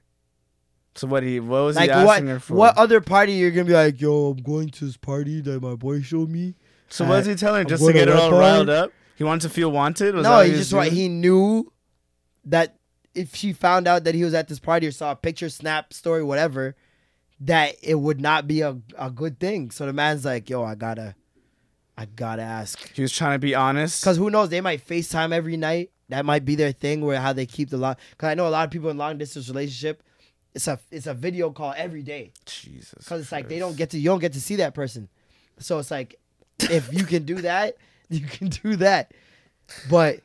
F: So what he what was
E: Like
F: he asking
E: what?
F: her for?
E: What other party you're gonna be like? Yo, I'm going to this party that my boy showed me.
F: so what was he telling her just to
E: What a
F: get her all
E: weapon.
F: riled up? He wanted to feel wanted. Was that
E: no,
F: what
E: he
F: was
E: just wa-
F: doing?
E: he knew that if she found out that he was at this party or saw a picture, snap, story, whatever, that it would not be a, a good thing. So the man's like, yo, I gotta, I gotta ask.
F: He was trying to be honest.
E: Because who knows? They might FaceTime every night. That might be their thing where how they keep the long. Because I know a lot of people in long distance relationship, it's a it's a video call every day.
F: Jesus.
E: Because it's like they don't get to you don't get to see that person. So it's like if you can do that, you can do that. But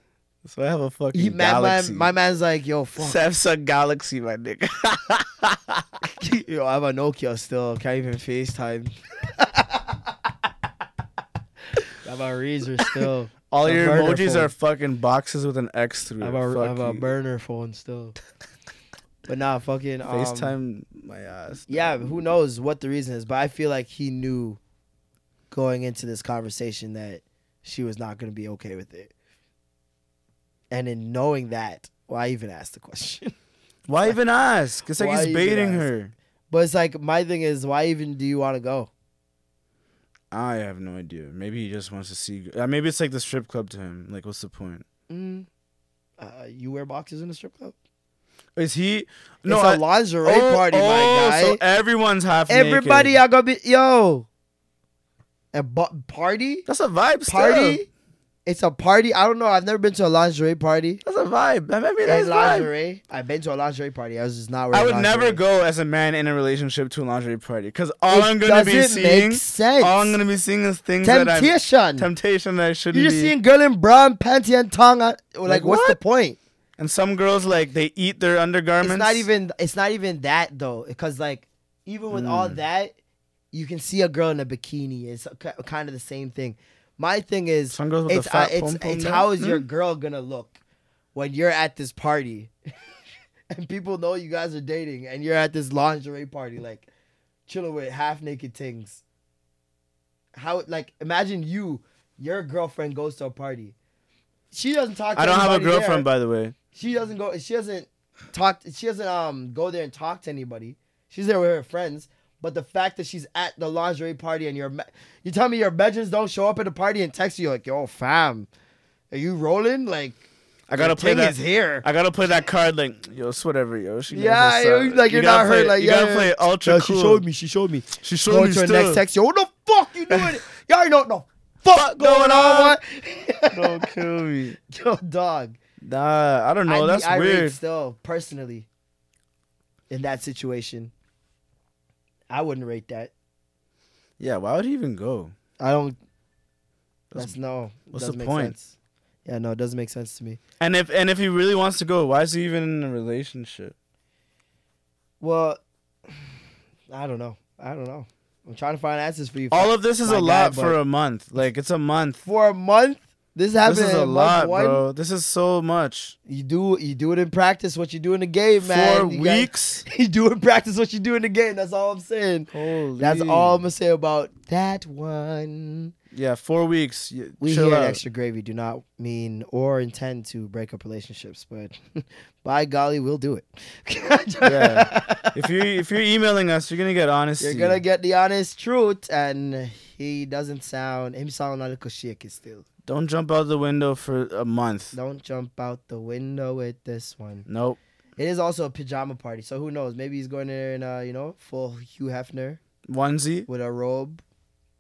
F: So I have a fucking
E: he, my, my,
F: galaxy.
E: my man's like, yo, fuck,
F: Samsung Galaxy, my nigga.
E: yo, I have a Nokia still. Can't even FaceTime. I have a Razor still.
F: All
E: A
F: your
E: burner
F: emojis
E: phone.
F: are fucking boxes with an X through.
E: I
F: it.
E: have a, I
F: Fuck
E: have a
F: you.
E: burner phone still. But nah, fucking um,
F: FaceTime my ass.
E: Yeah, who knows what the reason is, but I feel like he knew going into this conversation that she was not going to be okay with it. And in knowing that, why even ask the question?
F: Why even ask? It's like
E: Why
F: he's
E: even
F: baiting
E: ask?
F: her.
E: but it's like my thing is, why even do you want to go?
F: I have no idea. Maybe he just wants to see. Uh, maybe it's like the strip club to him. Like, what's the point?
E: Uh, you wear boxes in a strip club?
F: Is he?
E: it's
F: I-
E: a lingerie party, my
F: oh,
E: guy.
F: So everyone's half
E: Everybody,
F: naked.
E: y'all gonna be yo. A bu- party,
F: That's a vibe. Still.
E: party. It's a party. I don't know. I've never been to a lingerie party.
F: That's a vibe. I mean, that's
E: And
F: vibe.
E: lingerie. I've been to a lingerie party. I was just not wearing
F: I would
E: lingerie.
F: never go as a man in a relationship to a lingerie party because all
E: It
F: I'm gonna be
E: doesn't make
F: seeing,
E: sense.
F: all I'm gonna be seeing is things that
E: Temptation.
F: I'm temptation that I shouldn't
E: You're just
F: be.
E: seeing girl in brown, panty, and tongue. out- Like,
F: Like,
E: what's the
F: what?
E: point?
F: And some girls like they eat their undergarments.
E: It's not even. It's not even that though, because like even with
F: Hmm.
E: all that, you can see a girl in a bikini. It's kind of the same thing. My thing is,
F: Some girls with the
E: it's
F: fat
E: it's,
F: pom-pom Hmm?
E: it's
F: there.
E: how is your girl gonna look when you're at this party, and people know you guys are dating, and you're at this lingerie party, like chilling with half naked things. How like imagine you, your girlfriend goes to a party. She doesn't talk. To
F: I don't have a
E: anybody there.
F: girlfriend, by the way.
E: She doesn't go. She doesn't talk. She doesn't um go there and talk to anybody. She's there with her friends. But the fact that she's at the lingerie party and your ma- you tell me your bedrooms don't show up at the party and text you like yo fam, are you rolling like
F: I gotta
E: your
F: play
E: thing
F: that.
E: is here.
F: I gotta play that card. Like yo, it's whatever, yo. She knows
E: Yeah,
F: what's
E: yo,
F: up.
E: like, you're
F: gotta
E: not hurt,
F: play-
E: like,
F: you gotta
E: yeah,
F: play
E: yeah.
F: ultra
E: Yo,
F: cool.
E: She showed me. She showed me.
F: She
E: Go
F: showed me
E: to her
F: stuff.
E: next text. Yo, what the fuck you doing? Y'all already know what the fuck going on. What?
F: Don't kill me.
E: yo, dog.
F: Nah, I don't know.
E: I'd
F: That's
E: be irate
F: weird.
E: Still, personally, in that situation, I wouldn't rate that.
F: Yeah, why would he even go?
E: I don't. That's no.
F: what's
E: doesn't
F: the
E: make
F: point?
E: sense. Yeah, no, it doesn't make sense to me.
F: And if and if he really wants to go, why is he even in a relationship?
E: Well, I don't know. I don't know. I'm trying to find answers for you.
F: All of this is
E: My
F: a
E: guy,
F: lot for
E: but-
F: a month. Like it's a month.
E: for a month. This happened.
F: This is
E: in
F: a
E: month
F: lot,
E: one.
F: bro. This is so much.
E: You do you do it in practice. What you do in the game, man.
F: Four
E: You gotta-
F: weeks.
E: you do in practice what you do in the game. That's all I'm saying.
F: Holy.
E: That's all I'm gonna say about that one.
F: Yeah, four weeks. You-
E: We
F: chill
E: here at
F: out.
E: Extra Gravy do not mean or intend to break up relationships, but by golly, we'll do it.
F: Yeah. if you if you're emailing us, you're gonna get honesty.
E: You're gonna get the honest truth, and he doesn't sound him sound like a shiki still.
F: Don't jump out the window for a month.
E: Don't jump out the window with this one.
F: Nope.
E: It is also a pajama party, so who knows? Maybe he's going there in a you know full Hugh Hefner
F: Onesie.
E: with a robe.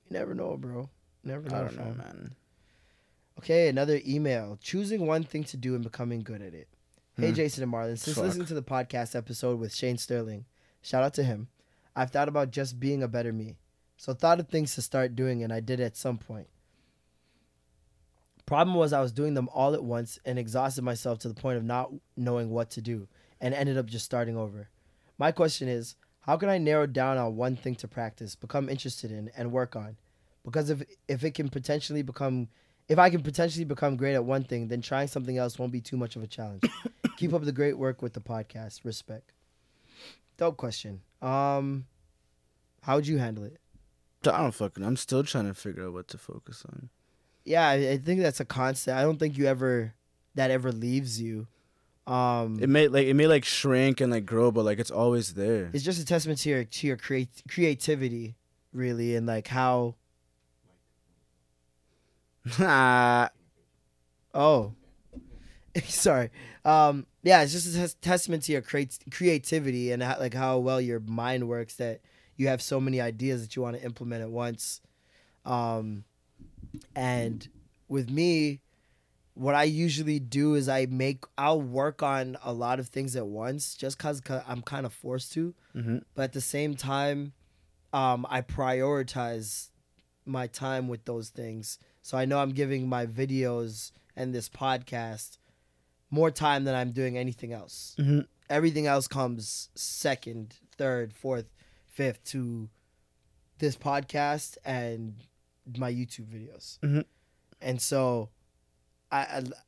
E: You never know, bro. Never know.
F: I don't know,
E: fam.
F: man.
E: Okay, another email. Choosing one thing to do and becoming good at it. Hey, Jason and Marlon, since
F: Fuck.
E: listening to the podcast episode with Shane Sterling, shout out to him, I've thought about just being a better me. So, thought of things to start doing, and I did at some point. Problem was, I was doing them all at once and exhausted myself to the point of not knowing what to do and ended up just starting over. My question is how can I narrow down on one thing to practice, become interested in, and work on? Because if, if it can potentially become, if I can potentially become great at one thing, then trying something else won't be too much of a challenge. Keep up the great work with the podcast. Respect. Dope question. Um, how would you handle it?
F: I don't fucking. I'm still trying to figure out what to focus on.
E: Yeah, I, I think that's a constant. I don't think you ever that ever leaves you. Um,
F: It may like it may like shrink and like grow, but like it's always there.
E: it's just a testament to your to your create creativity, really, and like how.
F: Ah,
E: Oh, sorry. Um, yeah, it's just a tes- testament to your creat- creativity and how, like how well your mind works that you have so many ideas that you want to implement at once. Um, and with me, what I usually do is I make I'll work on a lot of things at once just because I'm kind of forced to. But at the same time, um, I prioritize my time with those things. So I know I'm giving my videos and this podcast more time than I'm doing anything else. Everything else comes second, third, fourth, fifth to this podcast and my YouTube videos. And so I,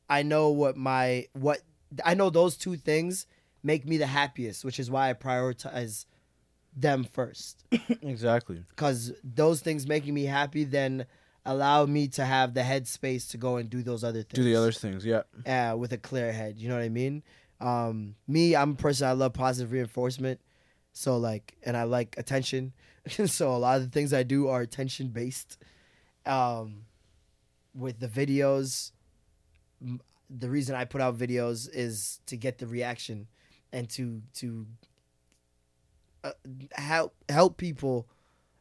E: I I know what my what I know those two things make me the happiest, which is why I prioritize them first
F: exactly.
E: because those things making me happy then allow me to have the headspace to go and do those other things.
F: Do the other things. Yeah.
E: uh, with a clear head. You know what I mean? Um, me, I'm a person I love positive reinforcement. So like, and I like attention. so a lot of the things I do are attention based. Um, with the videos, m- the reason I put out videos is to get the reaction and to to uh, help help people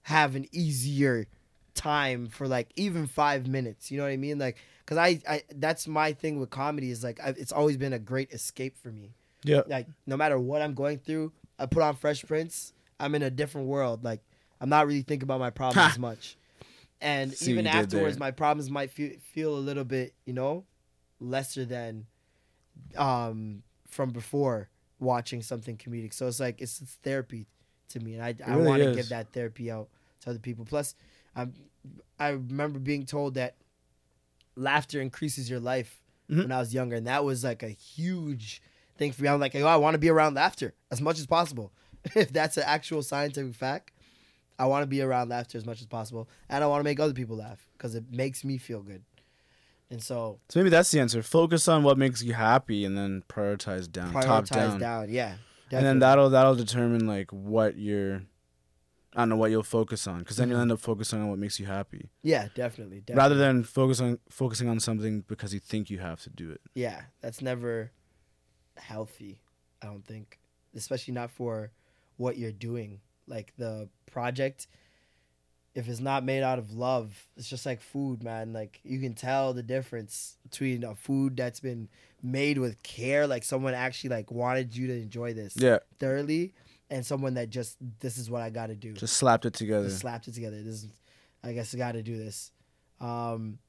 E: have an easier time for like even five minutes. You know what I mean? Like, cause I, I that's my thing with comedy is like I, it's always been a great escape for me.
F: Yeah.
E: Like no matter what I'm going through, I put on Fresh Prince. I'm in a different world. Like I'm not really thinking about my problems as much. And
F: See
E: even
F: what you did
E: afterwards,
F: there.
E: my problems might feel feel a little bit, you know, lesser than um, from before watching something comedic. So it's like it's, it's therapy to me, and I, I
F: really
E: want to
F: is.
E: give that therapy out to other people. Plus, I I remember being told that laughter increases your life
F: Mm-hmm.
E: when I was younger, and that was like a huge thing for me. I'm like, oh, I want to be around laughter as much as possible. if that's an actual scientific fact, I want to be around laughter as much as possible, and I want to make other people laugh because it makes me feel good. And so
F: So maybe that's the answer. Focus on what makes you happy, and then prioritize down, top
E: prioritize
F: down,
E: down. yeah.
F: and then
E: definitely.
F: that'll that'll determine like what your, I don't know what you'll focus on, because then you'll end up focusing on what makes you happy,
E: yeah, definitely, definitely.
F: rather than focus on focusing on something because you think you have to do it.
E: yeah, that's never healthy. I don't think, especially not for what you're doing. Like the project, if it's not made out of love, it's just like food, man. Like you can tell the difference between a food that's been made with care, like someone actually like wanted you to enjoy this,
F: Yeah.
E: thoroughly, and someone that just this is what I got to do.
F: Just slapped it together.
E: Just slapped it together. This, is- I guess, I got to do this. Um,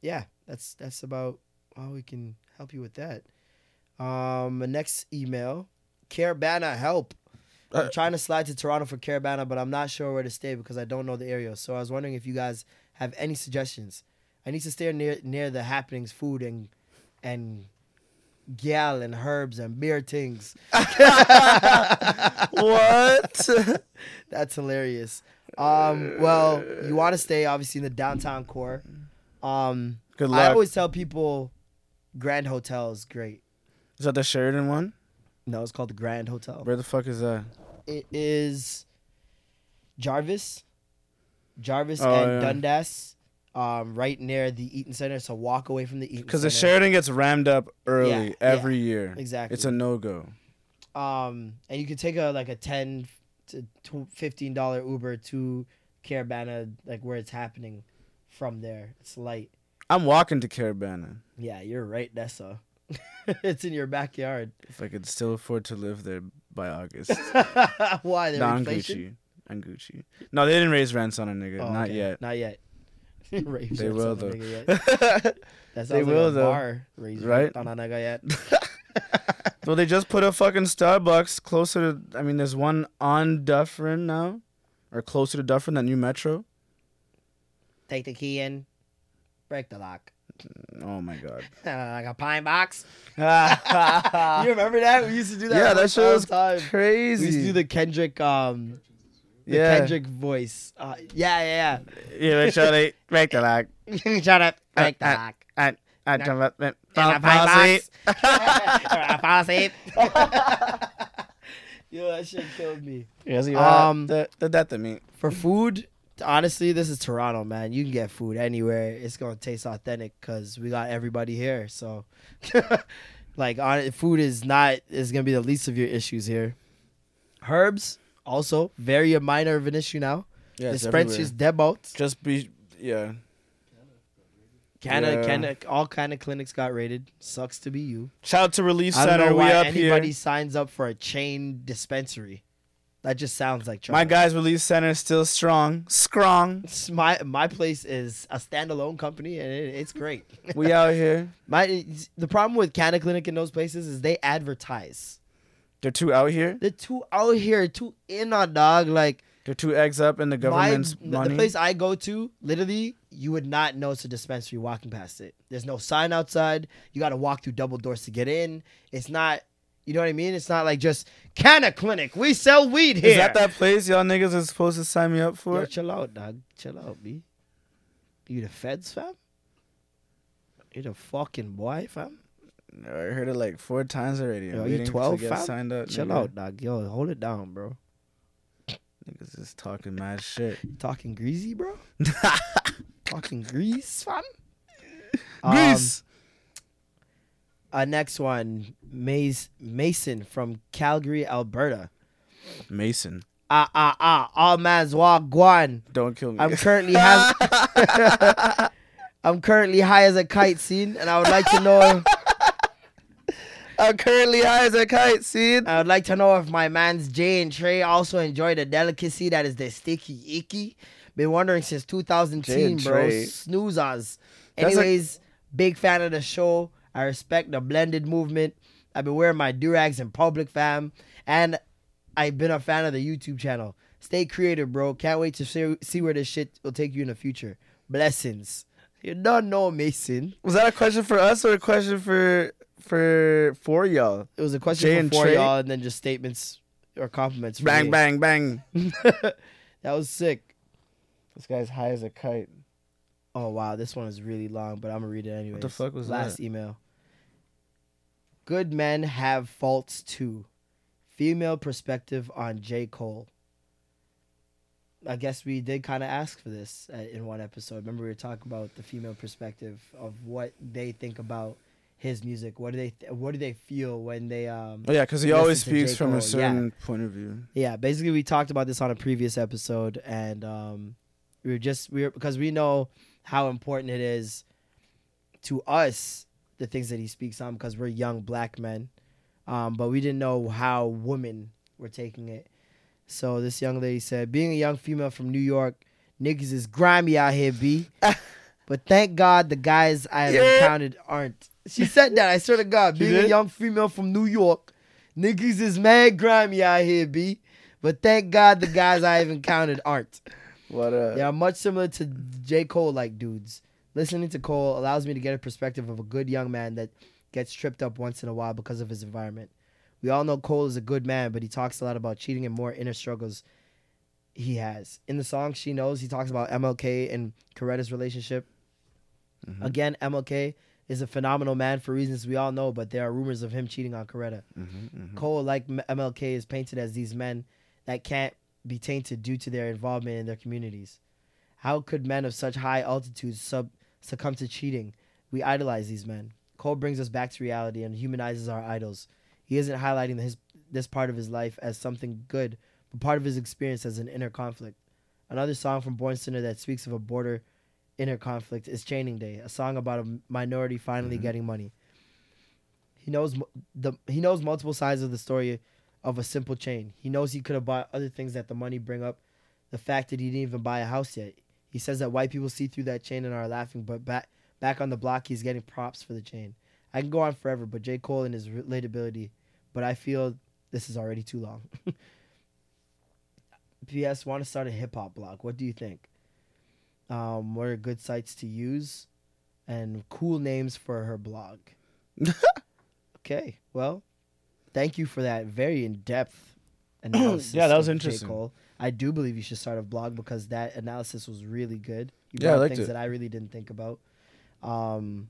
E: yeah, that's that's about how we can help you with that. Um, the next email, Caravana help. I'm trying to slide to Toronto for Caravana, but I'm not sure where to stay because I don't know the area. So I was wondering if you guys have any suggestions. I need to stay near near the happenings, food and and gal and herbs and beer things.
F: what?
E: That's hilarious. Um, well, you want to stay obviously in the downtown core. Um,
F: Good
E: I
F: luck.
E: always tell people, Grand Hotel is great.
F: is that the Sheridan one?
E: No, it's called the Grand Hotel.
F: Where the fuck is that?
E: It is Jarvis, Jarvis
F: Oh,
E: and
F: yeah.
E: Dundas, um, right near the Eaton Center. So walk away from the Eaton.
F: Because the
E: Center.
F: Sheridan gets rammed up early
E: Yeah,
F: every
E: yeah,
F: year.
E: exactly.
F: It's a no go.
E: um, and you could take a like a ten to tw- fifteen dollar Uber to Caravana, like where it's happening. From there, it's light.
F: I'm walking to Carabana
E: Yeah, you're right, Nessa. it's in your backyard.
F: if I could still afford to live there by August.
E: Why? Their
F: Not on
E: inflation?
F: Gucci. On Gucci. No, they didn't raise rents on a nigga.
E: Oh,
F: Not
E: okay.
F: yet.
E: Not yet. Raise
F: They
E: rates
F: will,
E: on the
F: though.
E: nigga yet. That sounds like
F: will,
E: a
F: though.
E: Bar raise
F: Right?
E: rate on a nigga yet.
F: well, they just put a fucking Starbucks closer to. I mean, there's one on Dufferin now, or closer to Dufferin, that new metro.
E: Take the key in, break the lock.
F: Oh my god.
E: like a pine box.
F: yeah,
E: you remember that? We used to do that. all
F: that
E: the
F: shit was
E: time. We
F: crazy.
E: used to do the Kendrick, um, the
F: yeah.
E: Kendrick voice. Uh, yeah, yeah,
F: Yeah, make sure they break the lock.
E: yeah. Shut up. Break the
F: Uh, uh,
E: lock.
F: I I jump up and
E: And a pine box. Or a fall asleep. Yo, that shit killed me. Um,
F: Um, that that- that to me.
E: for food, honestly, this is Toronto, man. You can get food anywhere. It's gonna taste authentic because we got everybody here. So, like, on, food is not is gonna be the least of your issues here. Herbs also very minor of an issue now.
F: Yeah,
E: Yeah,
F: it's
E: the
F: everywhere.
E: spreadsheets, debout,
F: Just be yeah.
E: Canada,
F: Yeah.
E: Canada, all kind of clinics got raided. Sucks to be you.
F: Shout out to Relief
E: I don't
F: Center.
E: know
F: We
E: why
F: up
E: anybody
F: here.
E: signs up for a chain dispensary. That just sounds like
F: My
E: Toronto.
F: guys, Relief Center is still strong. Strong.
E: It's my my place is a standalone company and it, it's great.
F: We out here.
E: my the problem with Canada Clinic in those places is they advertise.
F: They're two out here.
E: They're too out here, too in on dog. Like
F: They're two eggs up in the
E: my
F: government's
E: the,
F: money.
E: the place I go to, literally, you would not know it's a dispensary walking past it. There's no sign outside. You got to walk through double doors to get in. It's not. You know what I mean? It's not like just Canada Clinic. We sell weed here.
F: is that that place y'all niggas is supposed to sign me up for?
E: Yo, chill out, dog. Chill out, B. You the feds, fam? You the fucking boy, fam?
F: I heard it like four times already. I'm
E: Yo,
F: waiting
E: you
F: to
E: 12,
F: get
E: fam?
F: Signed up.
E: Chill
F: nigga.
E: out, dog. Yo, hold it down, bro.
F: Niggas is talking mad shit.
E: You talking greasy, bro? talking grease, fam?
F: Greece.
E: Uh, next one, Maze Mason from Calgary, Alberta.
F: Um, Mason.
E: Ah, ah, ah. All man's walk, guan.
F: Don't kill me.
E: I'm currently has. I'm currently high as a kite, scene, and I would like to know.
F: I'm currently high as a kite, see?
E: I would like to know if my man's Jay and Trey also enjoy the delicacy that is the sticky icky. Been wondering since
F: Jay and
E: 2010, bro.
F: Trey.
E: Snoozers.
F: That's like-
E: Anyways, big fan of the show. I respect the blended movement. I've been wearing my durags in public, fam, and I've been a fan of the YouTube channel. Stay creative, bro. Can't wait to see, see where this shit will take you in the future. Blessings. You don't know, Mason.
F: Was that a question for us or a question for for for y'all?
E: It was a question
F: Jay and
E: before
F: Trey?
E: y'all, and then just statements or compliments. for
F: Bang
E: me.
F: bang bang.
E: That was sick.
F: This guy's high as a kite.
E: Oh wow, this one is really long, but I'm gonna read it anyway.
F: the fuck was
E: last
F: that?
E: email? Good men have faults too. Female perspective on J Cole. I guess we did kind of ask for this uh, in one episode. Remember, we were talking about the female perspective of what they think about his music. What do they? Th- what do they feel when they? Um,
F: Oh yeah, because he
E: listen
F: always
E: to
F: speaks
E: J.
F: from
E: Cole? Yeah.
F: a certain point of view.
E: Yeah, basically we talked about this on a previous episode, and um, we were just we were because we know how important it is to us the things that he speaks on because we're young black men, um, but we didn't know how women were taking it. So this young lady said, "Being a young female from New York, niggas is grimy out here, b. but thank God the guys I have encountered aren't." She said that. I swear to God, being a
F: did?
E: young female from New York, niggas is mad grimy out here, b. But thank God the guys I have encountered aren't.
F: What uh, a
E: They are much similar to J. Cole like dudes. Listening to Cole allows me to get a perspective of a good young man that gets tripped up once in a while because of his environment. We all know Cole is a good man, but he talks a lot about cheating and more inner struggles he has. In the song She Knows, he talks about MLK and Coretta's relationship. Again, MLK is a phenomenal man for reasons we all know, but there are rumors of him cheating on Coretta. Cole, like M- MLK, is painted as these men that can't be tainted due to their involvement in their communities. How could men of such high altitudes sub- succumb to cheating? We idolize these men. Cole brings us back to reality and humanizes our idols. He isn't highlighting his, this part of his life as something good, but part of his experience as an inner conflict. Another song from Born Sinner that speaks of a border inner conflict is Chaining Day, a song about a minority finally getting money. He knows mu- the he knows multiple sides of the story of a simple chain. He knows he could have bought other things that the money bring up. The fact that he didn't even buy a house yet. He says that white people see through that chain and are laughing, but back back on the block, he's getting props for the chain. I can go on forever, but J. Cole and his relatability. But I feel this is already too long. P.S. Want to start a hip hop blog? What do you think? Um, what are good sites to use, and cool names for her blog? Okay, well, thank you for that very in depth analysis.
F: Yeah, that was
E: of J.
F: interesting.
E: Cole. I do believe you should start a blog because that analysis was really good. You
F: Yeah, I
E: brought up
F: liked
E: things
F: it.
E: that I really didn't think about. Um,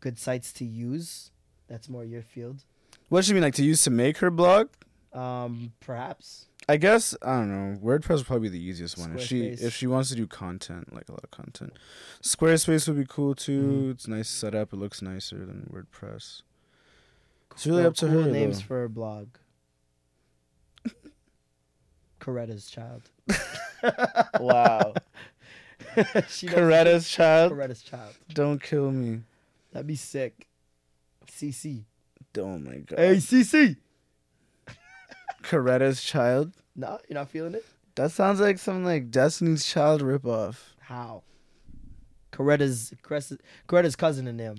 E: good sites to use. That's more your field.
F: What she mean like to use to make her blog?
E: Um, perhaps.
F: I guess I don't know. WordPress would probably be the easiest one if she
E: Squarespace.
F: if she wants to do content like a lot of content. Squarespace would be cool too.
E: Mm-hmm.
F: It's nice setup. It looks nicer than WordPress. It's really
E: Well,
F: up to
E: cool
F: her.
E: names
F: though.
E: for a blog. Coretta's child.
F: wow,
E: She knows-
F: Coretta's child.
E: Coretta's child.
F: Don't kill me.
E: That'd be sick. CC.
F: Oh my god.
E: Hey CC.
F: Coretta's child.
E: No, you're not feeling it.
F: That sounds like some like Destiny's Child ripoff.
E: How? Coretta's Cress- Coretta's cousin and them.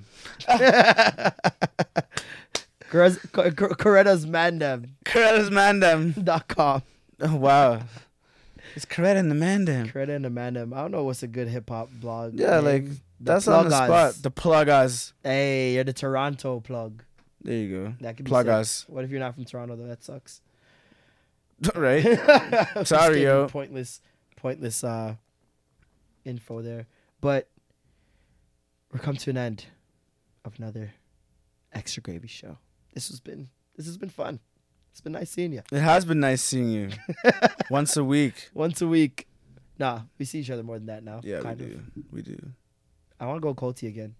E: Corez- Co- Co- Coretta's mandem.com.
F: Coretta's Mandem. Oh, wow. It's Coretta and the Mandem.
E: Coretta and the mandem. I don't know what's a good hip hop blog.
F: Yeah,
E: name.
F: like that's on the
E: Pluggers.
F: spot. The pluggers.
E: Hey, you're the Toronto plug.
F: There you go.
E: That could be sick.
F: pluggers.
E: What if you're not from Toronto though? That sucks.
F: right.
E: I'm just
F: Sorry,
E: giving
F: yo.
E: Pointless, pointless uh, info there. But we're come to an end of another extra gravy show. This has been this has been fun. It's been nice seeing you
F: It has been nice seeing you once a week.
E: once a week. Nah, we see each other more than that now.
F: Yeah,
E: kind
F: we
E: of.
F: do. We do.
E: I want to go Colty again.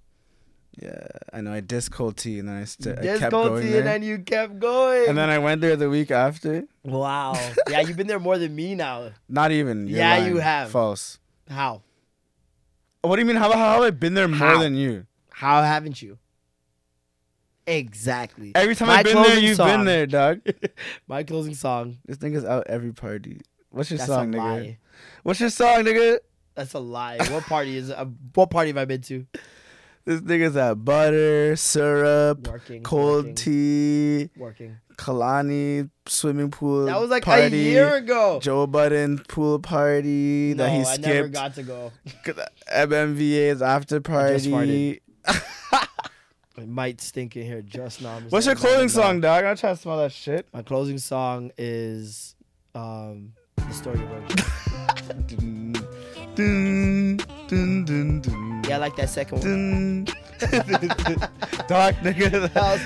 F: Yeah, I know. I dissed Cold Tea and then I, st- I
E: There's
F: kept
E: Colty,
F: going
E: and
F: there.
E: then you kept going.
F: and then I went there the week after.
E: wow. yeah, you've been there more than me now.
F: Not even. You're
E: Yeah,
F: lying.
E: you have.
F: False.
E: How?
F: What do you mean? How, how have I been there more
E: How?
F: than you?
E: How haven't you? Exactly.
F: Every time
E: My
F: I've been there,
E: closing
F: you've
E: song.
F: been there, dog.
E: My closing song.
F: This nigga's out every party. What's your
E: That's
F: song,
E: a
F: nigga?
E: lie.
F: What's your song, nigga?
E: That's a lie. What party is? Uh, what party have I been to?
F: This nigga's at butter, syrup,
E: Working,
F: cold
E: working.
F: tea,
E: Working.
F: Kalani swimming pool.
E: That was like a
F: party,
E: year ago.
F: Joe Budden pool party that he
E: No,
F: skipped.
E: I never got to go.
F: MMVA's after party.
E: It might stink in here just now. I'm just
F: What's your
E: gonna
F: clothing
E: let you know.
F: song, dog? I'm trying to smell that shit.
E: My closing song is um, the story of Rosie.
F: Dun, dun, dun, dun, dun.
E: Yeah, I like that second one.
F: Dun. Dark nigga, house,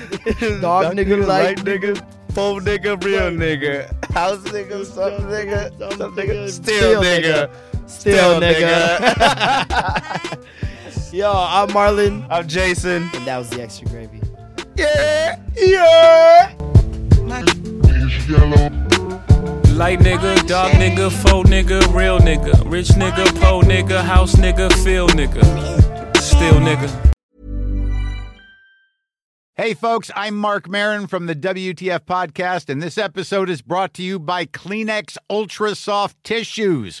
E: Dog nigga, light
F: nigga, full nigga, real nigga, house nigga, some nigga,
E: some
F: some
E: nigga,
F: nigga, still
E: still
F: nigga,
E: Still
F: still nigga.
E: Yo, I'm Marlon.
F: I'm Jason.
E: And that was the extra gravy.
F: Yeah, yeah.
C: Light nigga, dark nigga, faux nigga, real nigga, rich nigga, po nigga, house nigga, feel nigga, still nigga.
I: Hey, folks, I'm Mark Marin from the WTF Podcast, and this episode is brought to you by Kleenex Ultra Soft Tissues,